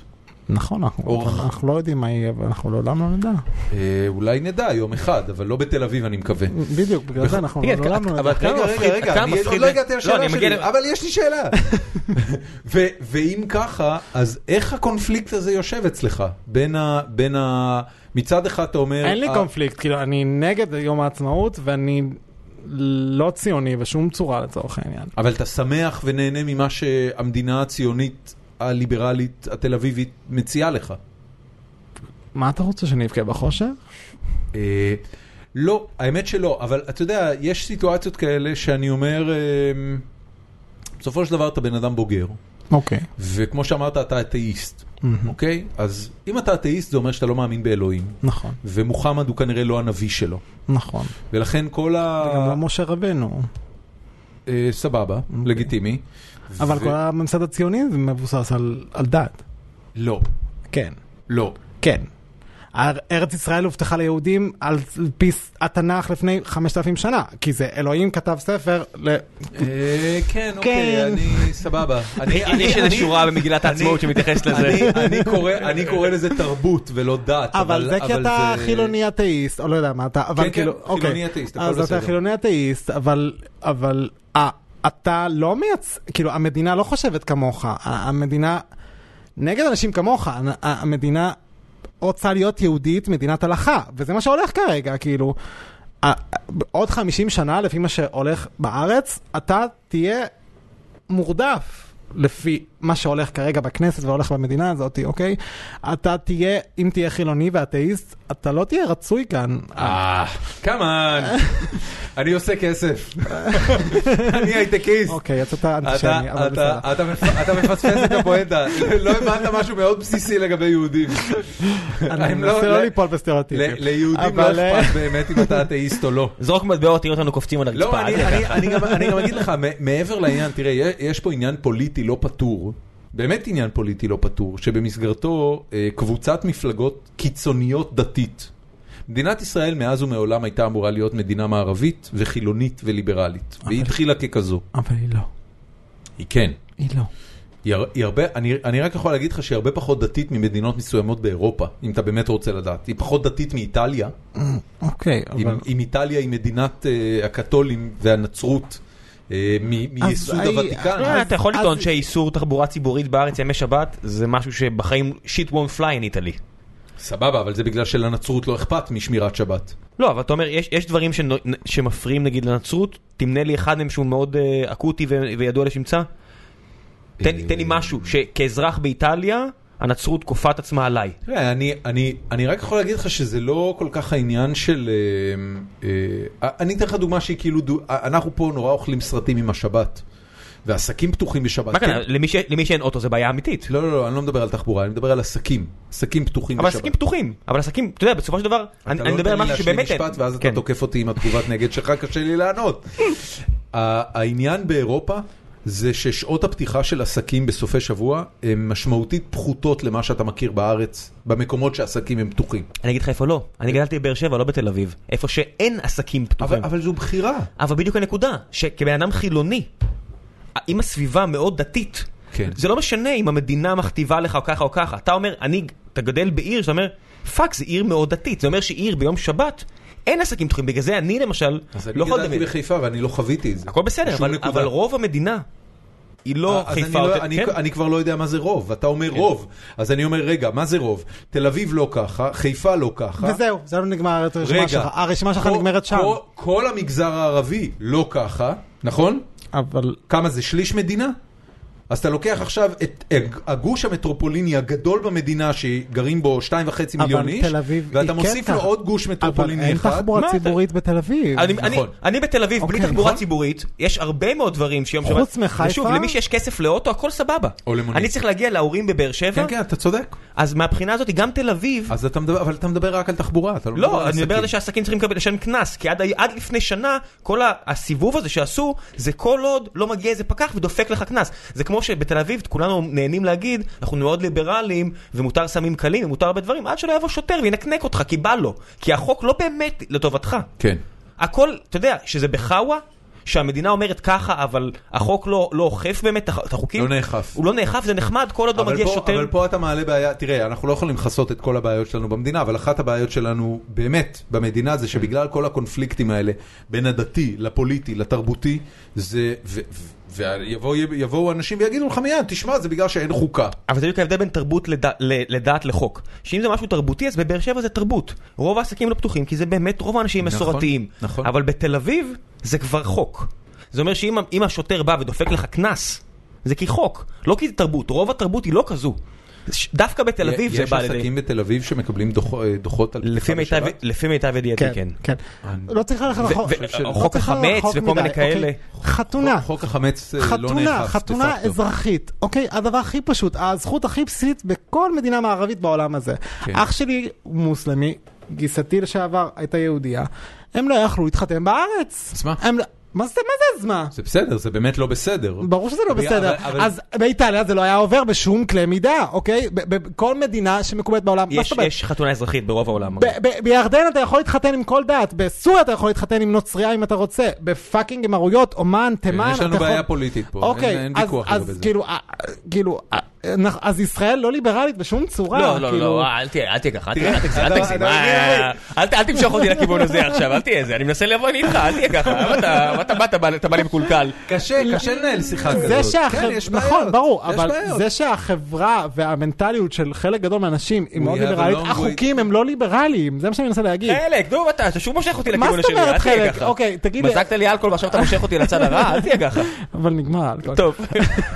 Speaker 3: נכון, אנחנו
Speaker 1: אורח.
Speaker 3: אנחנו לא יודעים מה יהיה, ואנחנו לעולם לא נדע.
Speaker 1: אה, אולי נדע יום אחד, אבל לא בתל אביב אני מקווה.
Speaker 3: בדיוק, בגלל זה אנחנו
Speaker 4: תגיד,
Speaker 3: לעולם לא
Speaker 4: אבל
Speaker 3: נדע.
Speaker 4: עד כמה מפחיד- עד כמה
Speaker 1: אני עוד
Speaker 4: מפחיד-
Speaker 1: לא הגעתי
Speaker 4: לא,
Speaker 1: לשאלה
Speaker 4: אני מגיע
Speaker 1: שלי,
Speaker 4: ל-
Speaker 1: אבל יש לי שאלה. ו- ואם ככה, אז איך הקונפליקט הזה יושב אצלך? בין ה... בין ה... מצד אחד אתה אומר... אה,
Speaker 3: אין לי
Speaker 1: ה-
Speaker 3: קונפליקט, כאילו, אני נגד יום העצמאות, ואני לא ציוני בשום צורה לצורך העניין.
Speaker 1: אבל אתה שמח ונהנה ממה שהמדינה הציונית הליברלית התל אביבית מציעה לך.
Speaker 3: מה אתה רוצה שאני אבכה בחושר?
Speaker 1: אה, לא, האמת שלא, אבל אתה יודע, יש סיטואציות כאלה שאני אומר, אה, בסופו של דבר אתה בן אדם בוגר,
Speaker 3: אוקיי.
Speaker 1: וכמו שאמרת, אתה אתאיסט,
Speaker 3: מהמם.
Speaker 1: אוקיי? אז אם אתה אתאיסט, זה אומר שאתה לא מאמין באלוהים,
Speaker 3: נכון,
Speaker 1: ומוחמד הוא כנראה לא הנביא שלו.
Speaker 3: נכון.
Speaker 1: ולכן כל ה...
Speaker 3: זה גם לא משה רבנו.
Speaker 1: אה, סבבה, לגיטימי.
Speaker 3: אבל
Speaker 1: ו-
Speaker 3: כל הממסד הציוני זה מבוסס על, על דת.
Speaker 1: לא,
Speaker 3: כן.
Speaker 1: לא.
Speaker 3: כן. הר- ארץ ישראל הובטחה ליהודים על פי ס- התנ"ך לפני 5,000 שנה, כי זה אלוהים כתב ספר ל...
Speaker 1: אה, כן, אוקיי,
Speaker 3: כן.
Speaker 1: אני סבבה. אני- אני-
Speaker 4: יש איזו
Speaker 1: אני-
Speaker 4: שורה במגילת העצמאות שמתייחסת לזה.
Speaker 1: אני- אני קורא- אני קורא לזה תרבות ולא דת,
Speaker 3: אבל זה כי אתה חילוני אתאיסט, או לא יודע מה אתה,
Speaker 1: כן,
Speaker 3: אבל כאילו,
Speaker 1: כן,
Speaker 3: אוקיי.
Speaker 1: חילוני אתאיסט, הכל
Speaker 3: אז
Speaker 1: בסדר.
Speaker 3: אתה חילוני אתאיסט, אבל, אבל, אה, אתה לא מייצ... כאילו, המדינה לא חושבת כמוך, ה- המדינה נגד אנשים כמוך, ה- המדינה רוצה להיות יהודית מדינת הלכה, וזה מה שהולך כרגע, כאילו. ה- עוד 50 שנה, לפי מה שהולך בארץ, אתה תהיה מורדף לפי מה שהולך כרגע בכנסת והולך במדינה הזאת, אוקיי? אתה תהיה, אם תהיה חילוני ואתאיסט, אתה לא תהיה רצוי כאן.
Speaker 1: אה, כמובן, אני עושה כסף. אני הייטקיסט.
Speaker 3: אוקיי, אז אתה אנטישמי,
Speaker 1: אתה-
Speaker 3: אבל בסדר.
Speaker 1: אתה- אתה מפ- אתה מפספס את הפואנטה, לא הבנת משהו מאוד בסיסי לגבי יהודים.
Speaker 3: אוקיי, אני
Speaker 1: הם לא-
Speaker 3: מנסה
Speaker 1: ל-
Speaker 3: לא ליפול בסטריאוטיפים.
Speaker 1: ל- ליהודים לא
Speaker 3: אבל, אה,
Speaker 1: אכפת באמת אם אתה אתאיסט או לא.
Speaker 4: זרוק מטבעות, תראה אותנו קופצים על הרצפה.
Speaker 1: לא,
Speaker 4: עד
Speaker 1: אני,
Speaker 4: כדי
Speaker 1: אני,
Speaker 4: ככה.
Speaker 1: אני, גם, אני גם אגיד לך, מ- מעבר לעניין, תראה, יה- יש פה עניין פוליטי לא פתור, באמת עניין פוליטי לא פתור, שבמסגרתו אה, קבוצת מפלגות קיצוניות דתית. מדינת ישראל מאז ומעולם הייתה אמורה להיות מדינה מערבית וחילונית וליברלית, והיא התחילה ככזו.
Speaker 3: אבל היא לא.
Speaker 1: היא כן.
Speaker 3: היא לא.
Speaker 1: היא הר- היא הרבה, אני, אני רק יכול להגיד לך שהיא הרבה פחות דתית ממדינות מסוימות באירופה, אם אתה באמת רוצה לדעת. היא פחות דתית מאיטליה,
Speaker 3: אוקיי,
Speaker 1: אם,
Speaker 3: אבל...
Speaker 1: אם איטליה היא מדינת אה, הקתולים והנצרות אה, מ-
Speaker 3: אז
Speaker 1: מייסוד
Speaker 3: היא-
Speaker 1: הוותיקן,
Speaker 3: אה,
Speaker 4: לא, אתה יכול
Speaker 3: אז-
Speaker 4: לטעון שאיסור תחבורה ציבורית בארץ ימי שבת זה משהו שבחיים שיט וונט פליי אין איטלי.
Speaker 1: סבבה, אבל זה בגלל שלנצרות לא אכפת משמירת שבת.
Speaker 4: לא, אבל אתה אומר, יש, יש דברים שנו, שמפריעים נגיד לנצרות, תמנה לי אחד מהם שהוא מאוד uh, אקוטי ו, וידוע לשמצה. תן,
Speaker 1: אה,
Speaker 4: לי- תן לי משהו שכאזרח באיטליה, הנצרות כופה את עצמה עליי.
Speaker 1: תראה, אני, אני, אני רק יכול להגיד לך שזה לא כל כך העניין של... אה, אה, אני אתן לך דוגמה שהיא כאילו, דו, אנחנו פה נורא אוכלים סרטים עם השבת, ועסקים פתוחים בשבת.
Speaker 4: מה
Speaker 1: כן,
Speaker 4: כאן, למי, ש, למי שאין אוטו זה בעיה אמיתית.
Speaker 1: לא, לא, לא, אני לא מדבר על תחבורה, אני מדבר על עסקים. עסקים פתוחים
Speaker 4: אבל
Speaker 1: בשבת.
Speaker 4: עסקים פתוחים, אבל עסקים, אתה יודע, בסופו של דבר, אני,
Speaker 1: אתה
Speaker 4: אני
Speaker 1: לא
Speaker 4: מדבר על
Speaker 1: נותן לי
Speaker 4: משהו
Speaker 1: להשלים
Speaker 4: שבאמת...
Speaker 1: משפט ואז אתה
Speaker 4: כן.
Speaker 1: תוקף אותי עם התגובת נגד שלך, קשה לי לענות. ה- העניין באירופה זה ששעות הפתיחה של עסקים בסופי שבוע הן משמעותית פחותות למה שאתה מכיר בארץ, במקומות שעסקים הם פתוחים.
Speaker 4: אני אגיד לך איפה לא, אני גדלתי בבאר שבע, לא בתל אביב. איפה שאין עסקים
Speaker 1: כן. אבל,
Speaker 4: פתוחים.
Speaker 1: אבל זו בחירה.
Speaker 4: אבל בדיוק הנקודה, שכבן אדם חילוני, אם הסביבה מאוד דתית,
Speaker 1: כן.
Speaker 4: זה לא משנה אם המדינה מכתיבה לך או ככה או ככה. אתה אומר, אני, אתה גדל בעיר, שאתה אומר, פאק, זה עיר מאוד דתית. זה אומר שעיר ביום שבת, אין עסקים פתוחים. בגלל זה אני למשל,
Speaker 1: אז
Speaker 4: לא
Speaker 1: אני
Speaker 4: יכול
Speaker 1: גדלתי
Speaker 4: לדמיין.
Speaker 1: בחיפה ואני לא חוויתי את זה.
Speaker 4: הכל בסדר,
Speaker 1: בשום
Speaker 4: אבל,
Speaker 1: נקודה.
Speaker 4: אבל רוב המדינה היא לא
Speaker 1: אז
Speaker 4: חיפה.
Speaker 1: אני,
Speaker 4: או
Speaker 1: לא,
Speaker 4: תל-
Speaker 1: אני,
Speaker 4: כן.
Speaker 1: אני כבר לא יודע מה זה רוב, אתה אומר רוב, אז אני אומר רגע, מה זה רוב? תל אביב לא ככה, חיפה לא ככה,
Speaker 3: וזהו, זה לא נגמר הרשימה שלך.
Speaker 1: רגע,
Speaker 3: הרשימה שלך
Speaker 1: כל-
Speaker 3: נגמרת שם.
Speaker 1: כל- כל המגזר הערבי לא ככה, נכון?
Speaker 3: אבל...
Speaker 1: כמה זה שליש מדינה? אז אתה לוקח עכשיו את הג- הגוש המטרופוליני הגדול במדינה שגרים בו 2.5 מיליון איש,
Speaker 3: תל אביב היא
Speaker 1: ואתה מוסיף
Speaker 3: קטע.
Speaker 1: לו עוד גוש
Speaker 3: אבל
Speaker 1: מטרופוליני
Speaker 3: אין
Speaker 1: אחד.
Speaker 3: תחבורה
Speaker 4: מה אתה-
Speaker 3: ציבורית בתל אביב.
Speaker 4: אני, אני,
Speaker 1: נכון.
Speaker 4: אני בתל אביב, בלי
Speaker 3: אוקיי,
Speaker 4: תחבורה
Speaker 3: נכון.
Speaker 4: ציבורית, יש הרבה מאוד דברים שיום שבת...
Speaker 3: חוץ מחיפה?
Speaker 4: ושוב, למי שיש כסף לאוטו, הכל סבבה.
Speaker 1: או למונית.
Speaker 4: אני צריך להגיע להורים בבאר שבע,
Speaker 1: כן, כן, אתה צודק.
Speaker 4: אז מהבחינה הזאת, גם תל אביב...
Speaker 1: אז אתה מדבר, אבל אתה מדבר רק על תחבורה, אתה לא מדבר על
Speaker 4: לא, אני מדבר על זה
Speaker 1: עסקים.
Speaker 4: שהעסקים צריכים לקבל לשלם קנס, כי עד, ה- עד לפני שנה, כל ה- הסיבוב הזה שעשו, זה כל עוד לא מגיע איזה פקח ודופק לך קנס. זה כמו שבתל אביב כולנו נהנים להגיד, אנחנו מאוד ליברליים, ומותר סמים קלים, ומותר הרבה דברים, עד שלא יבוא שוטר וינקנק אותך, כי בא לו. כי החוק לא באמת לטובתך.
Speaker 1: כן.
Speaker 4: הכל, אתה יודע, שזה בחאווה, שהמדינה אומרת ככה, אבל החוק לא, לא אוכף באמת את הח- את החוקים.
Speaker 1: לא נאכף.
Speaker 4: הוא לא נאכף, זה נחמד, כל עוד לא
Speaker 1: אבל
Speaker 4: מגיע
Speaker 1: פה-
Speaker 4: שוטר.
Speaker 1: אבל פה אתה מעלה בעיה, תראה, אנחנו לא יכולים לכסות את כל הבעיות שלנו במדינה, אבל אחת הבעיות שלנו באמת במדינה זה שבגלל כל הקונפליקטים האלה, בין הדתי לפוליטי לתרבותי, זה... ו- ו- ויבואו יבואו אנשים ויגידו לך מיד, תשמע, זה בגלל שאין חוקה.
Speaker 4: אבל זה בדיוק ההבדל בין תרבות לד... ל- לדעת לחוק. שאם זה משהו תרבותי, אז בבאר שבע זה תרבות. רוב העסקים לא פתוחים, כי זה באמת רוב האנשים
Speaker 1: נכון,
Speaker 4: מסורתיים.
Speaker 1: נכון.
Speaker 4: אבל בתל אביב זה כבר חוק. זה אומר שאם ה- אם השוטר בא ודופק לך קנס, זה כי חוק, לא כי זה תרבות. רוב התרבות היא לא כזו. ש- דווקא בתל אביב זה בא
Speaker 1: יש
Speaker 4: לידי...
Speaker 1: עסקים בתל אביב שמקבלים דוח- אה, דוחות על פתיחה
Speaker 4: לפי מיטב-
Speaker 1: בשבת?
Speaker 4: לפי מיטב ידיעתי, כן.
Speaker 3: כן. לא צריך ללכת רחוק.
Speaker 4: ו-
Speaker 1: שלא.
Speaker 4: ו-
Speaker 1: לא
Speaker 4: חוק
Speaker 3: צריך ללכת
Speaker 4: החמץ
Speaker 3: רחוק
Speaker 4: וכל מיני
Speaker 3: מדי,
Speaker 4: כאלה.
Speaker 3: אוקיי? חתונה.
Speaker 1: חוק- חוק החמץ אה, לא
Speaker 3: חתונה,
Speaker 1: נאכף.
Speaker 3: חתונה
Speaker 1: דה-פקטו.
Speaker 3: אזרחית, אוקיי? הדבר הכי פשוט, הזכות הכי בסיסית בכל מדינה מערבית בעולם הזה.
Speaker 1: כן.
Speaker 3: אח שלי מוסלמי, גיסתי לשעבר הייתה יהודייה, הם לא יכלו להתחתן בארץ.
Speaker 1: אז מה?
Speaker 3: הם לא- מה זה, מה זה אז מה?
Speaker 1: זה בסדר, זה באמת לא בסדר.
Speaker 3: ברור שזה לא
Speaker 1: אבל-
Speaker 3: בסדר.
Speaker 1: אבל- אבל-
Speaker 3: אז באיטליה זה לא היה עובר בשום כלי מידה, אוקיי? ב- בכל מדינה שמקובלת בעולם. מה
Speaker 4: יש-
Speaker 3: זאת אומרת?
Speaker 4: יש חתונה אזרחית ברוב העולם.
Speaker 3: ב- ב- בירדן אתה יכול להתחתן עם כל דת, בסוריה אתה יכול להתחתן עם נוצריה אם אתה רוצה, בפאקינג אמרויות, אומן, תימן,
Speaker 1: אה, כן, יש לנו
Speaker 3: אתה יכול-
Speaker 1: בעיה פוליטית פה, אין-
Speaker 3: אוקיי,
Speaker 1: אין
Speaker 3: אז-
Speaker 1: ויכוח לגבי
Speaker 3: אז
Speaker 1: זה.
Speaker 3: כאילו, אה, כאילו, אה, אנחנו- אז ישראל לא ליברלית בשום צורה,
Speaker 4: לא, לא,
Speaker 3: כאילו.
Speaker 4: לא, אל תהיה, אל תהיה ככה, אל תהיה-
Speaker 1: תראה,
Speaker 4: אל תגזים,
Speaker 1: אתה-
Speaker 4: אל תגזים,
Speaker 1: אתה-
Speaker 4: אה, אל ת- אל תמשוך אותי לכיוון הזה עכשיו, אל תהיה זה, אני מנסה לבוא איתך, אל תהיה ככה, למה אתה- מה אתה בא, אתה בא אתה בא לי מקולקל.
Speaker 1: קשה, קשה לנהל שיחה כזאת.
Speaker 3: זה שהחברה,
Speaker 1: כן, יש
Speaker 3: נכון,
Speaker 1: בעיות.
Speaker 3: ברור,
Speaker 1: יש
Speaker 3: אבל
Speaker 1: בעיות.
Speaker 3: זה שהחברה והמנטליות של חלק גדול מהאנשים היא
Speaker 1: We
Speaker 3: מאוד
Speaker 1: have a
Speaker 3: ליברלית,
Speaker 1: long way כן,
Speaker 3: החוקים הם לא ליברליים, זה מה שאני מנסה להגיד.
Speaker 4: חלק, נו, אתה אתה שוב מושך אותי
Speaker 3: מה
Speaker 4: לכיוון
Speaker 3: זאת
Speaker 4: השני, אל
Speaker 3: אומרת
Speaker 4: תהיה
Speaker 3: חלק?
Speaker 4: ככה.
Speaker 3: אוקיי, תגיד לי-
Speaker 4: מזגת לי אלכוהול ועכשיו אתה מושך אותי לצד הרע, אל תהיה ככה.
Speaker 3: אבל נגמר אוקיי. האלכוהול.
Speaker 4: טוב,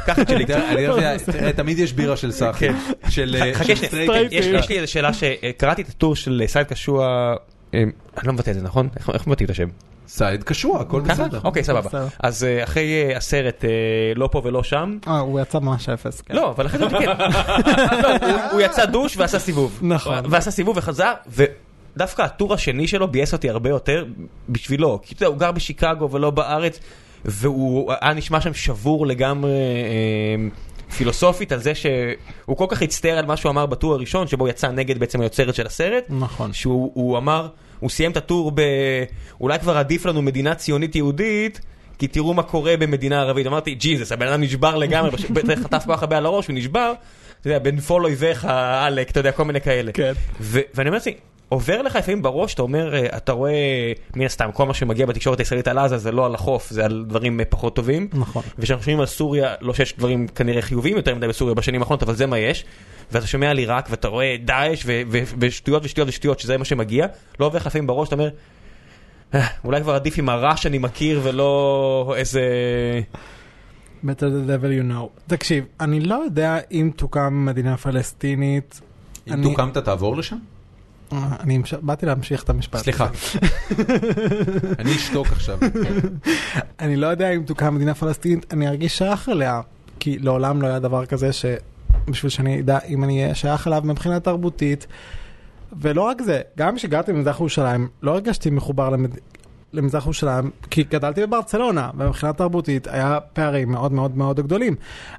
Speaker 4: קח את שלי.
Speaker 1: אתה יודע, אני לא יודע, תראה, תמיד יש בירה של סאחי.
Speaker 4: כן.
Speaker 1: של אה, של
Speaker 4: חכה שנייה,
Speaker 1: סטרייטים.
Speaker 4: יש יש לי איזו שאלה שקראתי את הטור של סייד קשוע, אה, אני לא מבטא את זה נכון? איך- איך מבטאים את השם?
Speaker 1: סעד קשוע, הכל
Speaker 4: ככה?
Speaker 1: בסדר.
Speaker 4: אוקיי, סבבה.
Speaker 3: בסדר.
Speaker 4: אז אה, אחרי אה, הסרט אה, לא פה ולא שם,
Speaker 3: אה, הוא יצא ממש אפס. כן.
Speaker 4: לא, אבל אחרי זה הוא תיקן. לא, הוא- הוא יצא דוש ועשה סיבוב.
Speaker 3: נכון.
Speaker 4: ועשה סיבוב וחזר, ודווקא הטור השני שלו ביאס אותי הרבה יותר בשבילו. כי אתה יודע, הוא גר בשיקגו ולא בארץ, והוא היה נשמע שם שבור לגמרי אה, פילוסופית על זה שהוא כל כך הצטער על מה שהוא אמר בטור הראשון, שבו הוא יצא נגד בעצם היוצרת של הסרט.
Speaker 3: נכון.
Speaker 4: שהוא הוא אמר, הוא סיים את הטור ב... אולי כבר עדיף לנו מדינה ציונית יהודית. כי תראו מה קורה במדינה ערבית, אמרתי ג'יזוס, הבן אדם נשבר לגמרי, פשוט בטח חטף כל כך הרבה על הראש, הוא נשבר, אתה יודע, בנפול אויביך, עלק, אתה יודע, כל מיני כאלה.
Speaker 3: כן.
Speaker 4: ו- ואני אומר לעצמי, עובר לך לפעמים בראש, אתה אומר, אה, אתה רואה, מן הסתם, כל מה שמגיע בתקשורת הישראלית על עזה זה לא על החוף, זה על דברים אה, פחות טובים.
Speaker 3: נכון.
Speaker 4: וכשאנחנו שומעים על סוריה, לא שיש דברים כנראה חיוביים יותר מדי בסוריה בשנים האחרונות, אבל זה מה יש. ואתה שומע על עיראק, ואתה רואה דאעש, ו- ו- ושטויות ושטויות ושטויות, שזה מה שמגיע, לא עובר לך לפעמים בראש, אתה אומר, "אה, אולי כבר עדיף עם הרע שאני מכיר ולא איזה...
Speaker 3: Better the devil you know. תקשיב, אני לא יודע אם תוקם מדינה פלסטינית.
Speaker 1: אם
Speaker 3: אני-
Speaker 1: תוקמת, תעבור לשם?
Speaker 3: אה, אני המש- באתי להמשיך את המשפט.
Speaker 1: סליחה. אני אשתוק עכשיו.
Speaker 3: אני לא יודע אם תוקם מדינה פלסטינית, אני ארגיש שייך אליה, כי לעולם לא היה דבר כזה שבשביל שאני אדע אם אני אהיה שייך אליו מבחינה תרבותית. ולא רק זה, גם כשגרתי במזרח ירושלים, לא הרגשתי מחובר למד... למזרח ירושלים, כי גדלתי בברצלונה, ומבחינה תרבותית היה פערים מאוד מאוד מאוד גדולים.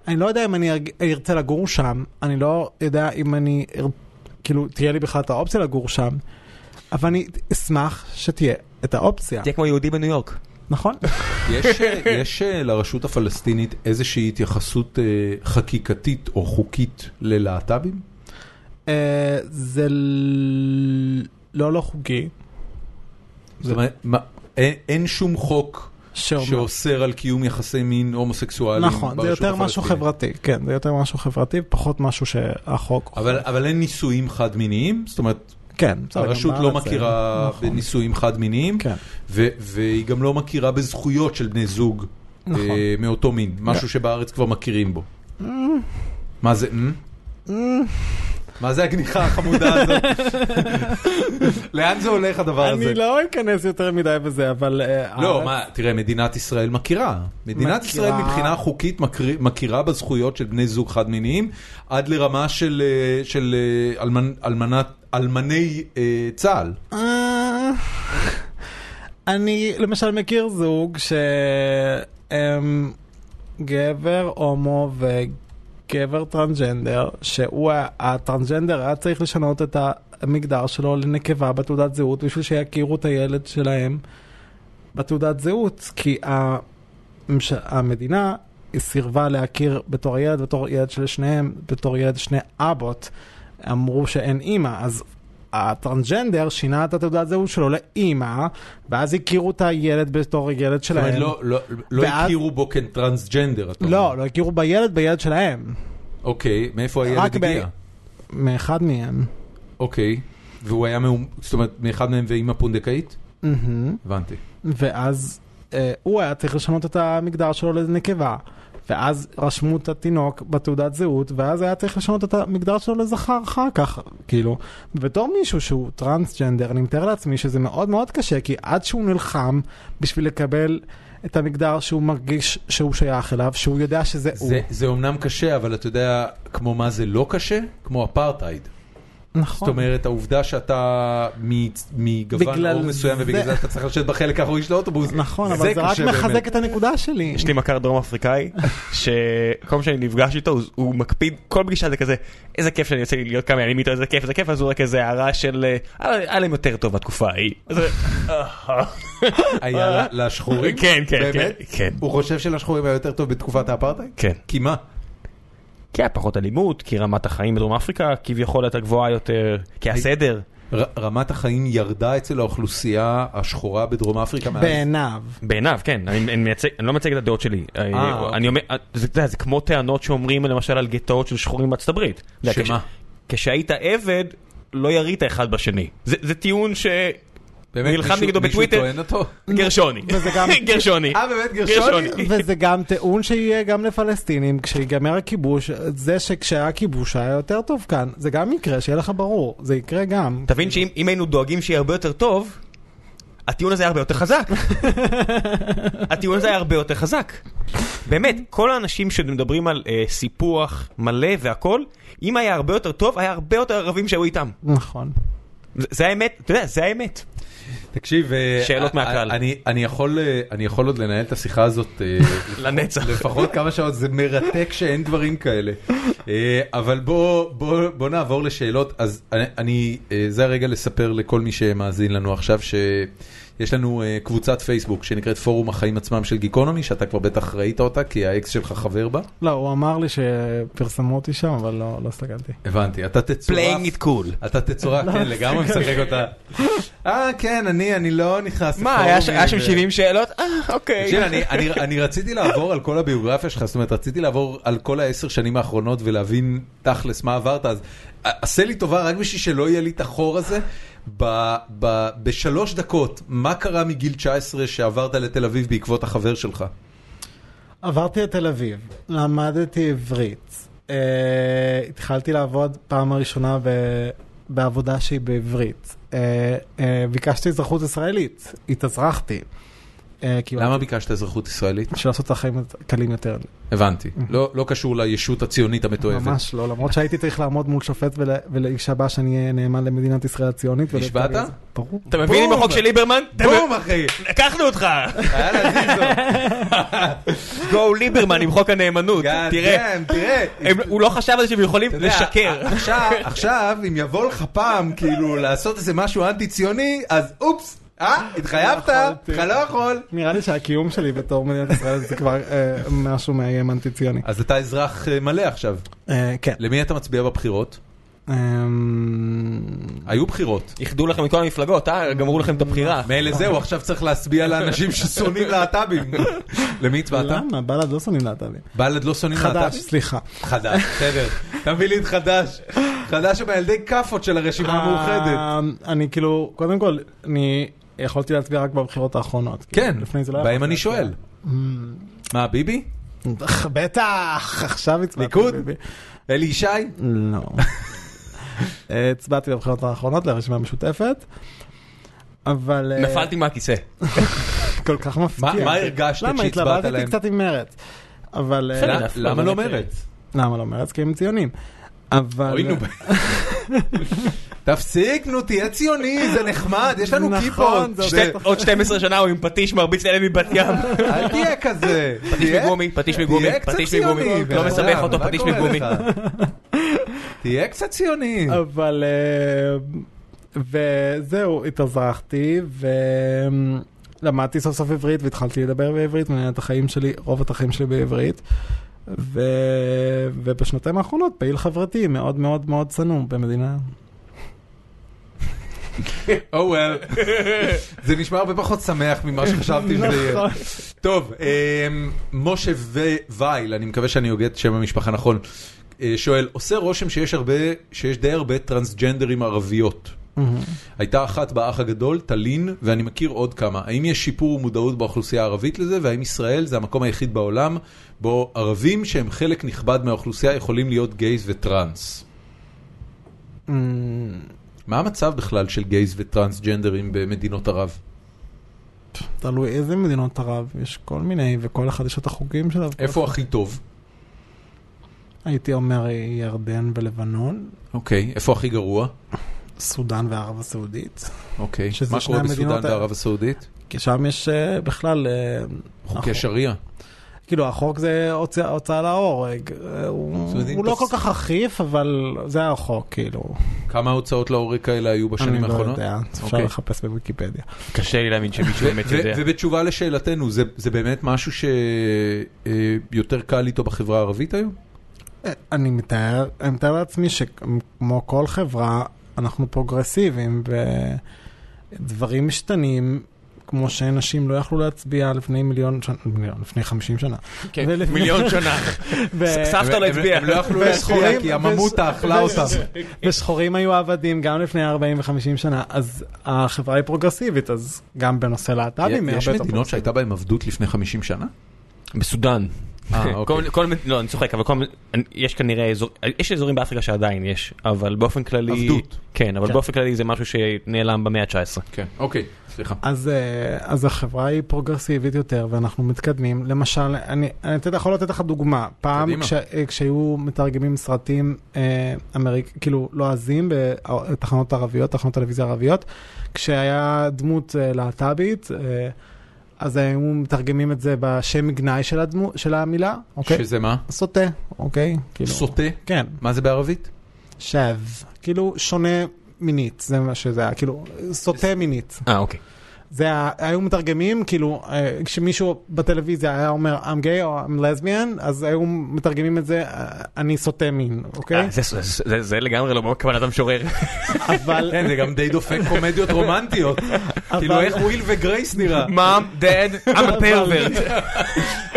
Speaker 3: אני לא יודע אם אני ארג- ארצה לגור שם, אני לא יודע אם אני, אר... כאילו, תהיה לי בכלל את האופציה לגור שם, אבל אני אשמח שתהיה את האופציה,
Speaker 4: תהיה כמו יהודי בניו יורק.
Speaker 3: נכון?
Speaker 1: יש, אה, יש אה, לרשות הפלסטינית איזושהי התייחסות אה, חקיקתית או חוקית ללהט"בים?
Speaker 3: אה, זה ל- לא לא חוקי,
Speaker 1: זאת אומרת, מה- אין- אין שום חוק
Speaker 3: שאומר.
Speaker 1: שאוסר על קיום יחסי מין הומוסקסואליים
Speaker 3: נכון, זה
Speaker 1: ברשות
Speaker 3: יותר משהו
Speaker 1: הפלסטינית.
Speaker 3: חברתי, כן, זה יותר משהו חברתי, פחות משהו שהחוק,
Speaker 1: אבל, אבל אין נישואים חד מיניים? זאת אומרת,
Speaker 3: כן, בסדר, גם
Speaker 1: הרשות
Speaker 3: בארץ
Speaker 1: לא
Speaker 3: זה-
Speaker 1: מכירה
Speaker 3: נכון.
Speaker 1: בנישואים חד מיניים,
Speaker 3: כן.
Speaker 1: ו- והיא גם לא מכירה בזכויות של בני זוג
Speaker 3: נכון.
Speaker 1: אה, מאותו מין, משהו שבארץ כבר מכירים בו. מה זה "מ"?
Speaker 3: אה.
Speaker 1: מה זה הגניחה החמודה הזאת? לאן זה הולך הדבר הזה?
Speaker 3: אני לא אכנס יותר מדי בזה, אבל... אה,
Speaker 1: לא,
Speaker 3: הארץ-
Speaker 1: מה, תראה, מדינת ישראל מכירה. מדינת
Speaker 3: מכירה.
Speaker 1: ישראל מבחינה חוקית מקרי- מכירה בזכויות של בני זוג חד מיניים עד לרמה של, אה, של אה, אלמנ- אלמנת- אלמני אה, צה"ל.
Speaker 3: אה, אני למשל מכיר זוג אמ, שהם גבר הומו וגבר טרנסג'נדר, שהוא ה- הטרנסג'נדר היה צריך לשנות את המגדר שלו לנקבה בתעודת זהות בשביל שיכירו את הילד שלהם בתעודת זהות, כי המש... המדינה סירבה להכיר בתור ילד, בתור ילד של שניהם, בתור ילד שני אבות. אמרו שאין אימא, אז הטרנסג'נדר שינה את התעודת זהות שלו לאימא, ואז הכירו את הילד בתור ילד
Speaker 1: זאת אומרת,
Speaker 3: שלהם.
Speaker 1: לא- לא- לא
Speaker 3: ואז-
Speaker 1: הכירו בו כטרנסג'נדר, אתה אומר.
Speaker 3: לא, לא הכירו בילד, בילד שלהם.
Speaker 1: אוקיי, מאיפה הילד
Speaker 3: רק ב-
Speaker 1: הגיע?
Speaker 3: מאחד מהם.
Speaker 1: אוקיי. והוא היה, מאום- זאת אומרת, מאחד מהם ואימא פונדקאית?
Speaker 3: מהמם.
Speaker 1: הבנתי.
Speaker 3: ואז אה, הוא היה צריך לשנות את המגדר שלו לנקבה. ואז רשמו את התינוק בתעודת זהות, ואז היה צריך לשנות את המגדר שלו לזכר אחר כך, כאילו. בתור מישהו שהוא טרנסג'נדר, אני מתאר לעצמי שזה מאוד מאוד קשה, כי עד שהוא נלחם בשביל לקבל את המגדר שהוא מרגיש שהוא שייך אליו, שהוא יודע שזה הוא.
Speaker 1: זה- זה אומנם קשה, אבל אתה יודע, כמו מה זה לא קשה? כמו אפרטהייד.
Speaker 3: נכון.
Speaker 1: זאת אומרת, העובדה שאתה מ- מגוון
Speaker 3: בגלל
Speaker 1: אור מסוים
Speaker 3: זה-
Speaker 1: ובגלל זה אתה צריך לשבת בחלק האחורי של האוטובוס,
Speaker 3: נכון,
Speaker 1: זה
Speaker 3: אבל זה רק
Speaker 1: קשה באמת.
Speaker 3: מחזק את הנקודה שלי.
Speaker 4: יש לי מכר דרום אפריקאי, שכל פעם שאני נפגש איתו, הוא- הוא מקפיד, כל פגישה זה כזה, איזה כיף שאני יוצא לי להיות כמה ימים איתו, איזה כיף, איזה כיף, אז הוא רק איזה הערה של, אה, היה להם יותר טוב בתקופה ההיא. אז הוא-
Speaker 1: היה לה- לשחורים?
Speaker 4: כן, כן, כן,
Speaker 1: באמת?
Speaker 4: כן,
Speaker 1: הוא חושב שלשחורים היה יותר טוב בתקופת האפרטהייד?
Speaker 4: כן.
Speaker 1: כי מה?
Speaker 4: כי היה פחות אלימות, כי רמת החיים בדרום אפריקה כביכול הייתה גבוהה יותר, כי הסדר,
Speaker 1: ר- רמת החיים ירדה אצל האוכלוסייה השחורה בדרום אפריקה מאז?
Speaker 3: בעיניו.
Speaker 4: בעיניו, כן, אני, אני, מייצג, אני לא מייצג את הדעות שלי. אה,
Speaker 1: אוקיי.
Speaker 4: אני אומר, זה, זה, זה כמו טענות שאומרים למשל על גטאות של שחורים בארצות הברית. אתה יודע,
Speaker 1: שמה?
Speaker 4: כש, כשהיית עבד, לא ירית אחד בשני. זה, זה טיעון ש...
Speaker 1: באמת,
Speaker 4: נלחם
Speaker 1: מישהו-
Speaker 4: נגדו בטוויטר?
Speaker 1: מישהו טוען אותו?
Speaker 4: גרשוני.
Speaker 3: וזה גם-
Speaker 4: גרשוני.
Speaker 1: אה, באמת, גרשוני?
Speaker 3: וזה גם טיעון שיהיה גם לפלסטינים כשיגמר הכיבוש, זה שכשהיה כיבוש היה יותר טוב כאן, זה גם יקרה, שיהיה לך ברור, זה יקרה גם.
Speaker 4: תבין שאם אם היינו דואגים שיהיה הרבה יותר טוב, הטיעון הזה היה הרבה יותר חזק. הטיעון הזה היה הרבה יותר חזק. באמת, כל האנשים שמדברים על אה, סיפוח מלא והכל, אם היה הרבה יותר טוב, היה הרבה יותר ערבים שהיו איתם.
Speaker 3: נכון.
Speaker 4: זה- זה האמת, אתה יודע, זה האמת.
Speaker 1: תקשיב, אה,
Speaker 4: שאלות
Speaker 1: אה,
Speaker 4: מהקהל.
Speaker 1: אני- אני יכול, אה, אני יכול עוד לנהל את השיחה הזאת אה,
Speaker 4: לנצח.
Speaker 1: לפחות כמה שעות, זה מרתק שאין דברים כאלה. אה, אבל בוא, בוא, בוא נעבור לשאלות. אז אני- אני, אה, זה הרגע לספר לכל מי שמאזין לנו עכשיו שיש לנו אה, קבוצת פייסבוק שנקראת פורום החיים עצמם של גיקונומי, שאתה כבר בטח ראית אותה, כי האקס שלך חבר בה.
Speaker 3: לא, הוא אמר לי שפרסמו אותי שם, אבל לא, לא הסתכלתי.
Speaker 1: הבנתי, אתה תצורף.
Speaker 4: Playing it cool.
Speaker 1: אתה תצורף, כן, לגמרי משחק אותה. אה, כן, אני, אני לא נכנס
Speaker 4: מה, היה ש- היה שם
Speaker 1: ו-
Speaker 4: 70 שאלות? אה, אוקיי.
Speaker 1: תקשיב, אני, אני, אני רציתי לעבור על כל הביוגרפיה שלך, זאת אומרת, רציתי לעבור על כל העשר שנים האחרונות ולהבין תכלס מה עברת, אז ע- עשה לי טובה רק בשביל שלא יהיה לי את החור הזה. ב, ב, בשלוש דקות, מה קרה מגיל 19 שעברת לתל אביב בעקבות החבר שלך?
Speaker 3: עברתי לתל אביב, למדתי עברית, uh, התחלתי לעבוד פעם הראשונה ב... בעבודה שהיא בעברית. Uh, uh, ביקשתי אזרחות ישראלית, התאזרחתי. אה, כי-
Speaker 1: למה ביקשת אזרחות ישראלית?
Speaker 3: בשביל לעשות את החיים קלים יותר.
Speaker 1: הבנתי, לא, לא קשור לישות הציונית המתועבת.
Speaker 3: ממש לא, למרות שהייתי צריך לעמוד מול שופט ול- ולאיש הבא שאני אהיה נאמן למדינת ישראל הציונית.
Speaker 1: נשבעת?
Speaker 3: ולצערי זה- ברור.
Speaker 4: אתה מבין עם
Speaker 1: בום.
Speaker 4: החוק של ליברמן? אתה
Speaker 1: בום אחי,
Speaker 4: מבין? לקחנו אותך!
Speaker 1: יאללה זיזו,
Speaker 4: גו ליברמן עם חוק הנאמנות,
Speaker 1: God
Speaker 4: תראה.
Speaker 1: damn, תראה,
Speaker 4: הם- הוא לא חשב על זה שהם יכולים
Speaker 1: אתה יודע,
Speaker 4: לשקר.
Speaker 2: אה,
Speaker 1: עכשיו, עכשיו, אם יבוא לך פעם, כאילו, לעשות איזה משהו אנטי-ציוני, אז אופס, אה, התחייבת,
Speaker 3: לא יכולתי.
Speaker 1: אתה לא יכול.
Speaker 3: נראה לי שהקיום שלי בתור מדינת ישראל זה כבר אה, משהו מאיים אנטי ציוני.
Speaker 1: אז אתה אזרח אה, מלא עכשיו.
Speaker 3: אה, כן. אה,
Speaker 1: למי אתה מצביע בבחירות?
Speaker 3: אמ,
Speaker 1: היו בחירות.
Speaker 4: איחדו לכם מכל המפלגות, אה? גמרו לכם את הבחירה.
Speaker 3: לא.
Speaker 1: מילא זהו, עכשיו צריך להצביע לאנשים ששונאים להט"בים. למי הצבעת?
Speaker 3: למה? בל"ד לא שונאים להט"בים.
Speaker 1: בל"ד לא שונאים
Speaker 3: חדש,
Speaker 1: להט"בים?
Speaker 3: סליחה.
Speaker 1: חדש, בסדר. תביא לי את חדש. חדש הם הילדי כאפות של הרשימה המאוחדת.
Speaker 3: אה, אני כאילו, קודם כל, אני יכולתי להצביע רק בבחירות האחרונות.
Speaker 1: כן,
Speaker 3: לפני זה לא
Speaker 1: בהם
Speaker 3: יכולתי
Speaker 1: אני
Speaker 3: להצביע.
Speaker 1: שואל.
Speaker 3: אמ,
Speaker 1: מה, ביבי?
Speaker 3: בטח, עכשיו הצבעתי.
Speaker 1: ליכוד?
Speaker 3: ביבי.
Speaker 1: אלי ישי?
Speaker 3: לא. אה, הצבעתי בבחירות האחרונות לרשימה המשותפת, אבל... אה,
Speaker 4: נפלתי מהכיסא.
Speaker 3: כל כך
Speaker 1: מה
Speaker 3: מפתיע.
Speaker 1: מה הרגשת
Speaker 3: כן. למה
Speaker 1: כשהצבעת
Speaker 3: התלבטתי
Speaker 1: להם?
Speaker 3: קצת עם מרץ? אבל... אה,
Speaker 1: למה-
Speaker 4: אף פעם
Speaker 1: למה
Speaker 4: לא
Speaker 1: לא
Speaker 4: מכיר.
Speaker 1: מרצ?
Speaker 3: למה לא מרץ? כי הם ציונים. אבל... אה,
Speaker 1: אוי נו, ב- תפסיק נו תהיה ציוני זה נחמד יש לנו
Speaker 3: נכון,
Speaker 1: כיפות.
Speaker 3: זה
Speaker 1: שתי-
Speaker 3: עושה-
Speaker 4: עוד 12 שנה הוא עם פטיש מרביץ לילד מבת ים.
Speaker 1: אל תהיה כזה.
Speaker 4: פטיש
Speaker 1: תהיה-
Speaker 4: מגומי, פטיש מגומי,
Speaker 1: תהיה קצת
Speaker 4: פטיש
Speaker 1: ציוני.
Speaker 4: מגומי.
Speaker 1: בן
Speaker 4: לא
Speaker 1: אדם,
Speaker 4: מסבך אותו,
Speaker 1: מה
Speaker 4: פטיש
Speaker 1: קורה
Speaker 4: מגומי.
Speaker 1: לך? תהיה קצת ציוני.
Speaker 3: אבל... אה, וזהו, התאזרחתי, ולמדתי סוף סוף עברית, והתחלתי לדבר בעברית, מנהל את החיים שלי, רוב את החיים שלי בעברית. ו... ובשנתיים האחרונות פעיל חברתי מאוד מאוד מאוד צנום במדינה.
Speaker 1: Oh well. זה נשמע הרבה פחות שמח ממה שחשבתי שזה יהיה.
Speaker 4: נכון.
Speaker 1: טוב, אמ, משה ו- וייל, אני מקווה שאני הוגה את שם המשפחה נכון, אה, שואל, עושה רושם שיש הרבה, שיש די הרבה טרנסג'נדרים ערביות.
Speaker 3: Mm-hmm.
Speaker 1: הייתה אחת באח הגדול, טלין, ואני מכיר עוד כמה. האם יש שיפור ומודעות באוכלוסייה הערבית לזה, והאם ישראל זה המקום היחיד בעולם בו ערבים שהם חלק נכבד מהאוכלוסייה יכולים להיות גייז וטראנס?
Speaker 3: אמ,
Speaker 1: מה המצב בכלל של גייז וטרנסג'נדרים במדינות ערב?
Speaker 3: תלוי איזה מדינות ערב, יש כל מיני, וכל אחד יש את החוקים שלו.
Speaker 1: איפה הכי טוב?
Speaker 3: הייתי אומר ירדן ולבנון,
Speaker 1: אוקיי, איפה הכי גרוע?
Speaker 3: סודאן וערב הסעודית.
Speaker 1: אוקיי,
Speaker 3: שזה
Speaker 1: מה
Speaker 3: שני
Speaker 1: קורה
Speaker 3: המדינות
Speaker 1: בסודאן
Speaker 3: ה-
Speaker 1: וערב הסעודית?
Speaker 3: כי שם יש אה, בכלל... אה,
Speaker 1: חוקי
Speaker 3: החוק-
Speaker 1: שריעה.
Speaker 3: כאילו החוק זה הוצא- הוצאה להורג, אה,
Speaker 1: זאת אומרת,
Speaker 3: הוא
Speaker 1: אם
Speaker 3: הוא לא כל
Speaker 1: תוס-
Speaker 3: כך אכיף, אבל זה החוק, כאילו.
Speaker 1: כמה הוצאות להורג כאלה היו
Speaker 3: אני
Speaker 1: בשנים
Speaker 3: לא
Speaker 1: האחרונות?
Speaker 3: יודע, אפשר
Speaker 1: אוקיי.
Speaker 3: לחפש בוויקיפדיה.
Speaker 4: קשה לי להאמין שמישהו
Speaker 1: ו-
Speaker 4: באמת
Speaker 1: ו-
Speaker 4: יודע.
Speaker 1: ובתשובה לשאלתנו, זה- זה באמת משהו שיותר קל איתו בחברה הערבית היום?
Speaker 3: אה, אני מתאר, אני מתאר לעצמי שכמו כל חברה, אנחנו פרוגרסיביים, ודברים משתנים. כמו שאנשים לא יכלו להצביע לפני מיליון שנה, מיליון, לפני 50 שנה.
Speaker 4: כן,
Speaker 3: ולפני-
Speaker 4: מיליון שנה.
Speaker 3: ו-
Speaker 4: סבתא לא
Speaker 1: הם-
Speaker 4: הצביעה.
Speaker 1: הם לא יכלו להצביע
Speaker 3: ושחורים-
Speaker 1: כי הממותה
Speaker 3: וש-
Speaker 1: אכלה
Speaker 3: וש-
Speaker 1: אותם.
Speaker 3: ושחורים היו עבדים גם לפני 40 ו-50 שנה, אז החברה היא פרוגרסיבית, אז גם בנושא להט"בים היא
Speaker 1: יש
Speaker 3: הרבה יותר
Speaker 1: מדינות שהייתה בהן עבדות לפני 50 שנה?
Speaker 4: בסודאן.
Speaker 1: אה, אוקיי.
Speaker 4: כל- כל מדינה- לא, אני צוחק, אבל כל מדינה- יש כנראה אזור, יש אזורים באפריקה שעדיין יש, אבל באופן כללי...
Speaker 1: עבדות.
Speaker 4: כן, אבל
Speaker 3: כן.
Speaker 4: באופן כללי זה משהו שנעלם במאה ה-19.
Speaker 1: כן, אוקיי, סליחה.
Speaker 3: אז, אה, אז החברה היא פרוגרסיבית יותר ואנחנו מתקדמים. למשל, אני, אני אתה יודע, יכול לתת לך דוגמה. פעם
Speaker 1: קדימה.
Speaker 3: כש, אה, כשהיו מתרגמים סרטים אה, אמריק, כאילו לועזים בתחנות ערביות, תחנות טלוויזיה ערביות, כשהיה דמות אה, להט"בית, אה, אז היו מתרגמים את זה בשם גנאי של, הדמו, של המילה, אוקיי?
Speaker 1: שזה מה?
Speaker 3: סוטה, אוקיי? כאילו,
Speaker 1: סוטה?
Speaker 3: כן,
Speaker 1: מה זה בערבית?
Speaker 3: שב, כאילו שונה מינית, זה מה שזה היה, כאילו סוטה מינית.
Speaker 4: אה, אוקיי.
Speaker 3: זה היה- היו מתרגמים, כאילו, אה, כשמישהו בטלוויזיה היה אומר I'm gay או I'm lesbian, אז היו מתרגמים את זה, אה, אני סוטה מין, אוקיי?
Speaker 4: אה, זה- זה- זה- זה לגמרי לא בכוונת המשורר.
Speaker 3: אבל,
Speaker 1: כן, זה גם די דופק קומדיות רומנטיות. כאילו,
Speaker 3: אבל-
Speaker 1: איך וויל וגרייס נראה?
Speaker 4: Mom, Dad, I'm a pervert.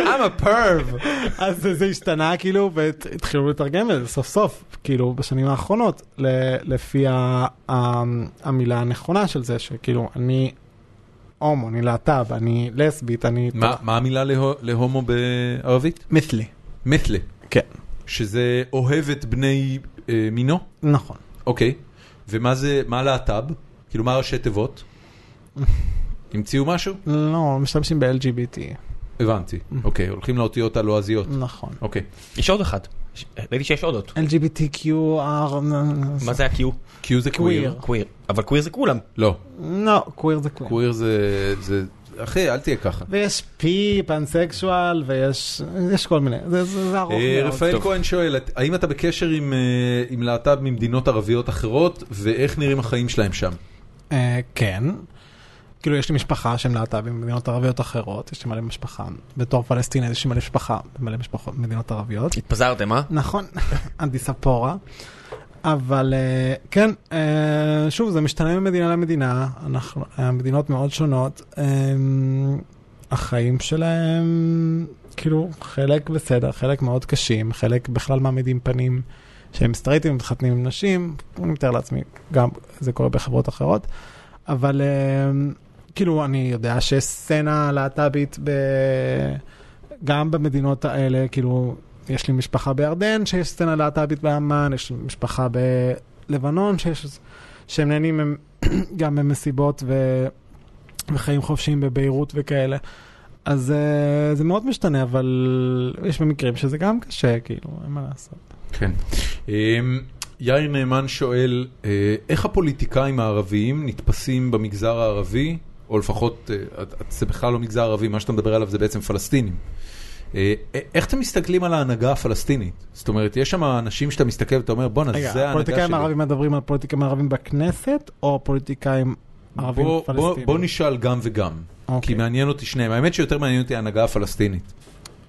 Speaker 1: I'm a perv.
Speaker 3: אז זה- זה השתנה, כאילו, והתחילו לתרגם את זה סוף סוף, כאילו, בשנים האחרונות, ל- לפי ה- ה- המילה הנכונה של זה, שכאילו, אני הומו, אני להט"ב, אני לסבית, אני...
Speaker 1: מה מה המילה להו- להומו בערבית?
Speaker 3: מתלי.
Speaker 1: מתלה.
Speaker 3: כן.
Speaker 1: שזה אוהב את בני אה, מינו?
Speaker 3: נכון.
Speaker 1: אוקיי. ומה זה, מה להט"ב? כאילו, מה ראשי תיבות? המציאו משהו?
Speaker 3: לא, משתמשים ב-LGBT.
Speaker 1: הבנתי. אוקיי, הולכים לאותיות הלועזיות.
Speaker 3: נכון.
Speaker 1: אוקיי.
Speaker 4: יש עוד אחת. ש- ראיתי שיש עוד עוד.
Speaker 3: LGBTQR...
Speaker 4: מה זה ה-Q?
Speaker 1: Q זה קוויר.
Speaker 3: קוויר.
Speaker 4: קוויר. אבל קוויר זה כולם.
Speaker 1: לא,
Speaker 3: לא, קוויר זה קוויר.
Speaker 1: קוויר זה... זה- אחי, אל תהיה ככה.
Speaker 3: ויש פי, פנסקשואל, ויש יש כל מיני, זה- זה זה ארוך
Speaker 1: אה,
Speaker 3: מאוד.
Speaker 1: רפאל
Speaker 4: טוב.
Speaker 1: כהן שואל, את- האם אתה בקשר עם, אה, עם להט"ב ממדינות ערביות אחרות, ואיך נראים החיים שלהם שם?
Speaker 3: אה, כן. כאילו יש לי משפחה שהם להט"בים במדינות ערביות אחרות, יש לי מלא משפחה. בתור פלסטינאי יש לי מלא משפחה במלא משפחות במדינות ערביות.
Speaker 4: התפזרתם, אה?
Speaker 3: נכון, אדיספורה. אבל אה, כן, אה, שוב, זה משתנה ממדינה למדינה, אנחנו, המדינות מאוד שונות. אה, החיים שלהם, כאילו, חלק בסדר, חלק מאוד קשים, חלק בכלל מעמידים פנים שהם סטרייטים, מתחתנים עם נשים, אני מתאר לעצמי, גם זה קורה בחברות אחרות, אבל אה, כאילו, אני יודע שיש סצנה להט"בית ב... גם במדינות האלה, כאילו, יש לי משפחה בירדן שיש סצנה להט"בית באמ"ן, יש לי משפחה בלבנון שיש, שהם נהנים הם- גם במסיבות ו... וחיים חופשיים בביירות וכאלה. אז אה, זה מאוד משתנה, אבל יש במקרים שזה גם קשה, כאילו, אין מה לעשות.
Speaker 1: כן. אמ, יאיר נאמן שואל, אה, איך הפוליטיקאים הערביים נתפסים במגזר הערבי, או לפחות, אה, את- את- זה בכלל לא מגזר ערבי, מה שאתה מדבר עליו זה בעצם פלסטינים. אה, א- איך אתם מסתכלים על ההנהגה הפלסטינית? זאת אומרת, יש שם אנשים שאתה מסתכל ואתה אומר, בואנה,
Speaker 3: רגע,
Speaker 1: זה ההנהגה
Speaker 3: הפוליטיקאים
Speaker 1: שלי.
Speaker 3: הערבים מדברים על פוליטיקאים ערבים בכנסת, או פוליטיקאים ערבים
Speaker 1: בוא- בוא-
Speaker 3: פלסטינים?
Speaker 1: בוא נשאל גם וגם, כי
Speaker 3: אוקיי.
Speaker 1: מעניין אותי שניהם. האמת שיותר מעניין אותי ההנהגה הפלסטינית.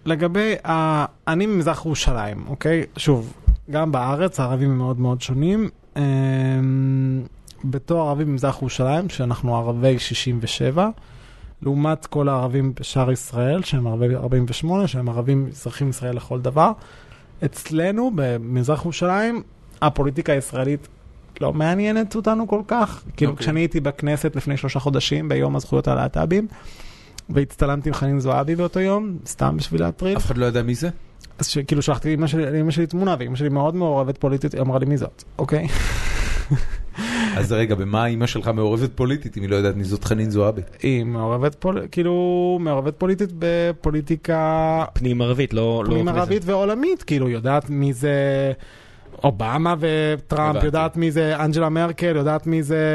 Speaker 3: לגבי, ה... אני ממזרח ירושלים, אוקיי? שוב, גם בארץ הערבים הם מאוד מאוד שונים. אמ... בתור ערבים ממזרח ירושלים, שאנחנו ערבי 67, לעומת כל הערבים בשאר ישראל, שהם ערבי 48, שהם ערבים אזרחים ישראל לכל דבר. אצלנו, במזרח ירושלים, הפוליטיקה הישראלית לא מעניינת אותנו כל כך. כאילו,
Speaker 1: אוקיי.
Speaker 3: כשאני הייתי בכנסת לפני שלושה חודשים, ביום הזכויות הלהט"בים, והצטלמתי עם חנין זועבי באותו יום, סתם בשביל להטריד.
Speaker 1: אף אחד לא יודע מי זה?
Speaker 3: אז שכאילו שלחתי לאמא שלי, לאמא שלי תמונה, ואמא שלי מאוד מעורבת פוליטית, היא אמרה לי מי זאת, אוקיי?
Speaker 1: אז רגע, במה אימא שלך מעורבת פוליטית, אם היא לא יודעת מי זאת חנין זועבי?
Speaker 3: היא מעורבת פול... כאילו, מעורבת פוליטית בפוליטיקה
Speaker 2: פנים ערבית, לא... לא
Speaker 3: פנים
Speaker 2: כנסת.
Speaker 3: ערבית ועולמית, כאילו, יודעת מי זה אובמה וטראמפ,
Speaker 1: הבנתי.
Speaker 3: יודעת מי זה אנג'לה מרקל, יודעת מי זה,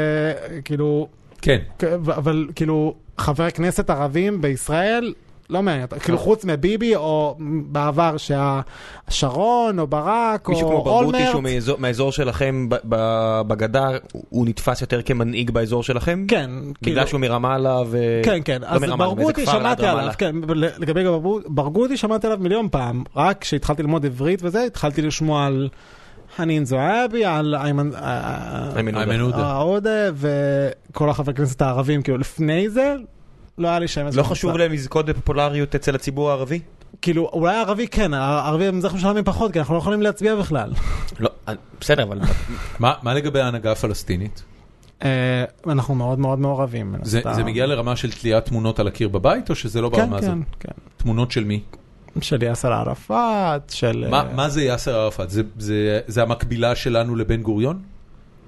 Speaker 3: כאילו,
Speaker 1: כן.
Speaker 3: כ- ו- אבל כאילו, חברי כנסת ערבים בישראל, לא מעניין,
Speaker 2: כן.
Speaker 3: אותה. כאילו חוץ מביבי, או בעבר ששרון, או ברק, או
Speaker 2: מישהו כמו ברגותי
Speaker 3: אולמרט.
Speaker 2: שהוא מאזור- מהאזור שלכם ב- ב- בגדה, הוא- הוא נתפס יותר כמנהיג באזור שלכם?
Speaker 4: כאילו-
Speaker 3: כן,
Speaker 2: בגלל שהוא מרמאללה ו...
Speaker 1: אה,
Speaker 3: כן,
Speaker 1: לא
Speaker 3: כן, אז
Speaker 2: מרמאללה,
Speaker 3: ברגותי
Speaker 2: מאיזה כפר ליד
Speaker 3: שמעתי עליו,
Speaker 2: רמאללה.
Speaker 3: כן, לגבי ברגו- ברגותי שמעתי עליו מיליון פעם, רק כשהתחלתי ללמוד עברית וזה, התחלתי לשמוע על חנין זועבי, על איימן אה,
Speaker 2: איימן עודה.
Speaker 1: איימן עודה.
Speaker 3: אה, עודה, וכל החברי כנסת הערבים, כאילו לפני זה, לא היה לי שם איזה
Speaker 2: לא
Speaker 3: מושג.
Speaker 2: חשוב להם לזכות בפופולריות אצל הציבור הערבי?
Speaker 3: כאילו, אולי הערבי כן, הערבי במזרח ירושלים פחות, כי אנחנו לא יכולים להצביע בכלל.
Speaker 2: לא, אה, בסדר, אבל...
Speaker 1: מה מה לגבי ההנהגה הפלסטינית?
Speaker 3: אה, אנחנו מאוד מאוד מעורבים. מן
Speaker 1: זה,
Speaker 3: הסתם.
Speaker 1: זה מגיע לרמה של תליית תמונות על הקיר בבית, או שזה לא ברמה
Speaker 3: כן,
Speaker 1: הזאת?
Speaker 3: כן, כן.
Speaker 1: תמונות של מי?
Speaker 3: של יאסר ערפאת, של...
Speaker 1: מה,
Speaker 3: אה,
Speaker 1: מה זה יאסר ערפאת? זה, זה, זה המקבילה שלנו לבן גוריון?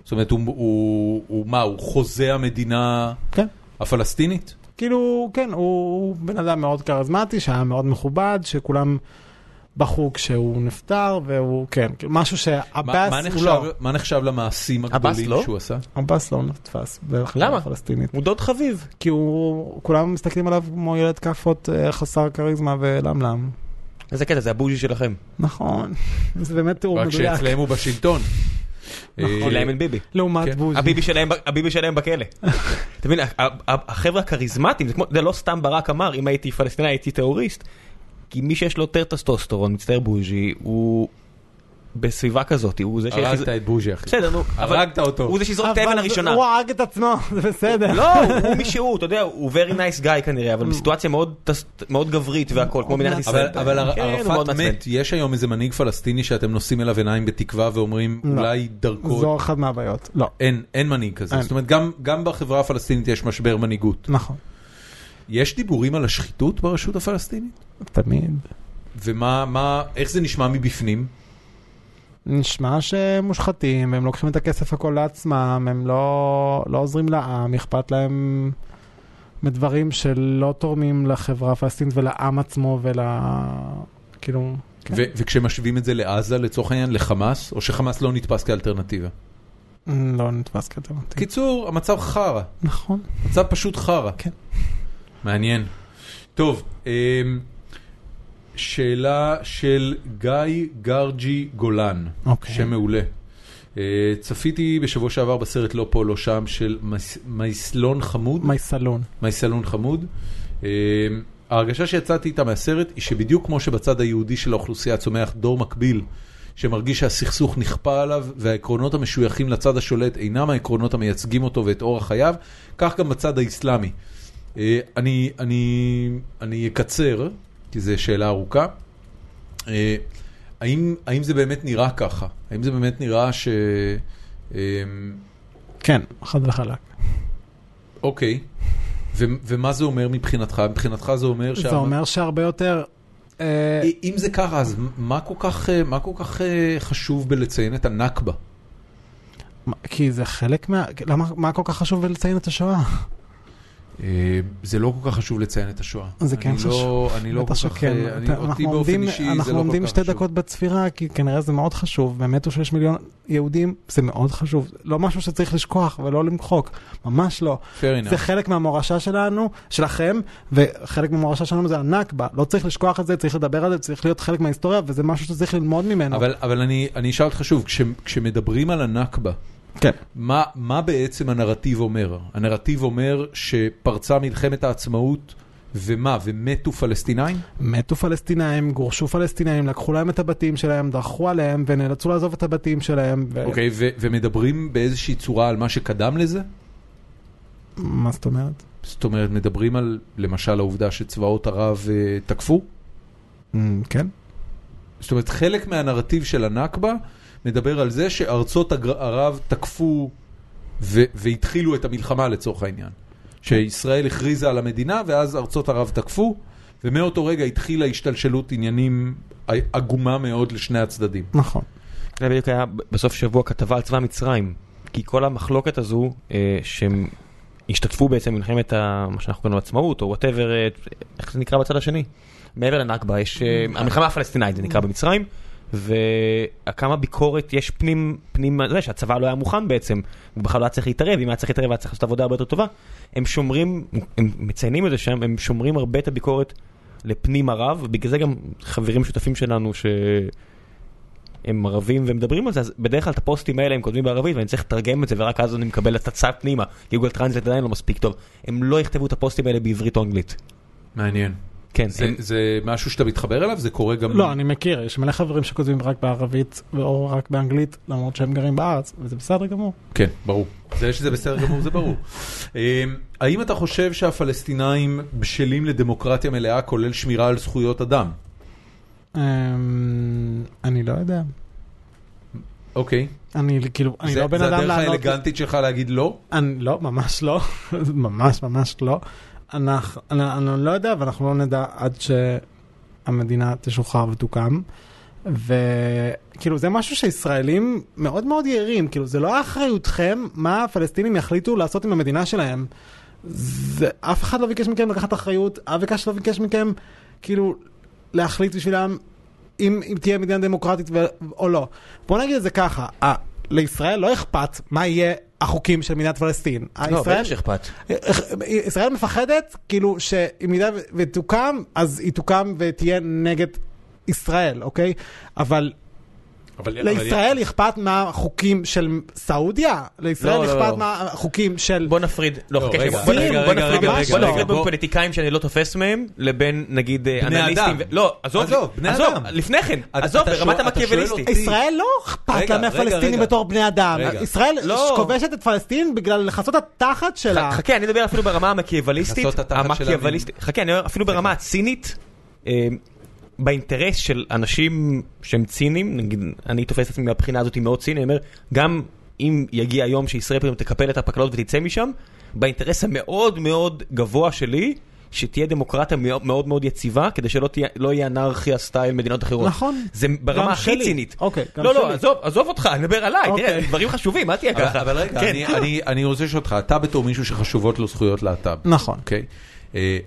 Speaker 1: זאת אומרת, הוא, הוא, הוא מה, הוא חוזה המדינה
Speaker 3: כן.
Speaker 1: הפלסטינית?
Speaker 3: כאילו, כן, הוא, הוא בן אדם מאוד כריזמטי, שהיה מאוד מכובד, שכולם בחרו כשהוא נפטר, והוא, כן, כאילו, משהו
Speaker 1: מה,
Speaker 3: שעבאס
Speaker 1: מה,
Speaker 3: הוא
Speaker 1: נחשב,
Speaker 3: לא.
Speaker 1: מה נחשב למעשים
Speaker 2: עבאס
Speaker 1: הגדולים
Speaker 2: לא?
Speaker 1: שהוא עשה?
Speaker 3: עבאס לא נתפס בחברה
Speaker 2: למה?
Speaker 3: הפלסטינית.
Speaker 2: הוא דוד חביב.
Speaker 3: כי הוא, כולם מסתכלים עליו כמו ילד כאפות אה, חסר כריזמה ולמלם.
Speaker 2: איזה קטע, זה הבוז'י שלכם.
Speaker 3: נכון, זה באמת תיאור
Speaker 1: רק
Speaker 3: מדויק.
Speaker 1: שאצלהם הוא בשלטון. אה,
Speaker 2: שלהם אין ביבי.
Speaker 3: לעומת
Speaker 1: כן.
Speaker 3: בוז'י.
Speaker 2: הביבי שלהם, ב- הביבי שלהם בכלא. אתה מבין, ה- ה- ה- החבר'ה הכריזמטיים, זה כמו, זה לא סתם ברק אמר, אם הייתי פלסטינאי הייתי טרוריסט, כי מי שיש לו יותר טסטוסטרון, מצטער בוז'י, הוא בסביבה כזאת, הוא זה
Speaker 1: הרגת
Speaker 2: שיזרוק,
Speaker 1: את בוז'י, אחי.
Speaker 2: בסדר, נו, אבל
Speaker 1: הרגת אותו.
Speaker 2: הוא זה שיזרוק את האבן
Speaker 3: אבל
Speaker 2: הראשונה.
Speaker 3: הוא הרג את עצמו, זה בסדר.
Speaker 2: לא, הוא מי שהוא, אתה יודע, הוא very nice guy כנראה, אבל בסיטואציה מאוד טס- מאוד גברית והכל, כמו מדינת
Speaker 1: אבל,
Speaker 2: ישראל.
Speaker 1: אבל הר-
Speaker 2: כן, הוא מאוד
Speaker 1: ערפאת
Speaker 2: מעצבן.
Speaker 1: מת, יש היום איזה מנהיג פלסטיני שאתם נושאים אליו עיניים בתקווה ואומרים
Speaker 3: לא.
Speaker 1: אולי דרכו,
Speaker 3: זו אחת מהבעיות. לא.
Speaker 1: אין, אין מנהיג כזה,
Speaker 3: אין.
Speaker 1: זאת אומרת גם, גם בחברה הפלסטינית יש משבר מנהיגות.
Speaker 3: נכון.
Speaker 1: יש דיבורים על השחיתות ברשות הפלסטינית?
Speaker 3: תמיד.
Speaker 1: ומה, מה, איך זה נשמע מבפנים?
Speaker 3: נשמע שהם מושחתים, והם לוקחים את הכסף הכל לעצמם, הם לא, לא עוזרים לעם, אכפת להם מדברים שלא תורמים לחברה הפלסטינית ולעם עצמו ול... כאילו... כן.
Speaker 1: ו- וכשמשווים את זה לעזה לצורך העניין, לחמאס, או שחמאס לא נתפס כאלטרנטיבה?
Speaker 3: לא נתפס כאלטרנטיב.
Speaker 1: קיצור, המצב חרא,
Speaker 3: נכון.
Speaker 1: המצב פשוט חרא.
Speaker 3: כן.
Speaker 1: מעניין. טוב, אמ, שאלה של גיא גרג'י גולן.
Speaker 3: אוקיי.
Speaker 1: שם מעולה. אה, צפיתי בשבוע שעבר בסרט לא פה לא שם של מייס- מייסלון חמוד,
Speaker 3: מי סלון.
Speaker 1: מייסלון חמוד. אה, ההרגשה שיצאתי איתה מהסרט היא שבדיוק כמו שבצד היהודי של האוכלוסייה צומח דור מקביל שמרגיש שהסכסוך נכפה עליו והעקרונות המשויכים לצד השולט אינם העקרונות המייצגים אותו ואת אורח חייו, כך גם בצד האסלאמי. אה, אני, אני, אני אקצר, כי זו שאלה ארוכה. אה, האם, האם זה באמת נראה ככה? האם זה באמת נראה ש... אה,
Speaker 3: כן, חד וחלק.
Speaker 1: אוקיי. ו- ומה זה אומר מבחינתך? מבחינתך זה אומר
Speaker 3: זה אומר שהרבה יותר אה,
Speaker 1: אם זה ככה, אז מה כל כך, אה, מה כל כך אה, חשוב בלציין את הנכבה?
Speaker 3: מה- כי זה חלק מה... למה, מה כל כך חשוב בלציין את השואה?
Speaker 1: אה, זה לא כל כך חשוב לציין את השואה.
Speaker 3: זה כן
Speaker 1: אני לא-
Speaker 3: חשוב.
Speaker 1: אני לא
Speaker 3: בטח
Speaker 1: כל כך,
Speaker 3: שכן.
Speaker 1: אה, אני-
Speaker 3: אתה-
Speaker 1: אותי
Speaker 3: אנחנו
Speaker 1: באופן
Speaker 3: עומדים-
Speaker 1: אישי זה לא כל כך חשוב.
Speaker 3: אנחנו עומדים שתי דקות בצפירה, כי כנראה זה מאוד חשוב, באמת הוא שיש מיליון יהודים, זה מאוד חשוב. לא משהו שצריך לשכוח ולא למחוק, ממש לא.
Speaker 1: Fair
Speaker 3: זה
Speaker 1: enough.
Speaker 3: חלק מהמורשה שלנו, שלכם, וחלק מהמורשה שלנו זה הנכבה. לא צריך לשכוח את זה, צריך לדבר על זה, צריך להיות חלק מההיסטוריה, וזה משהו שצריך ללמוד ממנו.
Speaker 1: אבל, אבל אני, אני אשאל אותך שוב, כש, כשמדברים על הנכבה,
Speaker 3: כן.
Speaker 1: מה, מה בעצם הנרטיב אומר? הנרטיב אומר שפרצה מלחמת העצמאות, ומה, ומתו פלסטינאים?
Speaker 3: מתו פלסטינאים, גורשו פלסטינאים, לקחו להם את הבתים שלהם, דרכו עליהם, ונאלצו לעזוב את הבתים שלהם. ו-
Speaker 1: אוקיי, ו, ומדברים באיזושהי צורה על מה שקדם לזה?
Speaker 3: מה זאת אומרת?
Speaker 1: זאת אומרת, מדברים על, למשל, העובדה שצבאות ערב אה, תקפו?
Speaker 3: אמ, כן.
Speaker 1: זאת אומרת, חלק מהנרטיב של הנכבה מדבר על זה שארצות הגר- ערב תקפו ו- והתחילו את המלחמה לצורך העניין. שישראל הכריזה על המדינה ואז ארצות ערב תקפו, ומאותו רגע התחילה השתלשלות עניינים ע- עגומה מאוד לשני הצדדים.
Speaker 3: נכון.
Speaker 4: זה בדיוק היה ב- בסוף שבוע כתבה על צבא מצרים, כי כל המחלוקת הזו, אה, שהם השתתפו בעצם במלחמת, ה- מה שאנחנו קוראים לו עצמאות, או וואטאבר, איך זה נקרא בצד השני? מעבר לנכבה, יש, אה, המלחמה הפלסטינאית זה נקרא במצרים, וכמה ביקורת יש פנים, פנים, זה שהצבא לא היה מוכן בעצם, הוא בכלל לא היה צריך להתערב, אם היה צריך להתערב היה צריך לעשות עבודה הרבה יותר טובה. הם שומרים, הם מציינים את זה שם, הם שומרים הרבה את הביקורת לפנים ערב, בגלל זה גם חברים שותפים שלנו ש... הם ערבים ומדברים על זה, אז בדרך כלל את הפוסטים האלה הם כותבים בערבית ואני צריך לתרגם את זה ורק אז אני מקבל הצצה פנימה, כי גוגל טרנזלט עדיין לא מספיק טוב. הם לא יכתבו את הפוסטים האלה בעברית או אנגלית.
Speaker 1: מעניין.
Speaker 4: כן,
Speaker 1: זה,
Speaker 4: הם-
Speaker 1: זה משהו שאתה מתחבר אליו? זה קורה גם...
Speaker 3: לא, אני מכיר, יש מלא חברים שכותבים רק בערבית, או רק באנגלית, למרות שהם גרים בארץ, וזה בסדר גמור.
Speaker 1: כן, ברור. זה שזה בסדר גמור, זה ברור. אמ, האם אתה חושב שהפלסטינאים בשלים לדמוקרטיה מלאה, כולל שמירה על זכויות אדם?
Speaker 3: אמ, אני לא יודע.
Speaker 1: אוקיי.
Speaker 3: אני כאילו, אני
Speaker 1: זה-
Speaker 3: לא בן אדם לענות...
Speaker 1: זה הדרך האלגנטית שלך להגיד לא?
Speaker 3: אני לא, ממש לא, ממש ממש לא. אנחנו, אני, אני לא יודע, ואנחנו לא נדע עד שהמדינה תשוחרר ותוקם. וכאילו זה משהו שישראלים מאוד מאוד יערים, כאילו זה לא אחריותכם מה הפלסטינים יחליטו לעשות עם המדינה שלהם. זה, אף אחד לא ביקש מכם לקחת אחריות, אף אחד לא ביקש מכם כאילו להחליט בשבילם אם, אם תהיה מדינה דמוקרטית ו, או לא. בוא נגיד את זה ככה, ה, לישראל לא אכפת מה יהיה החוקים של מדינת פלסטין.
Speaker 4: לא,
Speaker 3: הישראל-
Speaker 4: בטח שאכפת.
Speaker 3: ישראל מפחדת, כאילו, שבמידה ו- ותוקם, אז היא תוקם ותהיה נגד ישראל, אוקיי? אבל
Speaker 1: אבל
Speaker 3: לישראל אכפת מה החוקים של סעודיה, לישראל
Speaker 4: לא, לא,
Speaker 3: אכפת
Speaker 4: לא.
Speaker 3: מה החוקים של...
Speaker 4: בוא נפריד,
Speaker 1: לא,
Speaker 4: לא,
Speaker 3: אוקיי,
Speaker 4: חכה,
Speaker 1: רגע,
Speaker 4: שנייה, בוא
Speaker 3: רגע, רגע,
Speaker 4: נפריד- בוא
Speaker 3: רגע,
Speaker 4: נפריד-
Speaker 3: ממש
Speaker 4: בוא
Speaker 3: לא.
Speaker 4: נפריד בין
Speaker 1: בוא-
Speaker 4: פוליטיקאים שאני לא תופס מהם, לבין נגיד אה,
Speaker 1: בני
Speaker 4: אנליסטים.
Speaker 1: אדם.
Speaker 4: ו- לא, עזוב,
Speaker 1: עזוב, בני
Speaker 4: עזוב,
Speaker 1: אדם.
Speaker 4: לפני כן,
Speaker 1: אתה-
Speaker 4: עזוב,
Speaker 1: אתה שואל-
Speaker 4: ברמת
Speaker 1: אתה
Speaker 4: המקיאווליסטי.
Speaker 1: שואל אותי-
Speaker 3: ישראל לא אכפת
Speaker 1: רגע,
Speaker 3: לה
Speaker 1: רגע,
Speaker 3: מהפלסטינים
Speaker 1: רגע.
Speaker 3: בתור בני אדם.
Speaker 1: רגע.
Speaker 3: ישראל
Speaker 4: לא.
Speaker 3: כובשת את פלסטין בגלל לכסות את התחת שלה.
Speaker 4: ח- חכה, אני אדבר אפילו ברמה המקיאווליסטית,
Speaker 1: לעשות את התחת של
Speaker 4: המקיאווליסטית, חכה, אני אומר אפילו ברמה הצינית, אה, באינטרס של אנשים שהם ציניים, נגיד, אני תופס את עצמי מהבחינה הזאת מאוד ציני, אני אומר, גם אם יגיע היום שישראל פתאום תקפל את הפקלות ותצא משם, באינטרס המאוד מאוד גבוה שלי, שתהיה דמוקרטיה מאוד מאוד מאוד יציבה, כדי שלא תהיה- לא יהיה אנרכיה סטייל מדינות אחרות.
Speaker 3: נכון.
Speaker 4: זה
Speaker 3: גם
Speaker 4: ברמה הכי
Speaker 3: שלי.
Speaker 4: צינית.
Speaker 3: אוקיי, גם
Speaker 4: לא, לא,
Speaker 3: שלי.
Speaker 4: עזוב, עזוב אותך, אני מדבר עליי, תראה,
Speaker 3: אוקיי.
Speaker 4: דברים חשובים, אל תהיה
Speaker 1: אבל-
Speaker 4: ככה.
Speaker 1: אבל רגע,
Speaker 4: כן.
Speaker 1: אני-
Speaker 3: לא.
Speaker 1: אני- אני רוצה לשאול אותך, אתה בתור מישהו שחשובות לו זכויות להט"ב.
Speaker 3: נכון.
Speaker 1: אוקיי? אה,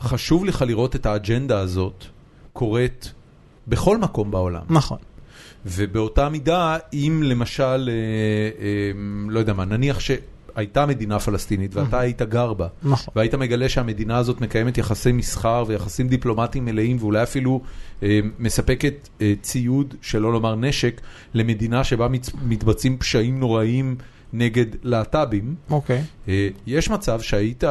Speaker 1: חשוב לך לראות את האג'נדה הזאת קורית בכל מקום בעולם.
Speaker 3: נכון.
Speaker 1: ובאותה מידה, אם למשל, אה, אה, לא יודע מה, נניח שהייתה מדינה פלסטינית ואתה היית גר בה,
Speaker 3: נכון.
Speaker 1: והיית מגלה שהמדינה הזאת מקיימת יחסי מסחר ויחסים דיפלומטיים מלאים, ואולי אפילו אה, מספקת אה, ציוד, שלא לומר נשק, למדינה שבה מצ- מתבצעים פשעים נוראיים נגד להט"בים,
Speaker 3: אוקיי.
Speaker 1: אה, יש מצב שהיית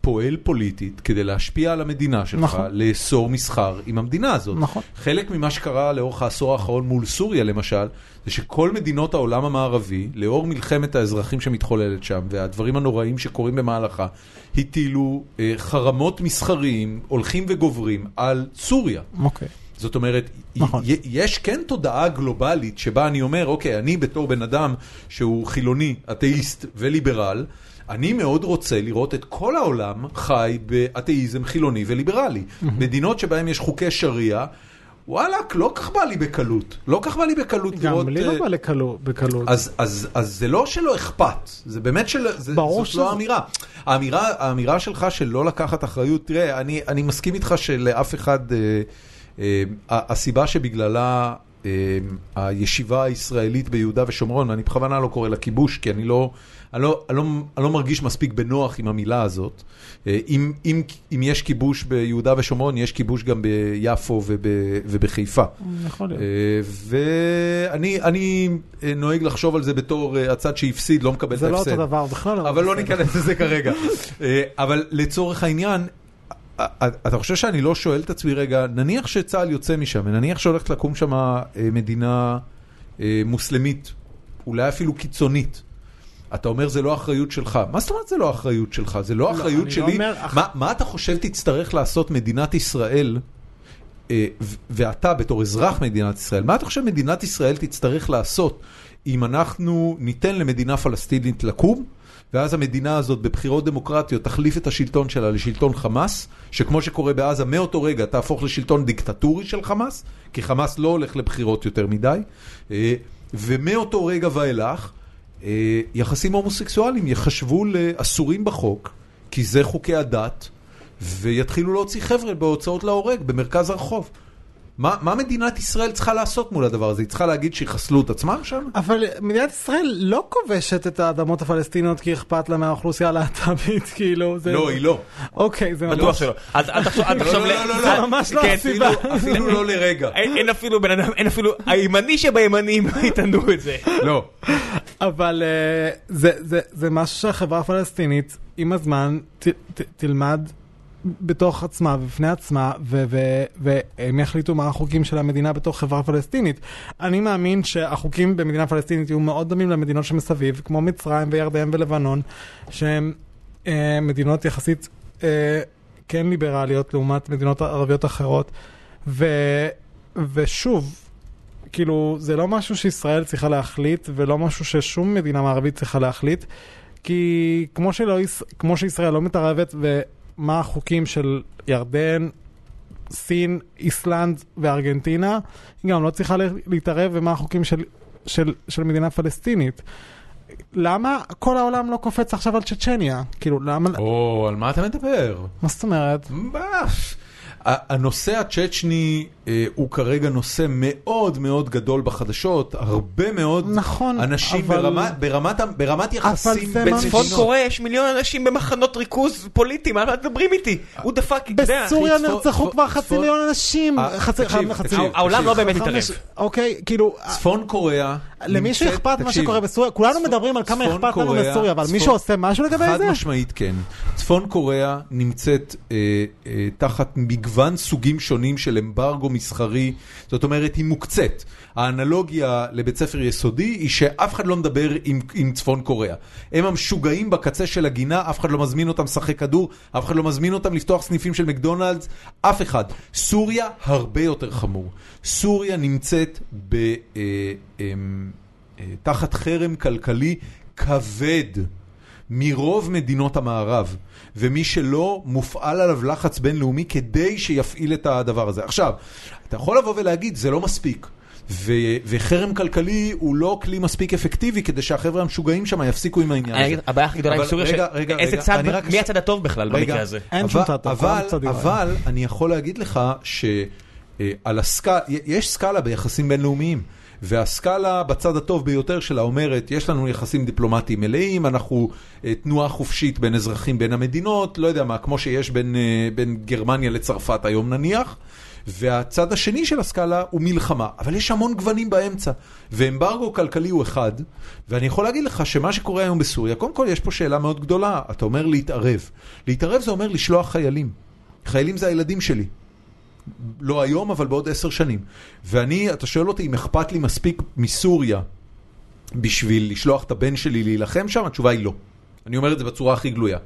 Speaker 1: פועל פוליטית כדי להשפיע על המדינה שלך,
Speaker 3: נכון.
Speaker 1: לאסור מסחר עם המדינה הזאת.
Speaker 3: נכון.
Speaker 1: חלק ממה שקרה לאורך העשור האחרון מול סוריה למשל, זה שכל מדינות העולם המערבי, לאור מלחמת האזרחים שמתחוללת שם, והדברים הנוראים שקורים במהלכה, הטילו אה, חרמות מסחריים הולכים וגוברים על סוריה.
Speaker 3: אוקיי.
Speaker 1: זאת אומרת,
Speaker 3: נכון.
Speaker 1: י- יש כן תודעה גלובלית שבה אני אומר, אוקיי, אני בתור בן אדם שהוא חילוני, אתאיסט וליברל, אני מאוד רוצה לראות את כל העולם חי באתאיזם חילוני וליברלי. מדינות שבהן יש חוקי שריעה, וואלכ, לא כך בא לי בקלות. לא כך בא לי בקלות לראות...
Speaker 3: גם לי
Speaker 1: אה,
Speaker 3: לא בא לקלו- בקלות.
Speaker 1: אז, אז, אז זה לא שלא אכפת, זה באמת שלא, זה,
Speaker 3: ברור
Speaker 1: זאת
Speaker 3: שזה-
Speaker 1: לא האמירה. האמירה. האמירה שלך שלא לקחת אחריות, תראה, אני, אני מסכים איתך שלאף אחד, אה, אה, ה- הסיבה שבגללה אה, הישיבה הישראלית ביהודה ושומרון, אני בכוונה לא קורא לה כיבוש, כי אני לא, אני לא, אני לא, אני לא מרגיש מספיק בנוח עם המילה הזאת. אה, אם, אם, אם יש כיבוש ביהודה ושומרון, יש כיבוש גם ביפו וב, ובחיפה.
Speaker 3: יכול להיות.
Speaker 1: אה, ואני אני, אה, נוהג לחשוב על זה בתור אה, הצד שהפסיד, לא מקבל את
Speaker 3: זה לא
Speaker 1: ההפסד.
Speaker 3: אותו דבר בכלל.
Speaker 1: אבל לא
Speaker 3: בסדר.
Speaker 1: ניכנס לזה כרגע. אה, אבל לצורך העניין, אה, אה, אתה חושב שאני לא שואל את עצמי רגע, נניח שצה"ל יוצא משם, ונניח שהולכת לקום שם אה, מדינה אה, מוסלמית, אולי אפילו קיצונית. אתה אומר זה לא אחריות שלך, מה זאת אומרת זה לא אחריות שלך? זה לא
Speaker 3: אני
Speaker 1: אחריות
Speaker 3: לא
Speaker 1: שלי?
Speaker 3: אומר אח-
Speaker 1: מה- מה אתה חושב תצטרך לעשות מדינת ישראל אה, ו- ואתה בתור אזרח מדינת ישראל, מה אתה חושב מדינת ישראל תצטרך לעשות אם אנחנו ניתן למדינה פלסטינית לקום, ואז המדינה הזאת בבחירות דמוקרטיות תחליף את השלטון שלה לשלטון חמאס, שכמו שקורה בעזה מאותו רגע תהפוך לשלטון דיקטטורי של חמאס, כי חמאס לא הולך לבחירות יותר מדי, אה, ומאותו רגע ואילך, אה, יחסים הומוסקסואליים ייחשבו לאסורים בחוק, כי זה חוקי הדת. ויתחילו להוציא חבר'ה בהוצאות להורג במרכז הרחוב. מה, מה מדינת ישראל צריכה לעשות מול הדבר הזה? היא צריכה להגיד שיחסלו את עצמם שם?
Speaker 3: אבל מדינת ישראל לא כובשת את האדמות הפלסטיניות כי אכפת לה מהאוכלוסייה הלהט"בית, כאילו. זה-
Speaker 1: לא, היא לא.
Speaker 3: אוקיי, זה
Speaker 4: בטוח
Speaker 3: ממש...
Speaker 4: שלא. אל אל תחשוב, אל
Speaker 1: לא,
Speaker 4: תחשוב,
Speaker 1: לא,
Speaker 4: ל-
Speaker 1: לא, לא,
Speaker 4: אל-
Speaker 1: לא.
Speaker 3: ממש לא
Speaker 4: כן,
Speaker 3: הסיבה.
Speaker 1: אפילו- אפילו לא לרגע.
Speaker 4: אין אין אפילו בן אדם, אין אפילו, הימני שבימנים יטענו את זה.
Speaker 1: לא.
Speaker 3: אבל אה, זה, זה, זה משהו שהחברה הפלסטינית עם הזמן ת, ת, תלמד בתוך עצמה ובפני עצמה, ו, ו, והם יחליטו מה החוקים של המדינה בתוך חברה פלסטינית. אני מאמין שהחוקים במדינה פלסטינית יהיו מאוד דומים למדינות שמסביב, כמו מצרים וירדן ולבנון, שהן אה, מדינות יחסית אה, כן ליברליות לעומת מדינות ערביות אחרות. ו, ושוב, כאילו, זה לא משהו שישראל צריכה להחליט, ולא משהו ששום מדינה מערבית צריכה להחליט, כי כמו, שלא, יש- כמו שישראל לא מתערבת ומה החוקים של ירדן, סין, איסלנד וארגנטינה, היא גם לא צריכה לה- להתערב ומה החוקים של, של, של מדינה פלסטינית. למה כל העולם לא קופץ עכשיו על צ'צ'ניה? כאילו, למה...
Speaker 1: או, על מה אתה מדבר?
Speaker 3: מה זאת אומרת?
Speaker 1: מה? ה- הנושא הצ'צ'ני אה, הוא כרגע נושא מאוד מאוד גדול בחדשות, הרבה מאוד
Speaker 3: נכון,
Speaker 1: אנשים
Speaker 3: אבל-
Speaker 1: ברמת, ברמת, ה- ברמת יחסים
Speaker 3: זה לא-
Speaker 1: בין
Speaker 3: מה-
Speaker 1: מדינות.
Speaker 4: צפון קוריאה יש מיליון אנשים במחנות ריכוז פוליטיים, על מה אתם מדברים איתי? הוא דפק, אתה יודע,
Speaker 3: בסוריה
Speaker 1: צפון-
Speaker 3: נרצחו
Speaker 1: צפון-
Speaker 3: כבר חצי
Speaker 1: צפון-
Speaker 3: מיליון אנשים!
Speaker 1: אה,
Speaker 3: חצי,
Speaker 1: תקשיב,
Speaker 3: חצי-
Speaker 1: תקשיב.
Speaker 4: העולם לא באמת
Speaker 3: חמש-
Speaker 4: התערב.
Speaker 3: אוקיי, כאילו...
Speaker 1: צפון קוריאה
Speaker 3: למישהו
Speaker 1: נמצאת-
Speaker 3: אכפת מה
Speaker 1: תקשיב,
Speaker 3: שקורה בסוריה? כולנו
Speaker 1: צפון-
Speaker 3: מדברים על כמה
Speaker 1: צפון
Speaker 3: אכפת לנו
Speaker 1: קוריאה-
Speaker 3: מסוריה, אבל
Speaker 1: צפון-
Speaker 3: מישהו עושה משהו לגבי
Speaker 1: חד
Speaker 3: זה?
Speaker 1: משמעית כן. צפון קוריאה נמצאת אה, אה, תחת מגוון סוגים שונים של אמברגו מסחרי, זאת אומרת היא מוקצית. האנלוגיה לבית ספר יסודי היא שאף אחד לא מדבר עם, עם צפון קוריאה. הם המשוגעים בקצה של הגינה, אף אחד לא מזמין אותם לשחק כדור, אף אחד לא מזמין אותם לפתוח סניפים של מקדונלדס, אף אחד. סוריה הרבה יותר חמור. סוריה נמצאת ב... אה, אה, אה, תחת חרם כלכלי כבד מרוב מדינות המערב, ומי שלא, מופעל עליו לחץ בינלאומי כדי שיפעיל את הדבר הזה. עכשיו, אתה יכול לבוא ולהגיד, זה לא מספיק. ו- וחרם כלכלי הוא לא כלי מספיק אפקטיבי כדי שהחבר'ה המשוגעים שם יפסיקו עם העניין הזה.
Speaker 4: הבעיה הכי גדולה עם
Speaker 1: אבל
Speaker 4: סוריה,
Speaker 1: רגע,
Speaker 4: ש-
Speaker 1: רגע,
Speaker 4: איזה
Speaker 1: רגע,
Speaker 4: צד,
Speaker 1: אני רק-
Speaker 4: מי הצד הטוב בכלל במקרה הזה?
Speaker 3: אין
Speaker 1: אבל-
Speaker 3: שום טעם,
Speaker 1: אבל,
Speaker 3: כולם צדדים.
Speaker 1: אבל אני יכול להגיד לך אה, שעל הסקאלה, יש סקאלה ביחסים בינלאומיים. והסקאלה בצד הטוב ביותר שלה אומרת, יש לנו יחסים דיפלומטיים מלאים, אנחנו אה, תנועה חופשית בין אזרחים בין המדינות, לא יודע מה, כמו שיש בין, אה, בין גרמניה לצרפת היום נניח. והצד השני של הסקאלה הוא מלחמה, אבל יש המון גוונים באמצע. ואמברגו כלכלי הוא אחד, ואני יכול להגיד לך שמה שקורה היום בסוריה, קודם כל יש פה שאלה מאוד גדולה, אתה אומר להתערב. להתערב זה אומר לשלוח חיילים. חיילים זה הילדים שלי. לא היום, אבל בעוד עשר שנים. ואני, אתה שואל אותי אם אכפת לי מספיק מסוריה בשביל לשלוח את הבן שלי להילחם שם? התשובה היא לא. אני אומר את זה בצורה הכי גלויה.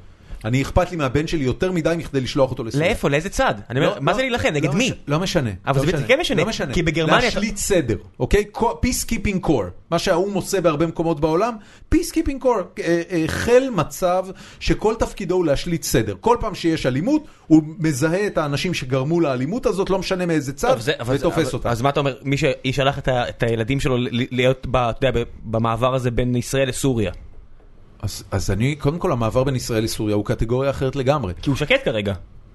Speaker 1: אני אכפת לי מהבן שלי יותר מדי מכדי לשלוח אותו לסוריה.
Speaker 4: לאיפה? לאיזה צד? אני אומר,
Speaker 1: לא,
Speaker 4: מה
Speaker 1: לא,
Speaker 4: זה להילחם? נגד
Speaker 1: לא
Speaker 4: מי?
Speaker 1: מש- לא משנה.
Speaker 4: אבל
Speaker 1: לא
Speaker 4: זה כן משנה,
Speaker 1: לא משנה.
Speaker 4: כי בגרמניה אתה-
Speaker 1: להשליט סדר, אוקיי? Peacekeeping core, מה שהאו"ם עושה בהרבה מקומות בעולם, Peacekeeping core, אה, אה, חיל מצב שכל תפקידו הוא להשליט סדר. כל פעם שיש אלימות, הוא מזהה את האנשים שגרמו לאלימות הזאת, לא משנה מאיזה צד,
Speaker 4: טוב, זה- אבל-
Speaker 1: ותופס
Speaker 4: אבל-
Speaker 1: אותם.
Speaker 4: אז מה אתה אומר, מי שישלח את ה- את הילדים שלו ל- להיות ב- אתה יודע, ב- במעבר הזה בין ישראל לסוריה?
Speaker 1: אז- אז אני, קודם כל, המעבר בין ישראל לסוריה הוא קטגוריה אחרת לגמרי,
Speaker 4: כי הוא שקט כרגע.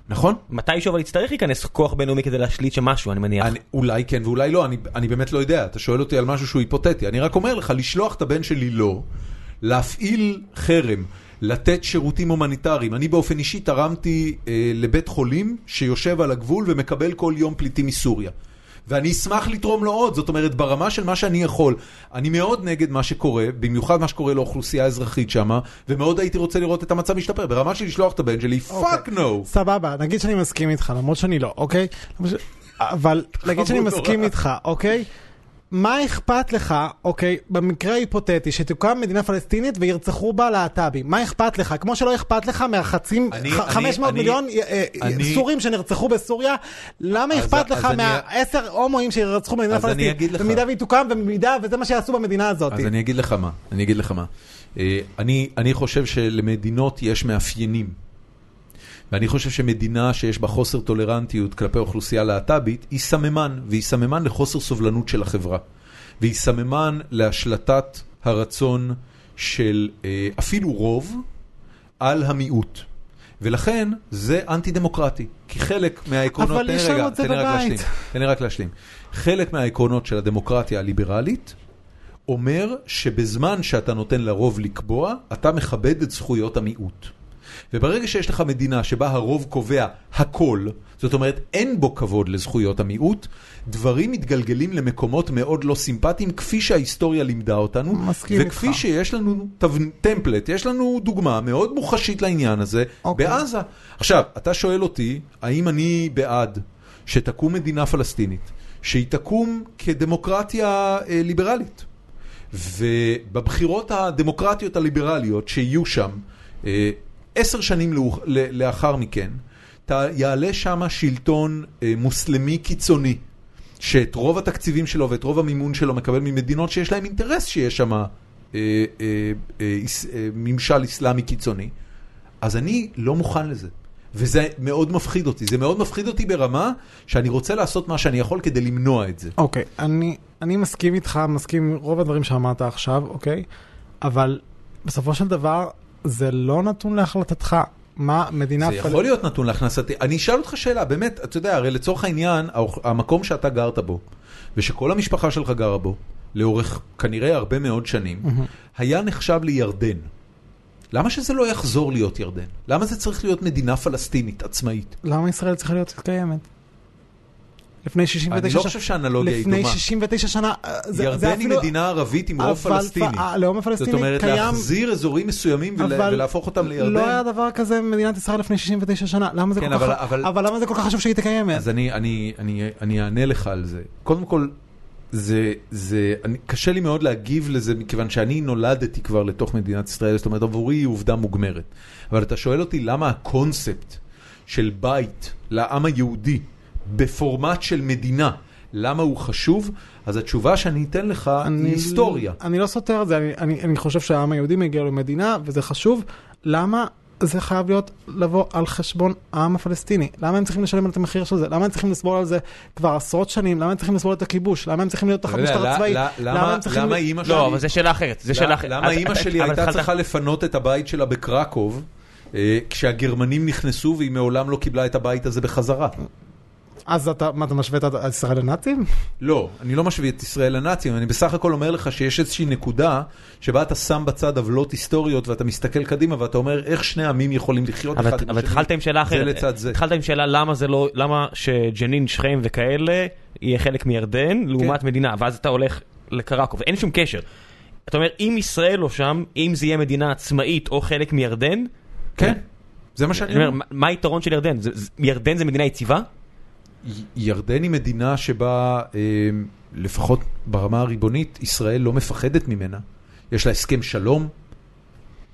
Speaker 1: נכון?
Speaker 4: מתישהו אבל יצטרך להיכנס כוח בינלאומי כדי להשליט שם משהו, אני מניח.
Speaker 1: אני, אולי כן ואולי לא, אני, אני באמת לא יודע, אתה שואל אותי על משהו שהוא היפותטי, אני רק אומר לך, לשלוח את הבן שלי לא, להפעיל חרם, לתת שירותים הומניטריים. אני באופן אישי תרמתי אה, לבית חולים שיושב על הגבול ומקבל כל יום פליטים מסוריה. ואני אשמח לתרום לו עוד, זאת אומרת, ברמה של מה שאני יכול. אני מאוד נגד מה שקורה, במיוחד מה שקורה לאוכלוסייה האזרחית שם, ומאוד הייתי רוצה לראות את המצב משתפר. ברמה של לשלוח את הבן שלי, פאק נו.
Speaker 3: סבבה, נגיד שאני מסכים איתך, למרות שאני לא, אוקיי? למרות ש- אבל נגיד שאני
Speaker 1: חמוד
Speaker 3: מסכים
Speaker 1: נורא.
Speaker 3: איתך, אוקיי? מה אכפת לך, אוקיי, במקרה ההיפותטי, שתוקם מדינה פלסטינית וירצחו בה להט"בים? מה אכפת לך? כמו שלא אכפת לך מהחצים,
Speaker 1: אני-
Speaker 3: ח-
Speaker 1: אני-
Speaker 3: 500
Speaker 1: אני-
Speaker 3: מיליון אה, אה,
Speaker 1: אני-
Speaker 3: סורים שנרצחו בסוריה, למה
Speaker 1: אז-
Speaker 3: אכפת
Speaker 1: אז
Speaker 3: לך
Speaker 1: אני-
Speaker 3: מהעשר הומואים שירצחו במדינה
Speaker 1: אז אני
Speaker 3: פלסטינית?
Speaker 1: אגיד לך.
Speaker 3: במידה והיא תוקם, ובמידה, וזה מה שיעשו במדינה הזאת.
Speaker 1: אז אני אגיד לך מה, אני אגיד לך מה. אה, אני, אני חושב שלמדינות יש מאפיינים. ואני חושב שמדינה שיש בה חוסר טולרנטיות כלפי אוכלוסייה להט"בית, היא סממן, והיא סממן לחוסר סובלנות של החברה. והיא סממן להשלטת הרצון של אה, אפילו רוב על המיעוט. ולכן זה אנטי דמוקרטי, כי חלק מהעקרונות,
Speaker 3: אבל
Speaker 1: תן לי
Speaker 3: יש לנו
Speaker 1: רגע,
Speaker 3: את זה
Speaker 1: תן לי רק
Speaker 3: בבית.
Speaker 1: להשלים, תן לי רק להשלים. חלק מהעקרונות של הדמוקרטיה הליברלית אומר שבזמן שאתה נותן לרוב לקבוע, אתה מכבד את זכויות המיעוט. וברגע שיש לך מדינה שבה הרוב קובע הכל, זאת אומרת אין בו כבוד לזכויות המיעוט, דברים מתגלגלים למקומות מאוד לא סימפטיים, כפי שההיסטוריה לימדה אותנו.
Speaker 3: מסכים
Speaker 1: וכפי
Speaker 3: איתך.
Speaker 1: שיש לנו תו... טמפלט, יש לנו דוגמה מאוד מוחשית לעניין הזה
Speaker 3: אוקיי.
Speaker 1: אוקיי. בעזה. עכשיו, אתה שואל אותי, האם אני בעד שתקום מדינה פלסטינית, שהיא תקום כדמוקרטיה אה, ליברלית? ובבחירות הדמוקרטיות הליברליות שיהיו שם, אה, עשר שנים לאוח- ל- לאחר מכן, ת- יעלה שם שלטון אה, מוסלמי קיצוני, שאת רוב התקציבים שלו ואת רוב המימון שלו מקבל ממדינות שיש להם אינטרס שיש שם אה, אה, אה, איס- אה, ממשל איסלאמי קיצוני. אז אני לא מוכן לזה. וזה מאוד מפחיד אותי, זה מאוד מפחיד אותי ברמה שאני רוצה לעשות מה שאני יכול כדי למנוע את זה.
Speaker 3: אוקיי, אני, אני מסכים איתך, מסכים עם רוב הדברים שאמרת עכשיו, אוקיי? אבל בסופו של דבר, זה לא נתון להחלטתך. מה מדינה...
Speaker 1: זה יכול להיות נתון להכנסתי. אני אשאל אותך שאלה, באמת, אתה יודע, הרי לצורך העניין, האוכ- המקום שאתה גרת בו, ושכל המשפחה שלך גרה בו, לאורך כנראה הרבה מאוד שנים, היה נחשב לירדן. למה שזה לא יחזור להיות ירדן? למה זה צריך להיות מדינה פלסטינית עצמאית?
Speaker 3: למה ישראל צריכה להיות קיימת? לפני 69
Speaker 1: אני לא חושב שהאנלוגיה היא
Speaker 3: לפני
Speaker 1: דומה.
Speaker 3: 69 שנה, אה, זה, זה
Speaker 1: ירדן היא
Speaker 3: אפילו...
Speaker 1: מדינה ערבית עם
Speaker 3: אבל
Speaker 1: רוב
Speaker 3: פ-
Speaker 1: פלסטיני.
Speaker 3: הלאום הפלסטיני
Speaker 1: זאת אומרת,
Speaker 3: קיים-
Speaker 1: להחזיר אזורים מסוימים ול-
Speaker 3: אבל
Speaker 1: ולהפוך אותם לירדן.
Speaker 3: לא היה דבר כזה במדינת ישראל לפני 69 שנה, למה זה,
Speaker 1: כן,
Speaker 3: כל,
Speaker 1: אבל-
Speaker 3: כך...
Speaker 1: אבל-
Speaker 3: אבל למה זה כל כך חשוב שהיא תקיימת?
Speaker 1: אז אני, אני, אני, אני אענה לך על זה. קודם כל, זה, זה, אני, קשה לי מאוד להגיב לזה, מכיוון שאני נולדתי כבר לתוך מדינת ישראל, זאת אומרת, עבורי היא עובדה מוגמרת. אבל אתה שואל אותי למה הקונספט של בית לעם היהודי בפורמט של מדינה, למה הוא חשוב? אז התשובה שאני אתן לך
Speaker 3: אני-
Speaker 1: היא היסטוריה.
Speaker 3: אני לא סותר את זה, אני, אני, אני חושב שהעם היהודי מגיע למדינה, וזה חשוב. למה זה חייב להיות לבוא על חשבון העם הפלסטיני? למה הם צריכים לשלם את המחיר של זה? למה הם צריכים לסבול על זה כבר עשרות שנים? למה הם צריכים לסבול את הכיבוש? למה הם צריכים להיות תחת
Speaker 1: אתה יודע,
Speaker 3: משטר
Speaker 1: ל-
Speaker 3: צבאי?
Speaker 1: ל- למה-
Speaker 3: הם צריכים...
Speaker 1: למה אימא שלי...
Speaker 4: לא, אבל זו שאלה אחרת, זו שאלה אחרת.
Speaker 1: למה
Speaker 4: אז-
Speaker 1: אימא
Speaker 4: אבל
Speaker 1: שלי הייתה
Speaker 4: התחלת-
Speaker 1: צריכה לפנות את הבית שלה בקרקוב אה, כשהגרמנים נכנסו והיא מעולם לא קיבלה את הבית הזה בחזרה?
Speaker 3: אז אתה, מה, אתה משווה את ישראל לנאצים?
Speaker 1: לא, אני לא משווה את ישראל לנאצים, אני בסך הכל אומר לך שיש איזושהי נקודה שבה אתה שם בצד עוולות היסטוריות ואתה מסתכל קדימה ואתה אומר איך שני עמים יכולים לחיות
Speaker 4: אבל-
Speaker 1: אחד עם
Speaker 4: אבל
Speaker 1: השני,
Speaker 4: התחלת עם שאלה אחרת.
Speaker 1: זה לצד זה.
Speaker 4: התחלת עם שאלה למה זה לא, למה שג'נין, שכם וכאלה יהיה חלק מירדן
Speaker 1: כן.
Speaker 4: לעומת מדינה, ואז אתה הולך לקרקוב, אין שום קשר. אתה אומר, אם ישראל לא שם, אם זה יהיה מדינה עצמאית או חלק מירדן,
Speaker 1: כן, זה מה שאני
Speaker 4: אני אומר,
Speaker 1: אומר.
Speaker 4: מה- מה היתרון של ירדן? זה- זה- ירדן זה מדינה יציבה?
Speaker 1: י- ירדן היא מדינה שבה, אה, לפחות ברמה הריבונית, ישראל לא מפחדת ממנה. יש לה הסכם שלום,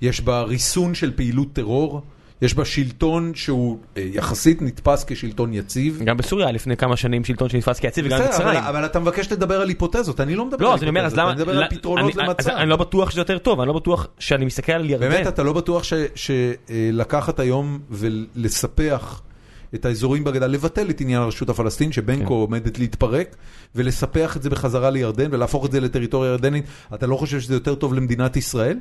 Speaker 1: יש בה ריסון של פעילות טרור, יש בה שלטון שהוא אה, יחסית נתפס כשלטון יציב.
Speaker 4: גם בסוריה היה לפני כמה שנים שלטון שנתפס כיציב, וגם
Speaker 1: בסדר, אבל,
Speaker 4: במצרים.
Speaker 1: אבל אתה מבקש לדבר על היפותזות, אני לא מדבר
Speaker 4: לא,
Speaker 1: על
Speaker 4: אז אני אומר, אז
Speaker 1: היפותזות,
Speaker 4: למה...
Speaker 1: אני מדבר
Speaker 4: לא-
Speaker 1: על פתרונות
Speaker 4: אני-
Speaker 1: למצב.
Speaker 4: אז אני לא בטוח שזה יותר טוב, אני לא בטוח שאני מסתכל על ירדן.
Speaker 1: באמת, אתה לא בטוח שלקחת היום ולספח את האזורים בגדה, לבטל את עניין הרשות הפלסטינית,
Speaker 4: כן.
Speaker 1: שבנקו עומדת להתפרק, ולספח את זה בחזרה לירדן ולהפוך את זה לטריטוריה ירדנית, אתה לא חושב שזה יותר טוב למדינת ישראל?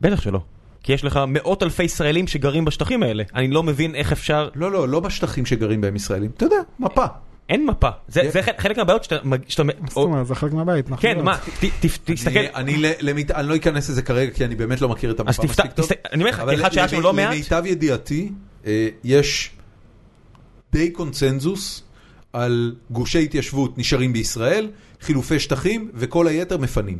Speaker 4: בטח שלא. כי יש לך מאות אלפי ישראלים שגרים בשטחים האלה. אני לא מבין איך אפשר...
Speaker 1: לא, לא, לא בשטחים שגרים בהם ישראלים, אתה יודע, מפה.
Speaker 4: אין מפה. זה זה חלק- חלק מהבעיות שאתה... מג- שאתה-
Speaker 3: מה זאת
Speaker 4: או-
Speaker 3: אומרת, זה חלק מהבית, נכון?
Speaker 4: כן, מה, ת- ת- תסתכל.
Speaker 1: לא. אני- אני ל- למית- אני לא אכנס לזה כרגע, כי אני באמת לא מכיר את המפה
Speaker 4: אז תפתח-
Speaker 1: מספיק טוב.
Speaker 4: תסתכל- אני אומר לך,
Speaker 1: אבל
Speaker 4: כאחד שהיה
Speaker 1: למי-
Speaker 4: שם לא מעט-
Speaker 1: למיטב ידיעתי, אה, יש די קונצנזוס על גושי התיישבות נשארים בישראל, חילופי שטחים, וכל היתר מפנים.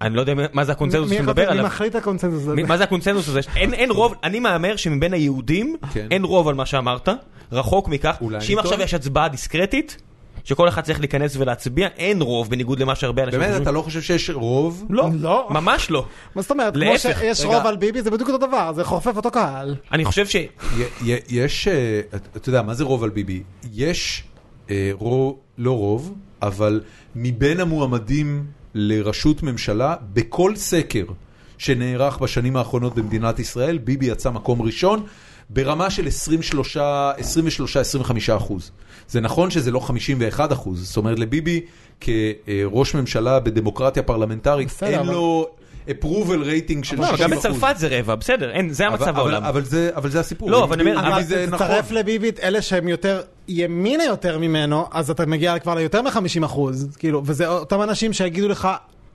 Speaker 4: אני לא יודע מה- מה זה הקונצנזוס
Speaker 3: מי-
Speaker 4: שאתה
Speaker 3: מי
Speaker 4: מדבר
Speaker 3: החלטה-
Speaker 4: עליו.
Speaker 3: מי מחליט הקונצנזוס הזה?
Speaker 4: מי- מה זה הקונצנזוס הזה? אין אין רוב, אני מהמר שמבין היהודים
Speaker 1: כן.
Speaker 4: אין רוב על מה שאמרת, רחוק מכך,
Speaker 1: אולי אני
Speaker 4: שאם
Speaker 1: טועה.
Speaker 4: עכשיו יש הצבעה דיסקרטית, שכל אחד צריך להיכנס ולהצביע, אין רוב בניגוד למה שהרבה אנשים
Speaker 1: באמת, אתה לא חושב שיש רוב?
Speaker 4: לא,
Speaker 3: לא.
Speaker 4: ממש לא.
Speaker 3: מה זאת אומרת? כמו
Speaker 4: להפך,
Speaker 3: שיש
Speaker 1: רגע.
Speaker 3: רוב על ביבי, זה בדיוק אותו דבר, זה חופף אותו קהל.
Speaker 4: אני חושב ש...
Speaker 1: י- י- יש, אה, את- אתה יודע, מה זה רוב על ביבי? יש אה, רו- לא רוב, אבל מבין המועמדים לראשות ממשלה, בכל סקר שנערך בשנים האחרונות במדינת ישראל, ביבי יצא מקום ראשון. ברמה של 23, 23-25 אחוז. זה נכון שזה לא 51 אחוז, זאת אומרת לביבי כראש ממשלה בדמוקרטיה פרלמנטרית,
Speaker 3: בסדר,
Speaker 1: אין
Speaker 3: אבל-
Speaker 1: לו approval רייטינג של 60
Speaker 4: לא,
Speaker 1: אחוז.
Speaker 4: גם בצרפת זה רבע, בסדר, אין, זה
Speaker 1: אבל-
Speaker 4: המצב
Speaker 1: אבל-
Speaker 4: בעולם.
Speaker 1: אבל זה- אבל זה הסיפור.
Speaker 4: לא, אבל אני אומר,
Speaker 1: ביבי
Speaker 4: אבל
Speaker 1: זה נכון.
Speaker 3: תצרף לביבי את אלה שהם יותר ימינה יותר ממנו, אז אתה מגיע כבר ליותר מ-50 אחוז, כאילו, וזה אותם אנשים שיגידו לך,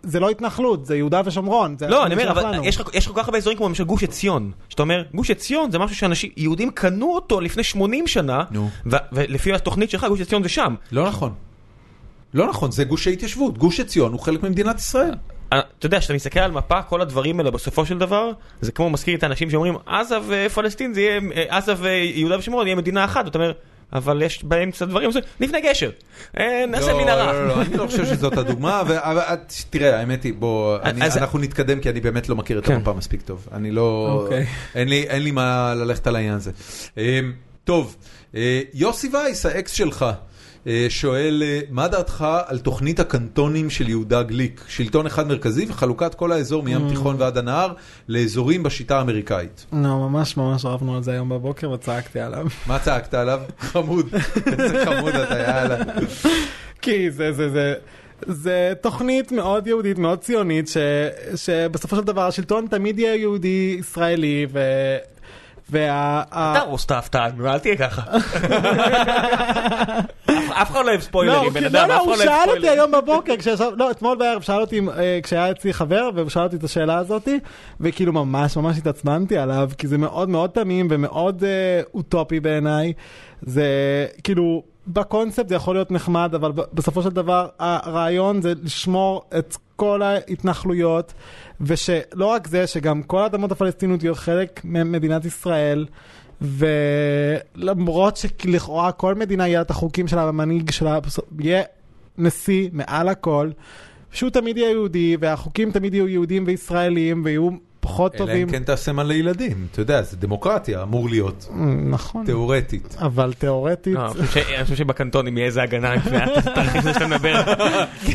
Speaker 3: זה לא התנחלות, זה יהודה ושומרון. זה
Speaker 4: לא,
Speaker 3: מה
Speaker 4: אני אומר,
Speaker 3: ששייך
Speaker 4: אבל
Speaker 3: לנו."
Speaker 4: יש לך- יש לך כל כך הרבה אזורים כמו למשל גוש עציון, שאתה אומר, גוש עציון זה משהו שאנשים, יהודים קנו אותו לפני 80 שנה,
Speaker 1: נו.
Speaker 4: ו- ולפי התוכנית שלך גוש עציון זה שם.
Speaker 1: לא נכון. לא נכון, זה גושי התיישבות. גוש עציון הוא חלק ממדינת ישראל.
Speaker 4: אה, אתה יודע, כשאתה מסתכל על מפה, כל הדברים האלה בסופו של דבר, זה כמו מזכיר את האנשים שאומרים, עזה ופלסטין זה יהיה, אה, עזה ויהודה ושומרון יהיה מדינה אחת, אתה אומר, אבל יש באמצע דברים, זה- נבנה גשר, אה, נעשה מנהרה.
Speaker 1: לא, לא, לא, אני לא חושב שזאת הדוגמה, ו- אבל את- תראה, האמת היא, בוא, אני-
Speaker 4: אז-
Speaker 1: אנחנו נתקדם, כי אני באמת לא מכיר את
Speaker 4: כן.
Speaker 1: המפה מספיק טוב. אני לא...
Speaker 3: אוקיי.
Speaker 1: אין לי- אין לי מה ללכת על העניין הזה. אמ, טוב, אה, יוסי וייס, האקס שלך. אה, שואל, אה, מה דעתך על תוכנית הקנטונים של יהודה גליק? שלטון אחד מרכזי וחלוקת כל האזור
Speaker 4: Mm.
Speaker 1: מים תיכון ועד הנהר לאזורים בשיטה האמריקאית.
Speaker 3: לא, ממש ממש רבנו על זה היום בבוקר וצעקתי עליו.
Speaker 1: מה צעקת עליו? חמוד, איזה חמוד אתה, יאללה.
Speaker 3: כי זה זה זה זה תוכנית מאוד יהודית מאוד ציונית ש, שבסופו של דבר השלטון תמיד יהיה יהודי ישראלי ו... וה...
Speaker 4: אתה
Speaker 3: ה-
Speaker 4: הרוס את ההפתעה, נו, אל תהיה ככה. אף- אף אחד לא אוהב ספוילרים,
Speaker 3: הוא-
Speaker 4: בן אדם,
Speaker 3: לא,
Speaker 4: אף
Speaker 3: הוא
Speaker 4: אחד לא אוהב
Speaker 3: שאל אותי
Speaker 4: ספוילרים.
Speaker 3: היום בבוקר, כשישב, לא, אתמול בערב שאל אותי, אה, כשהיה אצלי חבר, והוא שאל אותי את השאלה הזאתי, וכאילו ממש ממש התעצבנתי עליו, כי זה מאוד מאוד תמים ומאוד אה, אוטופי בעיניי. זה כאילו, בקונספט זה יכול להיות נחמד, אבל ב- בסופו של דבר הרעיון זה לשמור את כל ההתנחלויות, ושלא רק זה, שגם כל האדמות הפלסטיניות יהיו חלק ממדינת ישראל. ולמרות שלכאורה כל מדינה יהיה לה את החוקים שלה והמנהיג שלה, בסוף- יהיה נשיא מעל הכל, שהוא תמיד יהיה יהודי, והחוקים תמיד יהיו יהודים וישראלים, ויהיו פחות
Speaker 1: אלא
Speaker 3: טובים.
Speaker 1: אם כן תעשה מה לילדים, אתה יודע, זה דמוקרטיה, אמור להיות,
Speaker 3: מ, נכון,
Speaker 1: תיאורטית.
Speaker 3: אבל תיאורטית,
Speaker 4: לא, אני חושב ש- אני חושב שבקנטונים יהיה איזה הגנה לפני התרחיש הזה שאתה מדבר.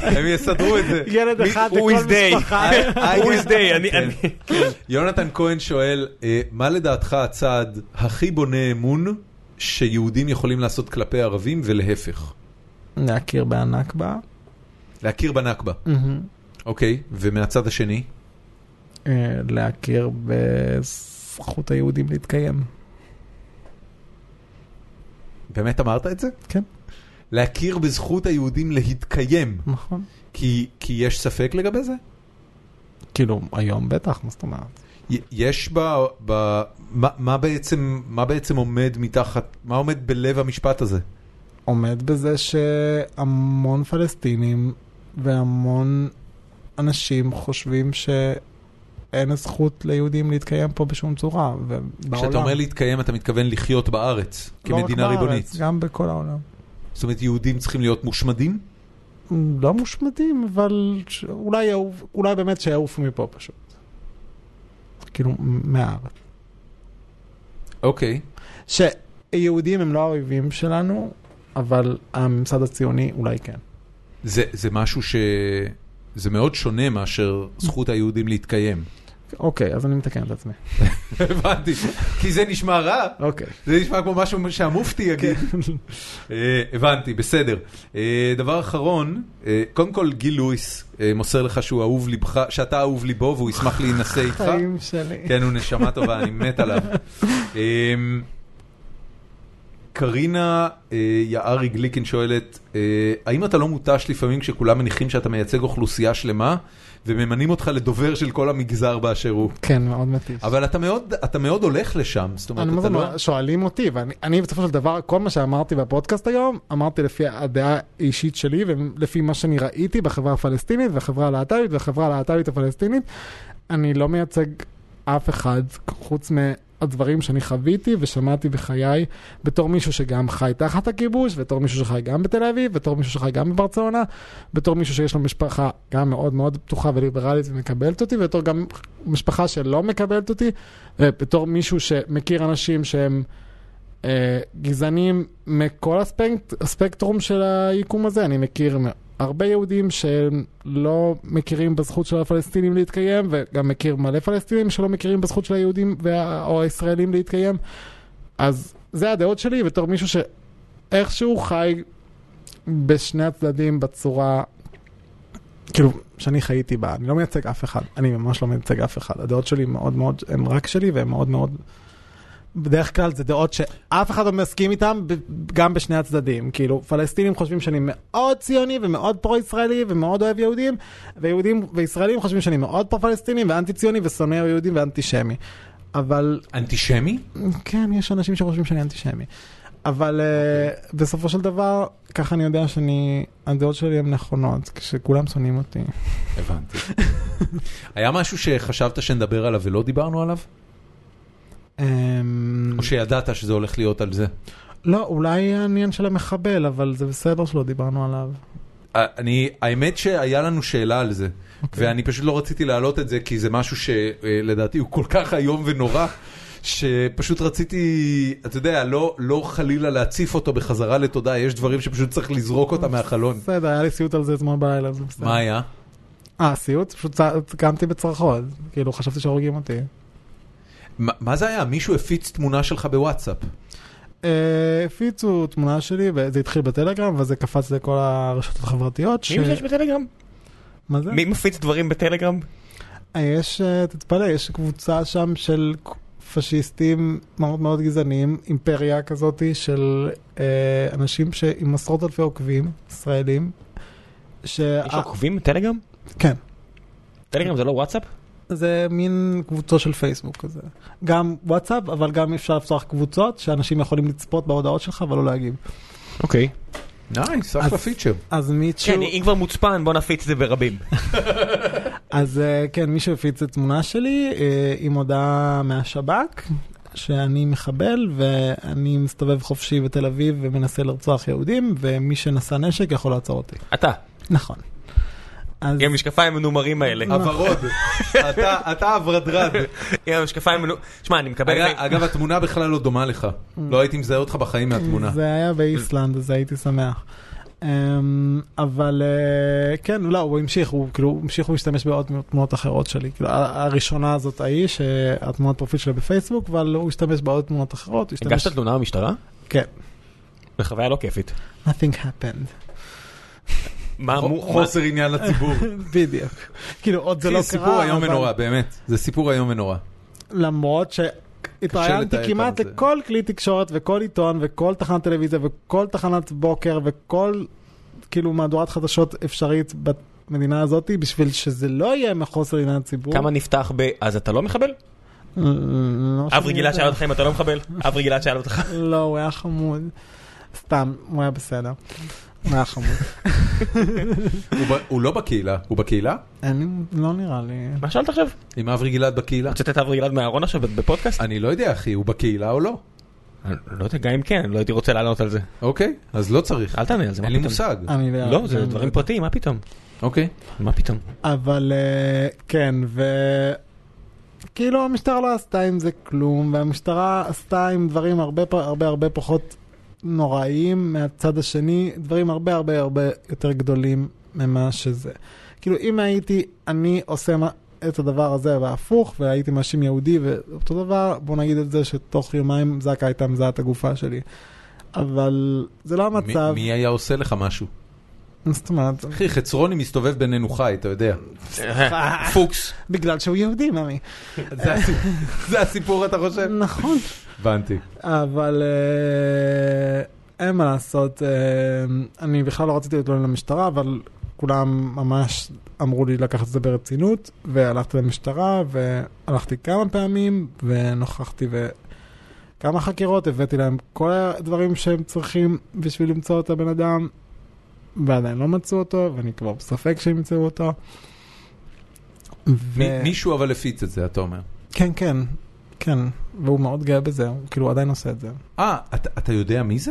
Speaker 1: הם יסדרו את זה.
Speaker 3: ילד
Speaker 1: מי-
Speaker 3: אחד
Speaker 4: who
Speaker 3: לכל
Speaker 4: is they?
Speaker 3: משפחה.
Speaker 1: I- I
Speaker 4: Who is
Speaker 1: guess-
Speaker 4: they? אני-
Speaker 1: כן,
Speaker 4: אני-
Speaker 1: כן. יונתן כהן שואל, אה, מה לדעתך הצעד הכי בונה אמון שיהודים יכולים לעשות כלפי ערבים ולהפך?
Speaker 3: להכיר בהנכבה.
Speaker 1: להכיר בנכבה,
Speaker 3: מהמם.
Speaker 1: אוקיי, ומהצד השני?
Speaker 3: אה, להכיר בזכות היהודים להתקיים.
Speaker 1: באמת אמרת את זה?
Speaker 3: כן.
Speaker 1: להכיר בזכות היהודים להתקיים,
Speaker 3: נכון.
Speaker 1: כי כי יש ספק לגבי זה?
Speaker 3: כאילו, היום בטח, מה זאת אומרת?
Speaker 1: י- יש ב... ב מה, מה, בעצם, מה בעצם עומד מתחת, מה עומד בלב המשפט הזה?
Speaker 3: עומד בזה שהמון פלסטינים והמון אנשים חושבים שאין זכות ליהודים להתקיים פה בשום צורה, ובעולם.
Speaker 1: כשאתה אומר להתקיים אתה מתכוון לחיות בארץ,
Speaker 3: לא רק
Speaker 1: כמדינה
Speaker 3: בארץ,
Speaker 1: ריבונית.
Speaker 3: גם בכל העולם.
Speaker 1: זאת אומרת יהודים צריכים להיות מושמדים?
Speaker 3: לא מושמדים, אבל ש- אולי, יעוף, אולי באמת שיעופו מפה פשוט. כאילו, מ- מהארץ.
Speaker 1: אוקיי.
Speaker 3: שיהודים הם לא האויבים שלנו, אבל הממסד הציוני אולי כן.
Speaker 1: זה, זה משהו ש... זה מאוד שונה מאשר זכות היהודים להתקיים.
Speaker 3: אוקיי, אז אני מתקן את עצמי.
Speaker 1: הבנתי, כי זה נשמע רע,
Speaker 3: אוקיי.
Speaker 1: זה נשמע כמו משהו שהמופתי יגיד.
Speaker 3: כן.
Speaker 1: אה, הבנתי, בסדר. אה, דבר אחרון, אה, קודם כל גיל לואיס אה, מוסר לך שהוא אהוב ליבך, שאתה אהוב ליבו והוא ישמח להינשא איתך.
Speaker 3: חיים שלי.
Speaker 1: כן, הוא נשמה טובה, אני מת עליו. אמ, קרינה אה, יערי גליקין שואלת, אה, האם אתה לא מותש לפעמים כשכולם מניחים שאתה מייצג אוכלוסייה שלמה וממנים אותך לדובר של כל המגזר באשר הוא?
Speaker 3: כן, מאוד מתיש.
Speaker 1: אבל אתה מאוד, אתה מאוד הולך לשם, זאת
Speaker 3: אני
Speaker 1: אומרת,
Speaker 3: מה
Speaker 1: אתה
Speaker 3: זה
Speaker 1: לא...
Speaker 3: אומר, שואלים אותי, ואני אני בסופו של דבר, כל מה שאמרתי בפודקאסט היום, אמרתי לפי הדעה האישית שלי, ולפי מה שאני ראיתי בחברה הפלסטינית, והחברה הלהט"בית, והחברה הלהט"בית הפלסטינית. אני לא מייצג אף אחד, חוץ מהדברים שאני חוויתי ושמעתי בחיי, בתור מישהו שגם חי תחת הכיבוש, בתור מישהו שחי גם בתל אביב, בתור מישהו שחי גם בברצלונה, בתור מישהו שיש לו משפחה גם מאוד מאוד פתוחה וליברלית ומקבלת אותי, ובתור גם משפחה שלא מקבלת אותי, אה, בתור מישהו שמכיר אנשים שהם אה, גזענים מכל הספקט, הספקטרום של היקום הזה. אני מכיר מ- הרבה יהודים שלא מכירים בזכות של הפלסטינים להתקיים, וגם מכיר מלא פלסטינים שלא מכירים בזכות של היהודים וה, או הישראלים להתקיים. אז זה הדעות שלי בתור מישהו שאיכשהו חי בשני הצדדים בצורה... כאילו, שאני חייתי בה, אני לא מייצג אף אחד, אני ממש לא מייצג אף אחד. הדעות שלי מאוד מאוד, הן רק שלי והן מאוד מאוד... בדרך כלל זה דעות שאף אחד לא מסכים איתן, ב- גם בשני הצדדים. כאילו, פלסטינים חושבים שאני מאוד ציוני ומאוד פרו-ישראלי ומאוד אוהב יהודים, ויהודים וישראלים חושבים שאני מאוד פרו-פלסטיני ואנטי-ציוני ושונא יהודים ואנטישמי. אבל
Speaker 1: אנטישמי?
Speaker 3: כן, יש אנשים שחושבים שאני אנטישמי. אבל uh, בסופו של דבר, ככה אני יודע שאני, הדעות שלי הן נכונות, כשכולם שונאים אותי.
Speaker 1: הבנתי. היה משהו שחשבת שנדבר עליו ולא דיברנו עליו?
Speaker 3: Um,
Speaker 1: או שידעת שזה הולך להיות על זה?
Speaker 3: לא, אולי העניין של המחבל, אבל זה בסדר שלא דיברנו עליו.
Speaker 1: אני, האמת שהיה לנו שאלה על זה, okay. ואני פשוט לא רציתי להעלות את זה, כי זה משהו שלדעתי הוא כל כך איום ונורא, שפשוט רציתי, אתה יודע, לא, לא חלילה להציף אותו בחזרה לתודעה, יש דברים שפשוט צריך לזרוק אותם מהחלון.
Speaker 3: בסדר, היה לי סיוט על זה אתמול בלילה, זה בסדר.
Speaker 1: מה היה?
Speaker 3: אה, סיוט? פשוט צ- קמתי בצרחות. כאילו, חשבתי שהורגים אותי.
Speaker 1: מה, מה זה היה? מישהו הפיץ תמונה שלך בוואטסאפ.
Speaker 3: אה, הפיצו תמונה שלי, וזה התחיל בטלגרם, וזה קפץ לכל הרשתות החברתיות. ש-
Speaker 4: מי משתמש בטלגרם?
Speaker 3: מה זה?
Speaker 4: מי מפיץ דברים בטלגרם?
Speaker 3: אה, יש, אה, תתפלא, יש קבוצה שם של פשיסטים מאוד מאוד גזענים, אימפריה כזאת של אה, אנשים ש- עם עשרות אלפי עוקבים, ישראלים. ש...
Speaker 4: יש
Speaker 3: אה,
Speaker 4: עוקבים בטלגרם?
Speaker 3: כן.
Speaker 4: טלגרם זה לא וואטסאפ?
Speaker 3: זה מין קבוצות של פייסבוק כזה. גם וואטסאפ, אבל גם אפשר לפתוח קבוצות שאנשים יכולים לצפות בהודעות שלך אבל לא להגיב.
Speaker 4: אוקיי.
Speaker 1: נייס,
Speaker 3: אחלה
Speaker 1: אחלה פיצ'ר.
Speaker 3: אז מישהו,
Speaker 4: כן, אם כבר מוצפן, בוא נפיץ את זה ברבים.
Speaker 3: אז אה, כן, מישהו הפיץ את תמונה שלי אה, עם הודעה מהשב"כ, שאני מחבל ואני מסתובב חופשי בתל אביב ומנסה לרצוח יהודים, ומי שנשא נשק יכול לעצור אותי.
Speaker 4: אתה,
Speaker 3: נכון. אז
Speaker 4: עם המשקפיים המנומרים האלה.
Speaker 1: הוורוד, נכון. אתה, אתה הוורדרד.
Speaker 4: עם המשקפיים המנו... שמע, אני מקבל...
Speaker 1: אגב, אגב, התמונה בכלל לא דומה לך. לא הייתי מזהה אותך בחיים מהתמונה.
Speaker 3: זה היה באיסלנד, אז הייתי שמח. אמ, אבל אה, כן, לא, הוא המשיך, הוא כאילו המשיך להשתמש בעוד תמונות אחרות שלי. כאילו, ה- הראשונה הזאת ההיא, שהתמונת פרופיל שלה בפייסבוק, אבל הוא השתמש בעוד תמונות אחרות. הוא השתמש-
Speaker 4: הגשת תלונה במשטרה?
Speaker 3: כן.
Speaker 4: זו חוויה לא כיפית.
Speaker 3: nothing happened. לא
Speaker 4: מה אמרו?
Speaker 1: חוסר עניין לציבור.
Speaker 3: בדיוק. כאילו, עוד זה לא
Speaker 1: זה
Speaker 3: קרה.
Speaker 1: סיפור איום
Speaker 3: אבל-
Speaker 1: ונורא, באמת. זה סיפור איום ונורא.
Speaker 3: למרות שהתראיינתי
Speaker 1: לתאר את
Speaker 3: כמעט
Speaker 1: זה.
Speaker 3: לכל כלי תקשורת וכל עיתון וכל תחנת טלוויזיה וכל תחנת בוקר וכל כאילו מהדורת חדשות אפשרית במדינה הזאת בשביל שזה לא יהיה מחוסר עניין הציבור.
Speaker 4: כמה נפתח ב... אז אתה לא מחבל?
Speaker 3: אה, לא
Speaker 4: אברי
Speaker 3: שאני
Speaker 4: גלעד
Speaker 3: יודע.
Speaker 4: שאל אותך אם אתה לא מחבל? אברי גלעד שאל אותך.
Speaker 3: לא, הוא היה חמוד. סתם, הוא היה בסדר. הוא היה חמוד.
Speaker 1: הוא ב- הוא לא בקהילה, הוא בקהילה?
Speaker 3: אין לי- לא נראה לי.
Speaker 4: מה שאלת עכשיו?
Speaker 1: עם אברי גלעד בקהילה?
Speaker 4: הוצאת את אברי גלעד מהארון עכשיו בפודקאסט?
Speaker 1: אני לא יודע אחי, הוא בקהילה או לא?
Speaker 4: אני לא יודע, גם אם כן, לא הייתי רוצה לענות על זה.
Speaker 1: אוקיי, אז לא צריך.
Speaker 4: אל תענה על אה, זה, מה
Speaker 1: אין לי
Speaker 4: פתאום?
Speaker 1: מושג.
Speaker 3: אני לא-
Speaker 4: לא, זה
Speaker 3: אני-
Speaker 4: דברים פרטיים, מה פתאום?
Speaker 1: אוקיי.
Speaker 4: מה פתאום?
Speaker 3: אבל אה, כן, ו... כאילו המשטרה לא עשתה עם זה כלום, והמשטרה עשתה עם דברים הרבה פ- הרבה הרבה פחות נוראיים מהצד השני, דברים הרבה הרבה הרבה יותר גדולים ממה שזה. כאילו אם הייתי אני עושה מה- את הדבר הזה והפוך, והייתי מאשים יהודי ואותו דבר, בוא נגיד את זה שתוך יומיים זקה הייתה מזהה את הגופה שלי. אבל זה לא המצב.
Speaker 1: מי- מי היה עושה לך משהו?
Speaker 3: זאת אומרת,
Speaker 1: אחי, חצרוני מסתובב בינינו חי, אתה יודע. אה.
Speaker 4: פוקס.
Speaker 3: בגלל שהוא יהודי, ממי.
Speaker 1: זה הסיפור- זה הסיפור, אתה חושב?
Speaker 3: נכון.
Speaker 1: הבנתי.
Speaker 3: אבל אה, אין מה לעשות, אה, אני בכלל לא רציתי להתלונן למשטרה, אבל כולם ממש אמרו לי לקחת את זה ברצינות, והלכתי למשטרה, והלכתי כמה פעמים, ונוכחתי בכמה חקירות, הבאתי להם כל הדברים שהם צריכים בשביל למצוא את הבן אדם, ועדיין לא מצאו אותו, ואני כבר בספק שהם ימצאו אותו. ו-
Speaker 4: אה.
Speaker 1: מי- מישהו אבל הפיץ את זה, אתה אומר.
Speaker 3: כן, כן, כן, והוא מאוד גאה בזה, הוא כאילו עדיין עושה את זה.
Speaker 1: אה, אתה אתה יודע מי זה?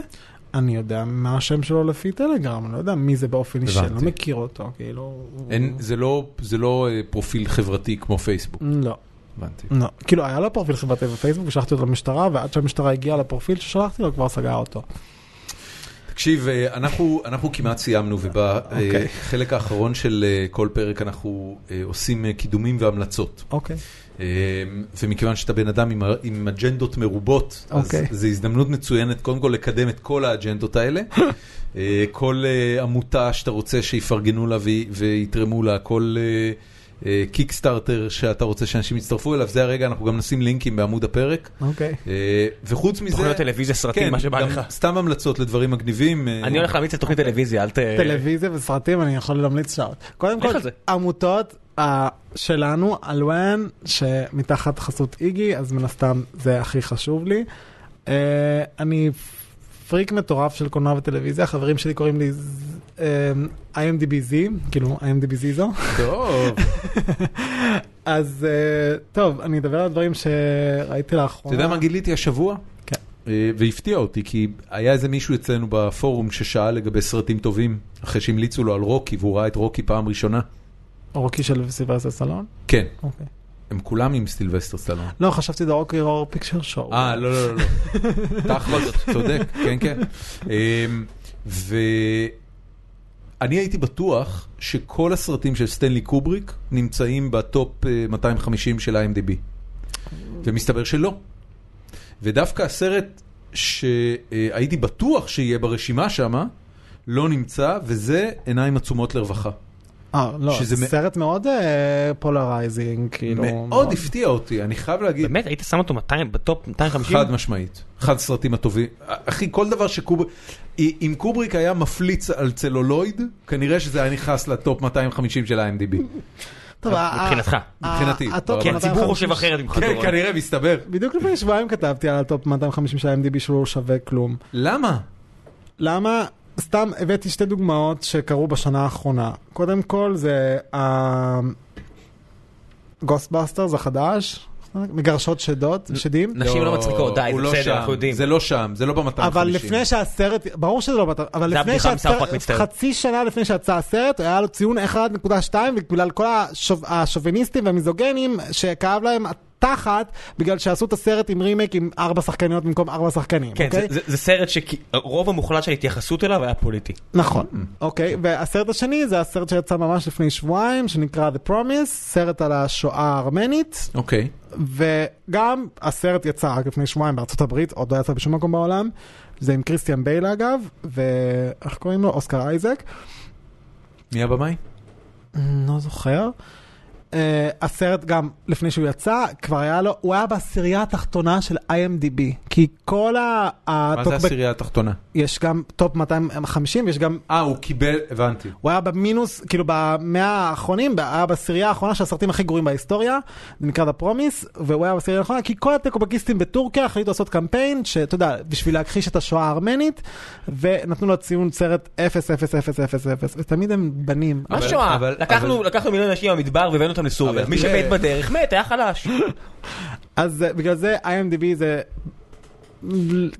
Speaker 3: אני יודע מה השם שלו לפי טלגרם, אני לא יודע מי זה באופן אישי, אני לא
Speaker 1: הבנתי.
Speaker 3: מכיר אותו, כאילו...
Speaker 1: אין-
Speaker 3: הוא-
Speaker 1: זה לא- זה לא אה, פרופיל חברתי כמו פייסבוק,
Speaker 3: לא,
Speaker 1: הבנתי.
Speaker 3: לא. כאילו, היה לו פרופיל חברתי בפייסבוק, שלחתי אותו למשטרה, ועד שהמשטרה הגיעה לפרופיל ששלחתי לו, כבר סגר אותו.
Speaker 1: תקשיב, אה, אנחנו, אנחנו כמעט סיימנו,
Speaker 3: אוקיי.
Speaker 1: ובחלק האחרון של אה, כל פרק אנחנו אה, עושים אה, קידומים והמלצות.
Speaker 3: אוקיי.
Speaker 1: אה, ומכיוון שאתה בן אדם עם, ה- עם אג'נדות מרובות, אז
Speaker 3: אוקיי.
Speaker 1: זו הזדמנות מצוינת קודם כל לקדם את כל האג'נדות האלה. אה, כל אה, עמותה שאתה רוצה שיפרגנו לה וי- ויתרמו לה, כל אה, אה, קיקסטארטר שאתה רוצה שאנשים יצטרפו אליו, זה הרגע, אנחנו גם נשים לינקים בעמוד הפרק.
Speaker 3: אוקיי.
Speaker 1: אה, וחוץ מזה,
Speaker 4: תוכניות טלוויזיה, סרטים,
Speaker 1: כן,
Speaker 4: מה שבא
Speaker 1: גם
Speaker 4: לך.
Speaker 1: סתם המלצות לדברים מגניבים. אה,
Speaker 2: אני הולך להמיץ את תוכנית אוקיי. טלוויזיה, אל ת...
Speaker 3: טלוויזיה וסרטים, אני יכול להמליץ שעות. קודם
Speaker 2: לך
Speaker 3: כל,
Speaker 2: על זה.
Speaker 3: עמותות אה, שלנו, אלוואן, שמתחת חסות איגי, אז מן הסתם זה הכי חשוב לי. אה, אני פריק מטורף של קולנוע וטלוויזיה, חברים שלי קוראים לי ז- אה, IMDBZ, כאילו IMDB זיזו.
Speaker 1: טוב.
Speaker 3: אז אה, טוב, אני אדבר על דברים שראיתי
Speaker 1: אתה
Speaker 3: לאחרונה.
Speaker 1: יודע מה גיליתי השבוע?
Speaker 3: כן.
Speaker 1: אה, והפתיע אותי, כי היה איזה מישהו אצלנו בפורום ששאל לגבי סרטים טובים, אחרי שהמליצו לו על רוקי, והוא ראה את רוקי פעם ראשונה.
Speaker 3: אורקי של סילבסטר סלון?
Speaker 1: כן,
Speaker 3: אוקיי.
Speaker 1: הם כולם עם סילבסטר סלון.
Speaker 3: לא, חשבתי דורקי רור פיקשר שואו.
Speaker 1: אה, לא, לא, לא, לא. תכל'ס, אתה צודק, כן, כן. אמ, ואני הייתי בטוח שכל הסרטים של סטנלי קובריק נמצאים בטופ אה, 250 של IMDb. ומסתבר שלא. ודווקא הסרט שהייתי בטוח שיהיה ברשימה שמה, לא נמצא, וזה עיניים עצומות לרווחה.
Speaker 3: אה, לא,
Speaker 1: שזה מ-
Speaker 3: סרט מאוד פולרייזינג, כאילו.
Speaker 1: מאוד הפתיע אותי, אני חייב להגיד.
Speaker 2: באמת, היית שם אותו 200, בטופ 250?
Speaker 1: חד משמעית, אחד הסרטים הטובים. אחי, כל דבר שקובריק, אם קובריק היה מפליץ על צלולויד, כנראה שזה היה נכנס לטופ 250 של ה-MDB.
Speaker 3: טוב, ה- ה-
Speaker 2: מבחינתך.
Speaker 1: מבחינתי,
Speaker 3: ה- אה, הטופ
Speaker 1: ברמה.
Speaker 2: כי
Speaker 3: 250
Speaker 2: הציבור חושב אחרת ממך.
Speaker 1: כן,
Speaker 2: דורון.
Speaker 1: כנראה, מסתבר.
Speaker 3: בדיוק לפני שבועיים כתבתי על הטופ 250 של ה-MDB שהוא לא שווה כלום.
Speaker 1: למה?
Speaker 3: למה? סתם הבאתי שתי דוגמאות שקרו בשנה האחרונה. קודם כל זה אה, גוסטבאסטרס החדש, מגרשות שדות, שדים.
Speaker 2: נשים לא מצחיקות, די,
Speaker 1: הוא
Speaker 2: זה
Speaker 1: לא
Speaker 2: בסדר,
Speaker 1: שם,
Speaker 2: אנחנו יודעים.
Speaker 1: זה לא שם, זה לא ב-250.
Speaker 3: אבל לפני שהסרט, ברור שזה לא בטח, אבל
Speaker 2: זה
Speaker 3: לפני
Speaker 2: הבדיחה מסאוף
Speaker 3: שהסרט,
Speaker 2: פארק, מצטער.
Speaker 3: חצי שנה לפני שיצא הסרט, היה לו ציון 1.2 ובגלל כל השוב- השוביניסטים והמיזוגנים שכאב להם התחת, בגלל שעשו את הסרט עם רימייק עם ארבע שחקניות במקום ארבע שחקנים,
Speaker 2: כן,
Speaker 3: אוקיי?
Speaker 2: זה- זה- זה סרט שרוב המוחלט של ההתייחסות אליו היה פוליטי.
Speaker 3: נכון,
Speaker 2: Mm, כן.
Speaker 3: אוקיי, והסרט השני זה הסרט שיצא ממש לפני שבועיים, שנקרא The Promise, סרט על השואה הארמנית,
Speaker 1: אוקיי.
Speaker 3: וגם הסרט יצא רק לפני שבועיים בארצות הברית, עוד לא יצא בשום מקום בעולם. זה עם כריסטיאן בייל אגב, ואיך קוראים לו? אוסקר אייזק.
Speaker 1: מי הבמאי?
Speaker 3: אמ, לא זוכר. Uh, הסרט גם לפני שהוא יצא, כבר היה לו, הוא היה בעשירייה התחתונה של IMDb. כי כל ה...
Speaker 1: מה זה
Speaker 3: הטופ-
Speaker 1: הסירייה התחתונה?
Speaker 3: יש גם טופ 250, יש גם
Speaker 1: אה, הוא קיבל, הבנתי.
Speaker 3: הוא היה במינוס, כאילו במאה האחרונים, היה בעשירייה האחרונה של הסרטים הכי גרועים בהיסטוריה, זה נקרא The Promise, והוא היה בעשירייה האחרונה, כי כל הטקובקיסטים בטורקיה החליטו לעשות קמפיין, שאתה יודע, בשביל להכחיש את השואה הארמנית, ונתנו לו ציון סרט 0, 0, 0, ותמיד הם בנים.
Speaker 2: מה
Speaker 1: אבל-
Speaker 2: שואה?
Speaker 1: אבל-
Speaker 2: לקחנו
Speaker 1: אבל-
Speaker 2: לקחנו מיליון אנשים מהמדבר והבאנו אותם לסוריה.
Speaker 1: אבל
Speaker 2: מי
Speaker 1: תראה-
Speaker 2: שמת בדרך, מת, היה חלש.
Speaker 3: אז אה, בגלל זה IMDb זה...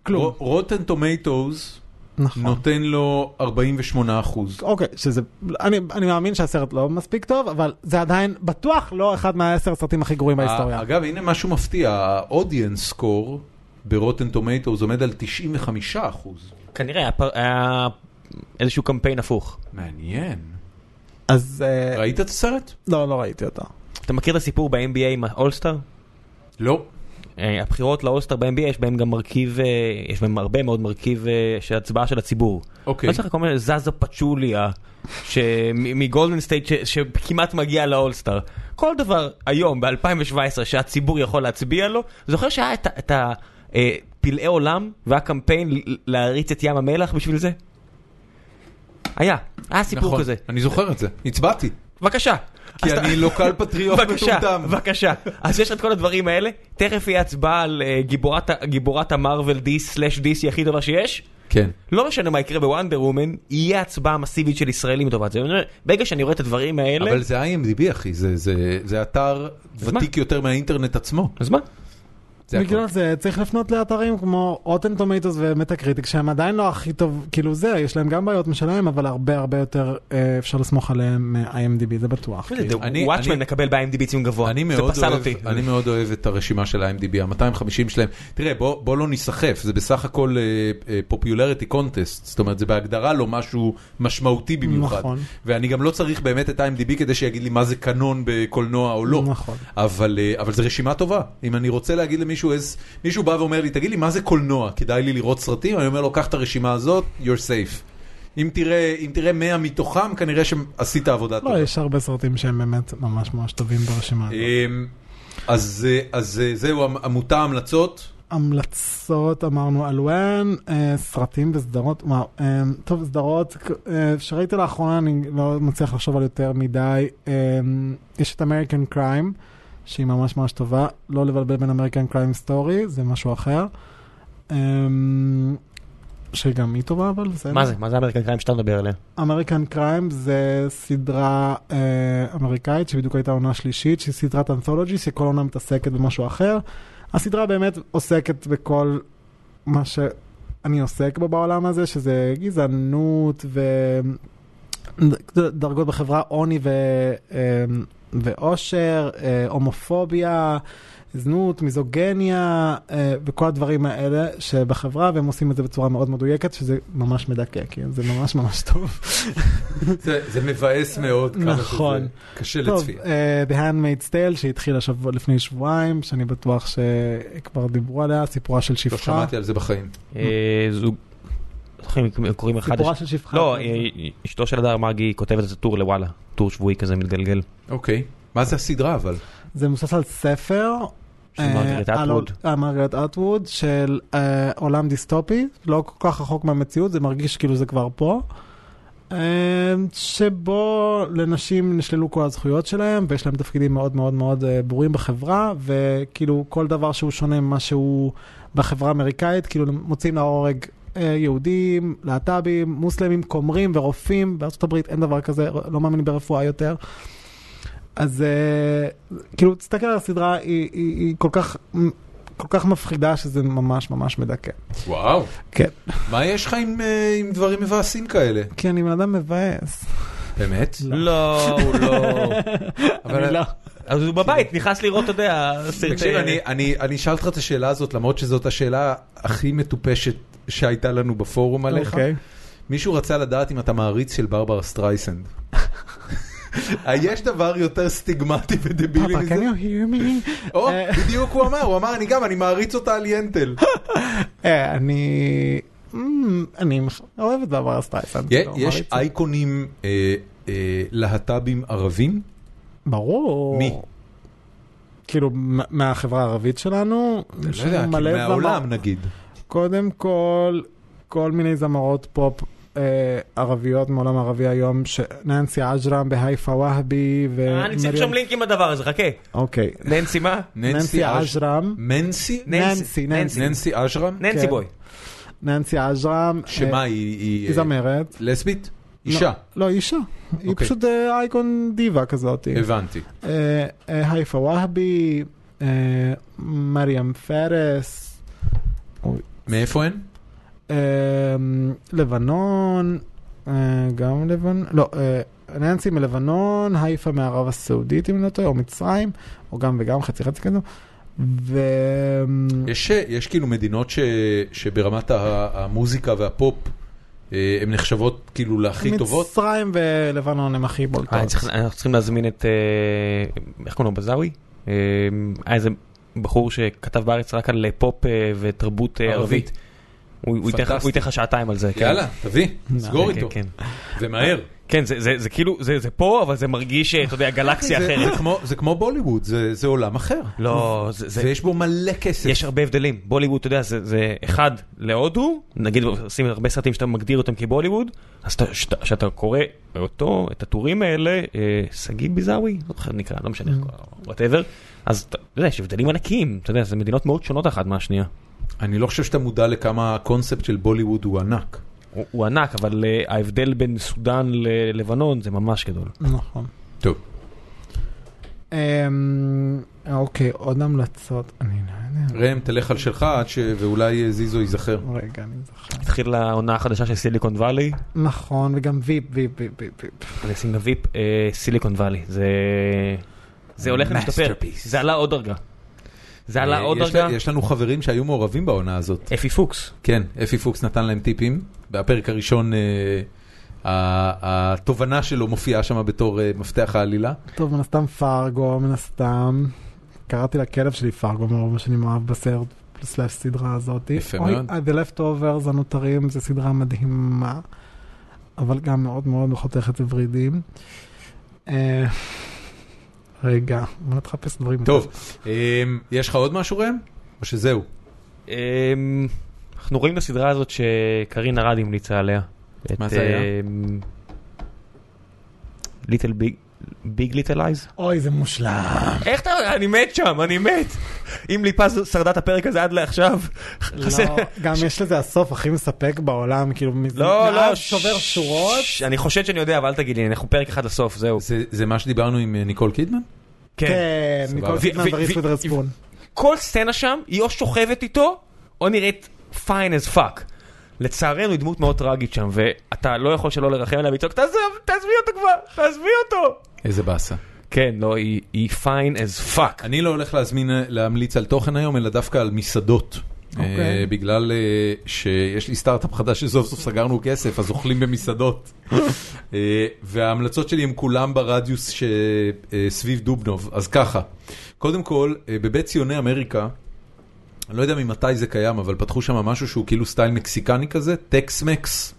Speaker 3: כלום.
Speaker 1: רוטן טומטוס
Speaker 3: נכון.
Speaker 1: נותן לו 48 אחוז.
Speaker 3: אוקיי, שזה, אני, אני מאמין שהסרט לא מספיק טוב, אבל זה עדיין בטוח לא אחד מהעשר הסרטים הכי גרועים
Speaker 1: אה,
Speaker 3: בהיסטוריה.
Speaker 1: אגב, הנה משהו מפתיע, ה-audience score ברוטן טומטוס עומד על 95 אחוז.
Speaker 4: כנראה היה פר- היה איזשהו קמפיין הפוך.
Speaker 1: מעניין.
Speaker 3: אז אה,
Speaker 1: ראית את הסרט?
Speaker 3: לא, לא ראיתי אותו.
Speaker 4: אתה מכיר את הסיפור ב-NBA עם האולסטאר?
Speaker 1: לא.
Speaker 4: אה, הבחירות לאולסטאר ב-NBA יש בהם גם מרכיב, אה, יש בהם הרבה מאוד מרכיב אה, של הצבעה של הציבור.
Speaker 1: אוקיי.
Speaker 4: לא צריך כל מיני זזה פצ'וליה מגולדן סטייט שכמעט מגיע לאולסטאר. כל דבר היום ב-2017 שהציבור יכול להצביע לו, זוכר שהיה את ה- את ה... אה, פלאי עולם והקמפיין ל- להריץ את ים המלח בשביל זה? היה, היה סיפור כזה.
Speaker 1: נכון. אני זוכר את זה. הצבעתי.
Speaker 4: בבקשה. אז
Speaker 1: כי
Speaker 4: אתה-
Speaker 1: אני לוקל פטריוט
Speaker 4: בבקשה,
Speaker 1: מטומטם.
Speaker 4: בבקשה. אז יש לך את כל הדברים האלה, תכף יהיה הצבעה על אה, גיבורת ה- גיבורת המרוויל דיס סלאש דיסי הכי טובה שיש.
Speaker 1: כן.
Speaker 4: לא משנה מה יקרה בוונדר וומן, יהיה הצבעה מסיבית של ישראלים לטובת זה. אני אומר, ברגע שאני רואה את הדברים האלה,
Speaker 1: אבל זה IMDb אחי, זה- זה- זה אתר
Speaker 4: אז מה?
Speaker 1: ותיק יותר מהאינטרנט עצמו.
Speaker 4: אז מה?
Speaker 1: זה הכל.
Speaker 3: בגלל זה צריך לפנות לאתרים כמו רוטן טומטוס ומטאקריטיק שהם עדיין לא הכי טוב, כאילו זה, יש להם גם בעיות משלהם, אבל הרבה הרבה יותר אה, אפשר לסמוך עליהם אה, מ-IMDB, זה בטוח.
Speaker 1: כן,
Speaker 4: מה זה,
Speaker 3: כאילו.
Speaker 1: אני-
Speaker 4: וואטשמן
Speaker 1: אני-
Speaker 4: מקבל ב-IMDb ציון גבוה.
Speaker 1: אני
Speaker 4: זה
Speaker 1: מאוד
Speaker 4: פסל
Speaker 1: אוהב,
Speaker 4: אותי.
Speaker 1: אני מאוד אוהב את הרשימה של ה-MDB, ה-250 שלהם. תראה, בוא, בוא לא ניסחף, זה בסך הכל אה, פופולריטי קונטסט, זאת אומרת, זה בהגדרה לא משהו משמעותי במיוחד.
Speaker 3: נכון.
Speaker 1: ואני גם לא צריך באמת את ה-MDB כדי שיגיד לי מה זה קנון בקולנוע או לא.
Speaker 3: נכון.
Speaker 1: אבל, אה, אבל זו רשימה טובה. אם אני רוצה להגיד למישהו, איזה, מישהו בא ואומר לי, תגיד לי, מה זה קולנוע? כדאי לי לראות סרטים? אני אומר לו, קח את הרשימה הזאת, you're safe. אם תראה, אם תראה 100 מתוכם, כנראה שעשית עבודה טובה.
Speaker 3: לא, יש הרבה סרטים שהם באמת ממש ממש טובים ברשימה. הזאת.
Speaker 1: אמ, אז, אה, אז אה, זהו המ- עמותה המלצות.
Speaker 3: המלצות אמרנו אלואן, אה, סרטים וסדרות, וואו, אה, טוב סדרות אה, שראיתי לאחרונה אני לא מצליח לחשוב על יותר מדי, אה, יש את אמריקן קריים שהיא ממש ממש טובה, לא לבלבל בין אמריקן קריים סטורי זה משהו אחר, אה, שגם היא טובה אבל בסדר.
Speaker 4: מה זה? מה זה האמריקאים שאתה מדבר עליהם?
Speaker 3: אמריקן קריים זה סדרה אה, אמריקאית שבדיוק הייתה עונה שלישית, שהיא סדרת אנתולוגי שכל עונה מתעסקת במשהו אחר. הסדרה באמת עוסקת בכל מה שאני עוסק בו בעולם הזה, שזה גזענות ודרגות בחברה, עוני ו... אה, ואושר, אה, הומופוביה, זנות, מיזוגניה אה, וכל הדברים האלה שבחברה, והם עושים את זה בצורה מאוד מדויקת, שזה ממש מדכא, כי זה ממש ממש טוב.
Speaker 1: זה, זה מבאס מאוד כמה
Speaker 3: נכון.
Speaker 1: שזה קשה
Speaker 3: טוב,
Speaker 1: לצפייה. לא
Speaker 3: uh, The Handmaid's Tale שהתחילה שבוע, לפני שבועיים, שאני בטוח שכבר דיברו עליה, סיפורה של
Speaker 1: לא
Speaker 3: שפחה.
Speaker 1: שמעתי על זה בחיים.
Speaker 4: אה, זוג... זוכרים, הם קוראים אחד...
Speaker 3: סיפורה
Speaker 4: לש-
Speaker 3: של שפחה. כן.
Speaker 4: לא, אה, אשתו של הדר מרגי כותבת איזה טור לוואלה. טור שבועי כזה מתגלגל.
Speaker 1: אוקיי. מה זה הסדרה אבל?
Speaker 3: זה מבוסס על ספר.
Speaker 4: של
Speaker 3: אה,
Speaker 4: מרגרט
Speaker 3: על
Speaker 4: אטווד.
Speaker 3: עוד- אה, מרגרט אטווד של אה, עולם דיסטופי, לא כל כך רחוק מהמציאות, זה מרגיש כאילו זה כבר פה. אה, שבו לנשים נשללו כל הזכויות שלהם ויש להם תפקידים מאוד מאוד מאוד אה, ברורים בחברה וכאילו כל דבר שהוא שונה ממה שהוא בחברה האמריקאית כאילו מוצאים להורג אה, יהודים, להט"בים, מוסלמים, כומרים ורופאים בארצות הברית אין דבר כזה, לא מאמין ברפואה יותר. אז אה, כאילו תסתכל על הסדרה היא, היא, היא כל כך כל כך מפחידה שזה ממש ממש מדכא.
Speaker 1: וואו.
Speaker 3: כן.
Speaker 1: מה יש לך עם, אה, עם דברים מבאסים כאלה?
Speaker 3: כי אני בן אדם מבאס.
Speaker 1: באמת?
Speaker 4: לא, הוא לא.
Speaker 1: אבל- אה,
Speaker 3: אני לא.
Speaker 4: אז הוא בבית, נכנס לראות, אתה יודע, אה, סרטי...
Speaker 1: תקשיב, אני, אני, אני אשאל אותך את השאלה הזאת, למרות שזאת השאלה הכי מטופשת שהייתה לנו בפורום
Speaker 4: לא
Speaker 1: עליך.
Speaker 4: נכון.
Speaker 3: אוקיי.
Speaker 1: מישהו רצה לדעת אם אתה מעריץ של ברברה סטרייסנד. אה, יש דבר יותר סטיגמטי ודבילי
Speaker 3: Papa,
Speaker 1: מזה?
Speaker 3: can you hear me?
Speaker 1: או,
Speaker 3: אה.
Speaker 1: בדיוק הוא אמר, הוא אמר, אני גם, אני מעריץ אותה על ינטל.
Speaker 3: אה, אני... Mm, אני אוהב את בעבר הסטרייסנד.
Speaker 1: יש אייקונים אה, אה, להט"בים ערבים?
Speaker 3: ברור.
Speaker 1: מי?
Speaker 3: כאילו, מה- מהחברה הערבית שלנו?
Speaker 1: אני
Speaker 3: יש
Speaker 1: לא יודע,
Speaker 3: לנו
Speaker 1: כאילו
Speaker 3: מלא
Speaker 1: מהעולם
Speaker 3: זמר-
Speaker 1: נגיד.
Speaker 3: קודם כל, כל מיני זמרות פופ אה, ערביות מעולם הערבי היום, ש- ננסי עג'רם בהייפה והבי
Speaker 4: אה, אני צריך
Speaker 3: ומרים-
Speaker 4: שם לינק עם הדבר הזה, חכה.
Speaker 3: אוקיי.
Speaker 4: ננסי מה?
Speaker 3: ננסי עג'רם.
Speaker 1: מנסי?
Speaker 3: ננסי, ננסי.
Speaker 1: ננסי אשרם?
Speaker 4: ננסי
Speaker 3: כן.
Speaker 4: בוי.
Speaker 3: ננסי עג'רם.
Speaker 1: שמה,
Speaker 3: אה,
Speaker 1: היא- היא
Speaker 3: היא
Speaker 1: אה,
Speaker 3: זמרת.
Speaker 1: לסבית? אישה.
Speaker 3: לא, היא אישה. היא
Speaker 1: אוקיי.
Speaker 3: פשוט אה, אייקון דיבה כזאת.
Speaker 1: הבנתי.
Speaker 3: אה, אה, הייפה והבי, אה, מרים פרס,
Speaker 1: מאיפה הן?
Speaker 3: אמ, לבנון, אה, גם לבנון, לא, אה, ננסי מלבנון, הייפה מערב הסעודית אם אני לא טועה, או מצרים, או גם וגם חצי חצי כזו. ו...
Speaker 1: יש, יש כאילו מדינות ש, שברמת ה- המוזיקה והפופ, אה, הן נחשבות כאילו להכי טובות.
Speaker 3: מצרים ולבנון הם הכי בולטות.
Speaker 4: אה, אני צריך- אנחנו צריכים להזמין את, אה, איך קוראים לו, בזאווי? אה, היה איזה בחור שכתב בארץ רק על אה, פופ אה, ותרבות אה,
Speaker 1: ערבי.
Speaker 4: ערבית. הוא הוא ייתן לך- הוא
Speaker 1: פנטסטי.
Speaker 4: ייתן לך שעתיים על זה. כן.
Speaker 1: יאללה, תביא, סגור
Speaker 4: כן,
Speaker 1: איתו,
Speaker 4: כן, כן.
Speaker 1: ומהר.
Speaker 4: כן, זה- זה זה כאילו, זה זה פה, אבל זה מרגיש, אה, אתה יודע, גלקסיה
Speaker 1: זה-
Speaker 4: אחרת.
Speaker 1: זה כמו- זה כמו בוליווד, זה זה עולם אחר.
Speaker 4: לא, זה... זה-
Speaker 1: ויש בו מלא כסף.
Speaker 4: יש הרבה הבדלים, בוליווד, אתה יודע, זה, זה אחד להודו, נגיד עושים הרבה סרטים שאתה מגדיר אותם כבוליווד, אז אתה- שאתה- שאתה קורא אותו, את הטורים האלה, אה, שגיא ביזאווי, לא זוכר נקרא, לא משנה,
Speaker 1: Mm-hmm.
Speaker 4: וואטאבר, אז אתה אתה יודע, יש הבדלים ענקיים, אתה יודע, זה מדינות מאוד שונות אחת מהשנייה.
Speaker 1: אני לא חושב שאתה מודע לכמה הקונספט של בוליווד הוא ענק.
Speaker 4: הוא, הוא ענק, אבל אה, ההבדל בין סודאן ללבנון זה ממש גדול.
Speaker 3: נכון.
Speaker 1: טוב.
Speaker 3: אמ, אוקיי, עוד המלצות. אני לא יודע.
Speaker 1: ראם, תלך על שלך עד ש... ואולי אה, זיזו ייזכר.
Speaker 3: רגע, אני זוכר.
Speaker 4: התחילה העונה החדשה של סיליקון וואלי,
Speaker 3: נכון, וגם ויפ, ויפ, ויפ, ויפ. ויפ.
Speaker 4: נשים לוויפ, אה, סיליקון וואלי, זה... זה הולך להשתפר,
Speaker 1: Masterpiece.
Speaker 4: זה עלה עוד דרגה. זה עלה
Speaker 1: אה,
Speaker 4: עוד
Speaker 1: יש
Speaker 4: דרגה.
Speaker 1: לה- יש לנו חברים שהיו מעורבים בעונה הזאת.
Speaker 4: אפי פוקס.
Speaker 1: כן, אפי פוקס נתן להם טיפים. בפרק הראשון, אה, ה- התובנה שלו מופיעה שם בתור אה, מפתח העלילה.
Speaker 3: טוב, מן הסתם פרגו, מן הסתם. קראתי לכלב שלי פרגו מרוב שאני מאוהב בסרט. סלאש סדרה הזאת.
Speaker 1: יפה
Speaker 3: אוי,
Speaker 1: מאוד.
Speaker 3: The Leftovers הנותרים זו סדרה מדהימה, אבל גם מאוד מאוד חותכת לוורידים. אה, רגע, בוא נתחפש דברים.
Speaker 1: טוב, אה, יש לך עוד משהו ראם? או שזהו?
Speaker 4: אמ, אנחנו רואים בסדרה הזאת שקרין ארד המליצה עליה. אמ,
Speaker 1: מה זה היה?
Speaker 4: ליטל ביג. ביג ליטל אייז?
Speaker 3: אוי, זה מושלם.
Speaker 4: איך אתה... אני מת שם, אני מת. אם ליפז שרדה את הפרק הזה עד לעכשיו, חסר...
Speaker 3: לא, גם יש לזה הסוף הכי מספק בעולם, כאילו, מזה-
Speaker 4: לא, לא.
Speaker 3: מאז שובר
Speaker 4: ש-
Speaker 3: שורות.
Speaker 4: ש- אני חושד שאני יודע, אבל אל תגיד לי, אנחנו פרק אחד לסוף, זהו.
Speaker 1: זה- זה מה שדיברנו עם אה, ניקול קידמן?
Speaker 4: כן.
Speaker 3: כן,
Speaker 1: סבבה.
Speaker 3: מכל
Speaker 1: ו-
Speaker 3: קידמן
Speaker 4: ו-
Speaker 3: וריס
Speaker 4: ו-
Speaker 3: ודרספון.
Speaker 4: כל סצנה שם, היא או שוכבת איתו, או נראית fine as fuck. לצערנו היא דמות מאוד טראגית שם, ואתה לא יכול שלא לרחם עליה ולצעוק, תעזוב, תעזבי אותו כבר, תעזבי אותו.
Speaker 1: איזה באסה.
Speaker 4: כן, לא, היא, היא fine as fuck.
Speaker 1: אני לא הולך להזמין, להמליץ על תוכן היום, אלא דווקא על מסעדות.
Speaker 3: אוקיי.
Speaker 1: אה, בגלל אה, שיש לי סטארט-אפ חדש שסוף סוף סגרנו כסף, אז אוכלים במסעדות. אה, וההמלצות שלי הם כולם ברדיוס שסביב דובנוב, אז ככה. קודם כל, אה, בבית ציוני אמריקה, אני לא יודע ממתי זה קיים, אבל פתחו שם משהו שהוא כאילו סטייל מקסיקני כזה, טקס מקס,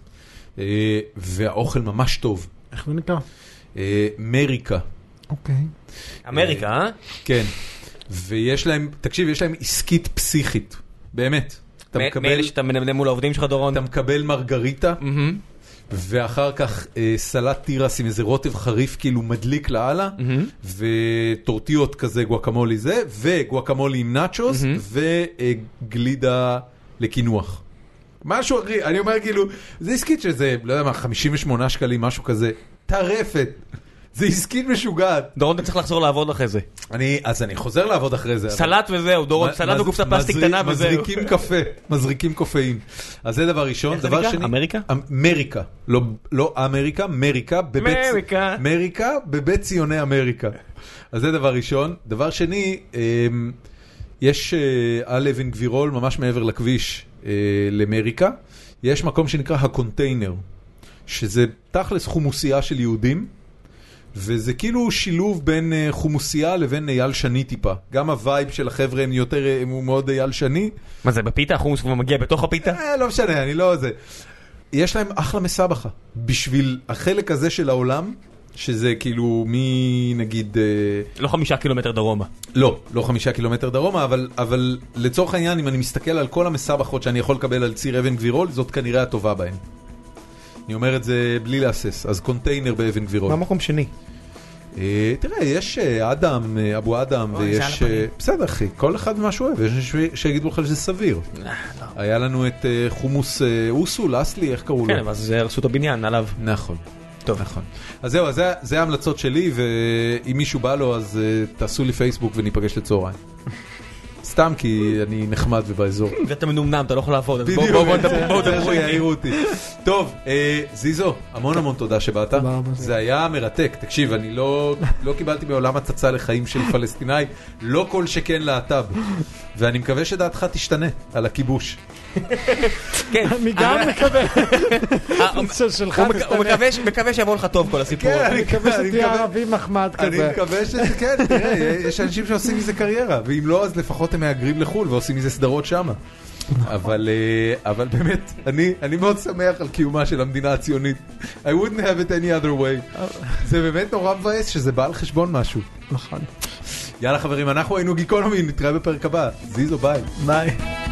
Speaker 1: אה, והאוכל ממש טוב.
Speaker 3: איך זה נקרא?
Speaker 1: אה, מריקה.
Speaker 3: אוקיי.
Speaker 4: אמריקה, אה?
Speaker 1: כן. ויש להם, תקשיב, יש להם עסקית פסיכית, באמת. אתה
Speaker 4: מ-
Speaker 1: מקבל,
Speaker 4: מאלה שאתה מנמנם מול העובדים שלך, דורון.
Speaker 1: אתה מקבל מרגריטה,
Speaker 4: מהמם,
Speaker 1: ואחר כך אה, סלט תירס עם איזה רוטב חריף כאילו מדליק לאללה,
Speaker 4: מהמם.
Speaker 1: וטורטיות כזה גואקמולי זה, וגואקמולי עם נאצ'וס,
Speaker 4: מהמם.
Speaker 1: וגלידה לקינוח. משהו אחי, אני אומר כאילו, זה עסקית שזה, לא יודע מה, 58 שקלים, משהו כזה, טרפת. זה עסקית משוגעת.
Speaker 4: דורון, אתה צריך לחזור לעבוד אחרי זה.
Speaker 1: אני, אז אני חוזר לעבוד אחרי זה. אבל-
Speaker 4: סלט וזהו, דורון,
Speaker 1: מ-
Speaker 4: סלט
Speaker 1: מז-
Speaker 4: וקופסה פלסטיק
Speaker 1: מזריק-
Speaker 4: קטנה וזהו.
Speaker 1: מזריקים קפה, מזריקים קופאים. אז זה דבר ראשון.
Speaker 4: איך זה
Speaker 1: דבר
Speaker 4: נקרא?
Speaker 1: שני,
Speaker 4: אמריקה?
Speaker 1: אמריקה. לא- לא אמריקה, מריקה. בבית-
Speaker 4: אמריקה.
Speaker 1: אמריקה בבית ציוני אמריקה. אז זה דבר ראשון. דבר שני, אמ, יש אה, על אבן גבירול ממש מעבר לכביש אה, למריקה. יש מקום שנקרא הקונטיינר, שזה תכלס חומוסייה של יהודים. וזה כאילו שילוב בין אה, חומוסייה לבין אייל שני טיפה. גם הווייב של החבר'ה הם יותר, אה, הוא מאוד אייל שני.
Speaker 4: מה זה, בפיתה? החומוס כבר מגיע בתוך הפיתה?
Speaker 1: אה, לא משנה, אני לא זה. יש להם אחלה מסבכה. בשביל החלק הזה של העולם, שזה כאילו מי נגיד... אה,
Speaker 4: לא חמישה קילומטר דרומה.
Speaker 1: לא, לא חמישה קילומטר דרומה, אבל, אבל לצורך העניין, אם אני מסתכל על כל המסבכות שאני יכול לקבל על ציר אבן גבירול, זאת כנראה הטובה בהן. אני אומר את זה בלי להסס, אז קונטיינר באבן גבירול.
Speaker 4: מקום שני?
Speaker 1: אה, תראה, יש אה, אדם, אה, אבו אדם,
Speaker 4: אוי, זה על
Speaker 1: ויש... אה, בסדר, אחי, כל אחד מה שהוא אוהב, יש אנשים שיגידו לך שזה סביר.
Speaker 4: אה, לא.
Speaker 1: היה לנו את אה, חומוס אה, אוסול, אסלי, איך קראו לו?
Speaker 4: כן, אבל אז אה, הרסו את הבניין עליו.
Speaker 1: נכון. טוב, נכון. אז זהו, אז זה- זה ההמלצות שלי, ואם מישהו בא לו, אז אה, תעשו לי פייסבוק וניפגש לצהריים. סתם כי אני נחמד ובאזור.
Speaker 4: ואתה מנומנם, אתה לא יכול לעבוד, אז בואו
Speaker 1: בדיוק,
Speaker 4: בואו
Speaker 1: בואו תדברו יעירו אותי. טוב, אה, זיזו, המון המון תודה שבאת.
Speaker 3: תודה רבה.
Speaker 1: זה היה מרתק. תקשיב, אני לא לא קיבלתי מעולם הצצה לחיים של פלסטינאי, לא כל שכן להט"ב. ואני מקווה שדעתך תשתנה על הכיבוש.
Speaker 4: כן,
Speaker 3: אני גם מקווה
Speaker 4: אה, הוא-
Speaker 3: של- שלך
Speaker 4: הוא מק-
Speaker 3: תסתדר.
Speaker 4: הוא מקווה ש- מקווה שיבוא לך טוב כל הסיפור.
Speaker 1: כן,
Speaker 4: הזה.
Speaker 3: אני מקווה
Speaker 1: אני
Speaker 3: שתהיה
Speaker 1: מקווה-
Speaker 3: ערבי מחמד
Speaker 1: אני
Speaker 3: כזה.
Speaker 1: מקווה שזה כן, תראה, יש אנשים שעושים מזה קריירה, ואם לא, אז לפחות הם מהגרים לחו"ל ועושים מזה סדרות שמה. אבל, אה, אבל באמת, אני, אני מאוד שמח על קיומה של המדינה הציונית. I wouldn't have it any other way. זה באמת נורא מבאס שזה בא על חשבון משהו.
Speaker 3: נכון.
Speaker 1: יאללה חברים, אנחנו היינו גיקונומי, נתראה בפרק הבא. זיזו ביי.
Speaker 3: ביי.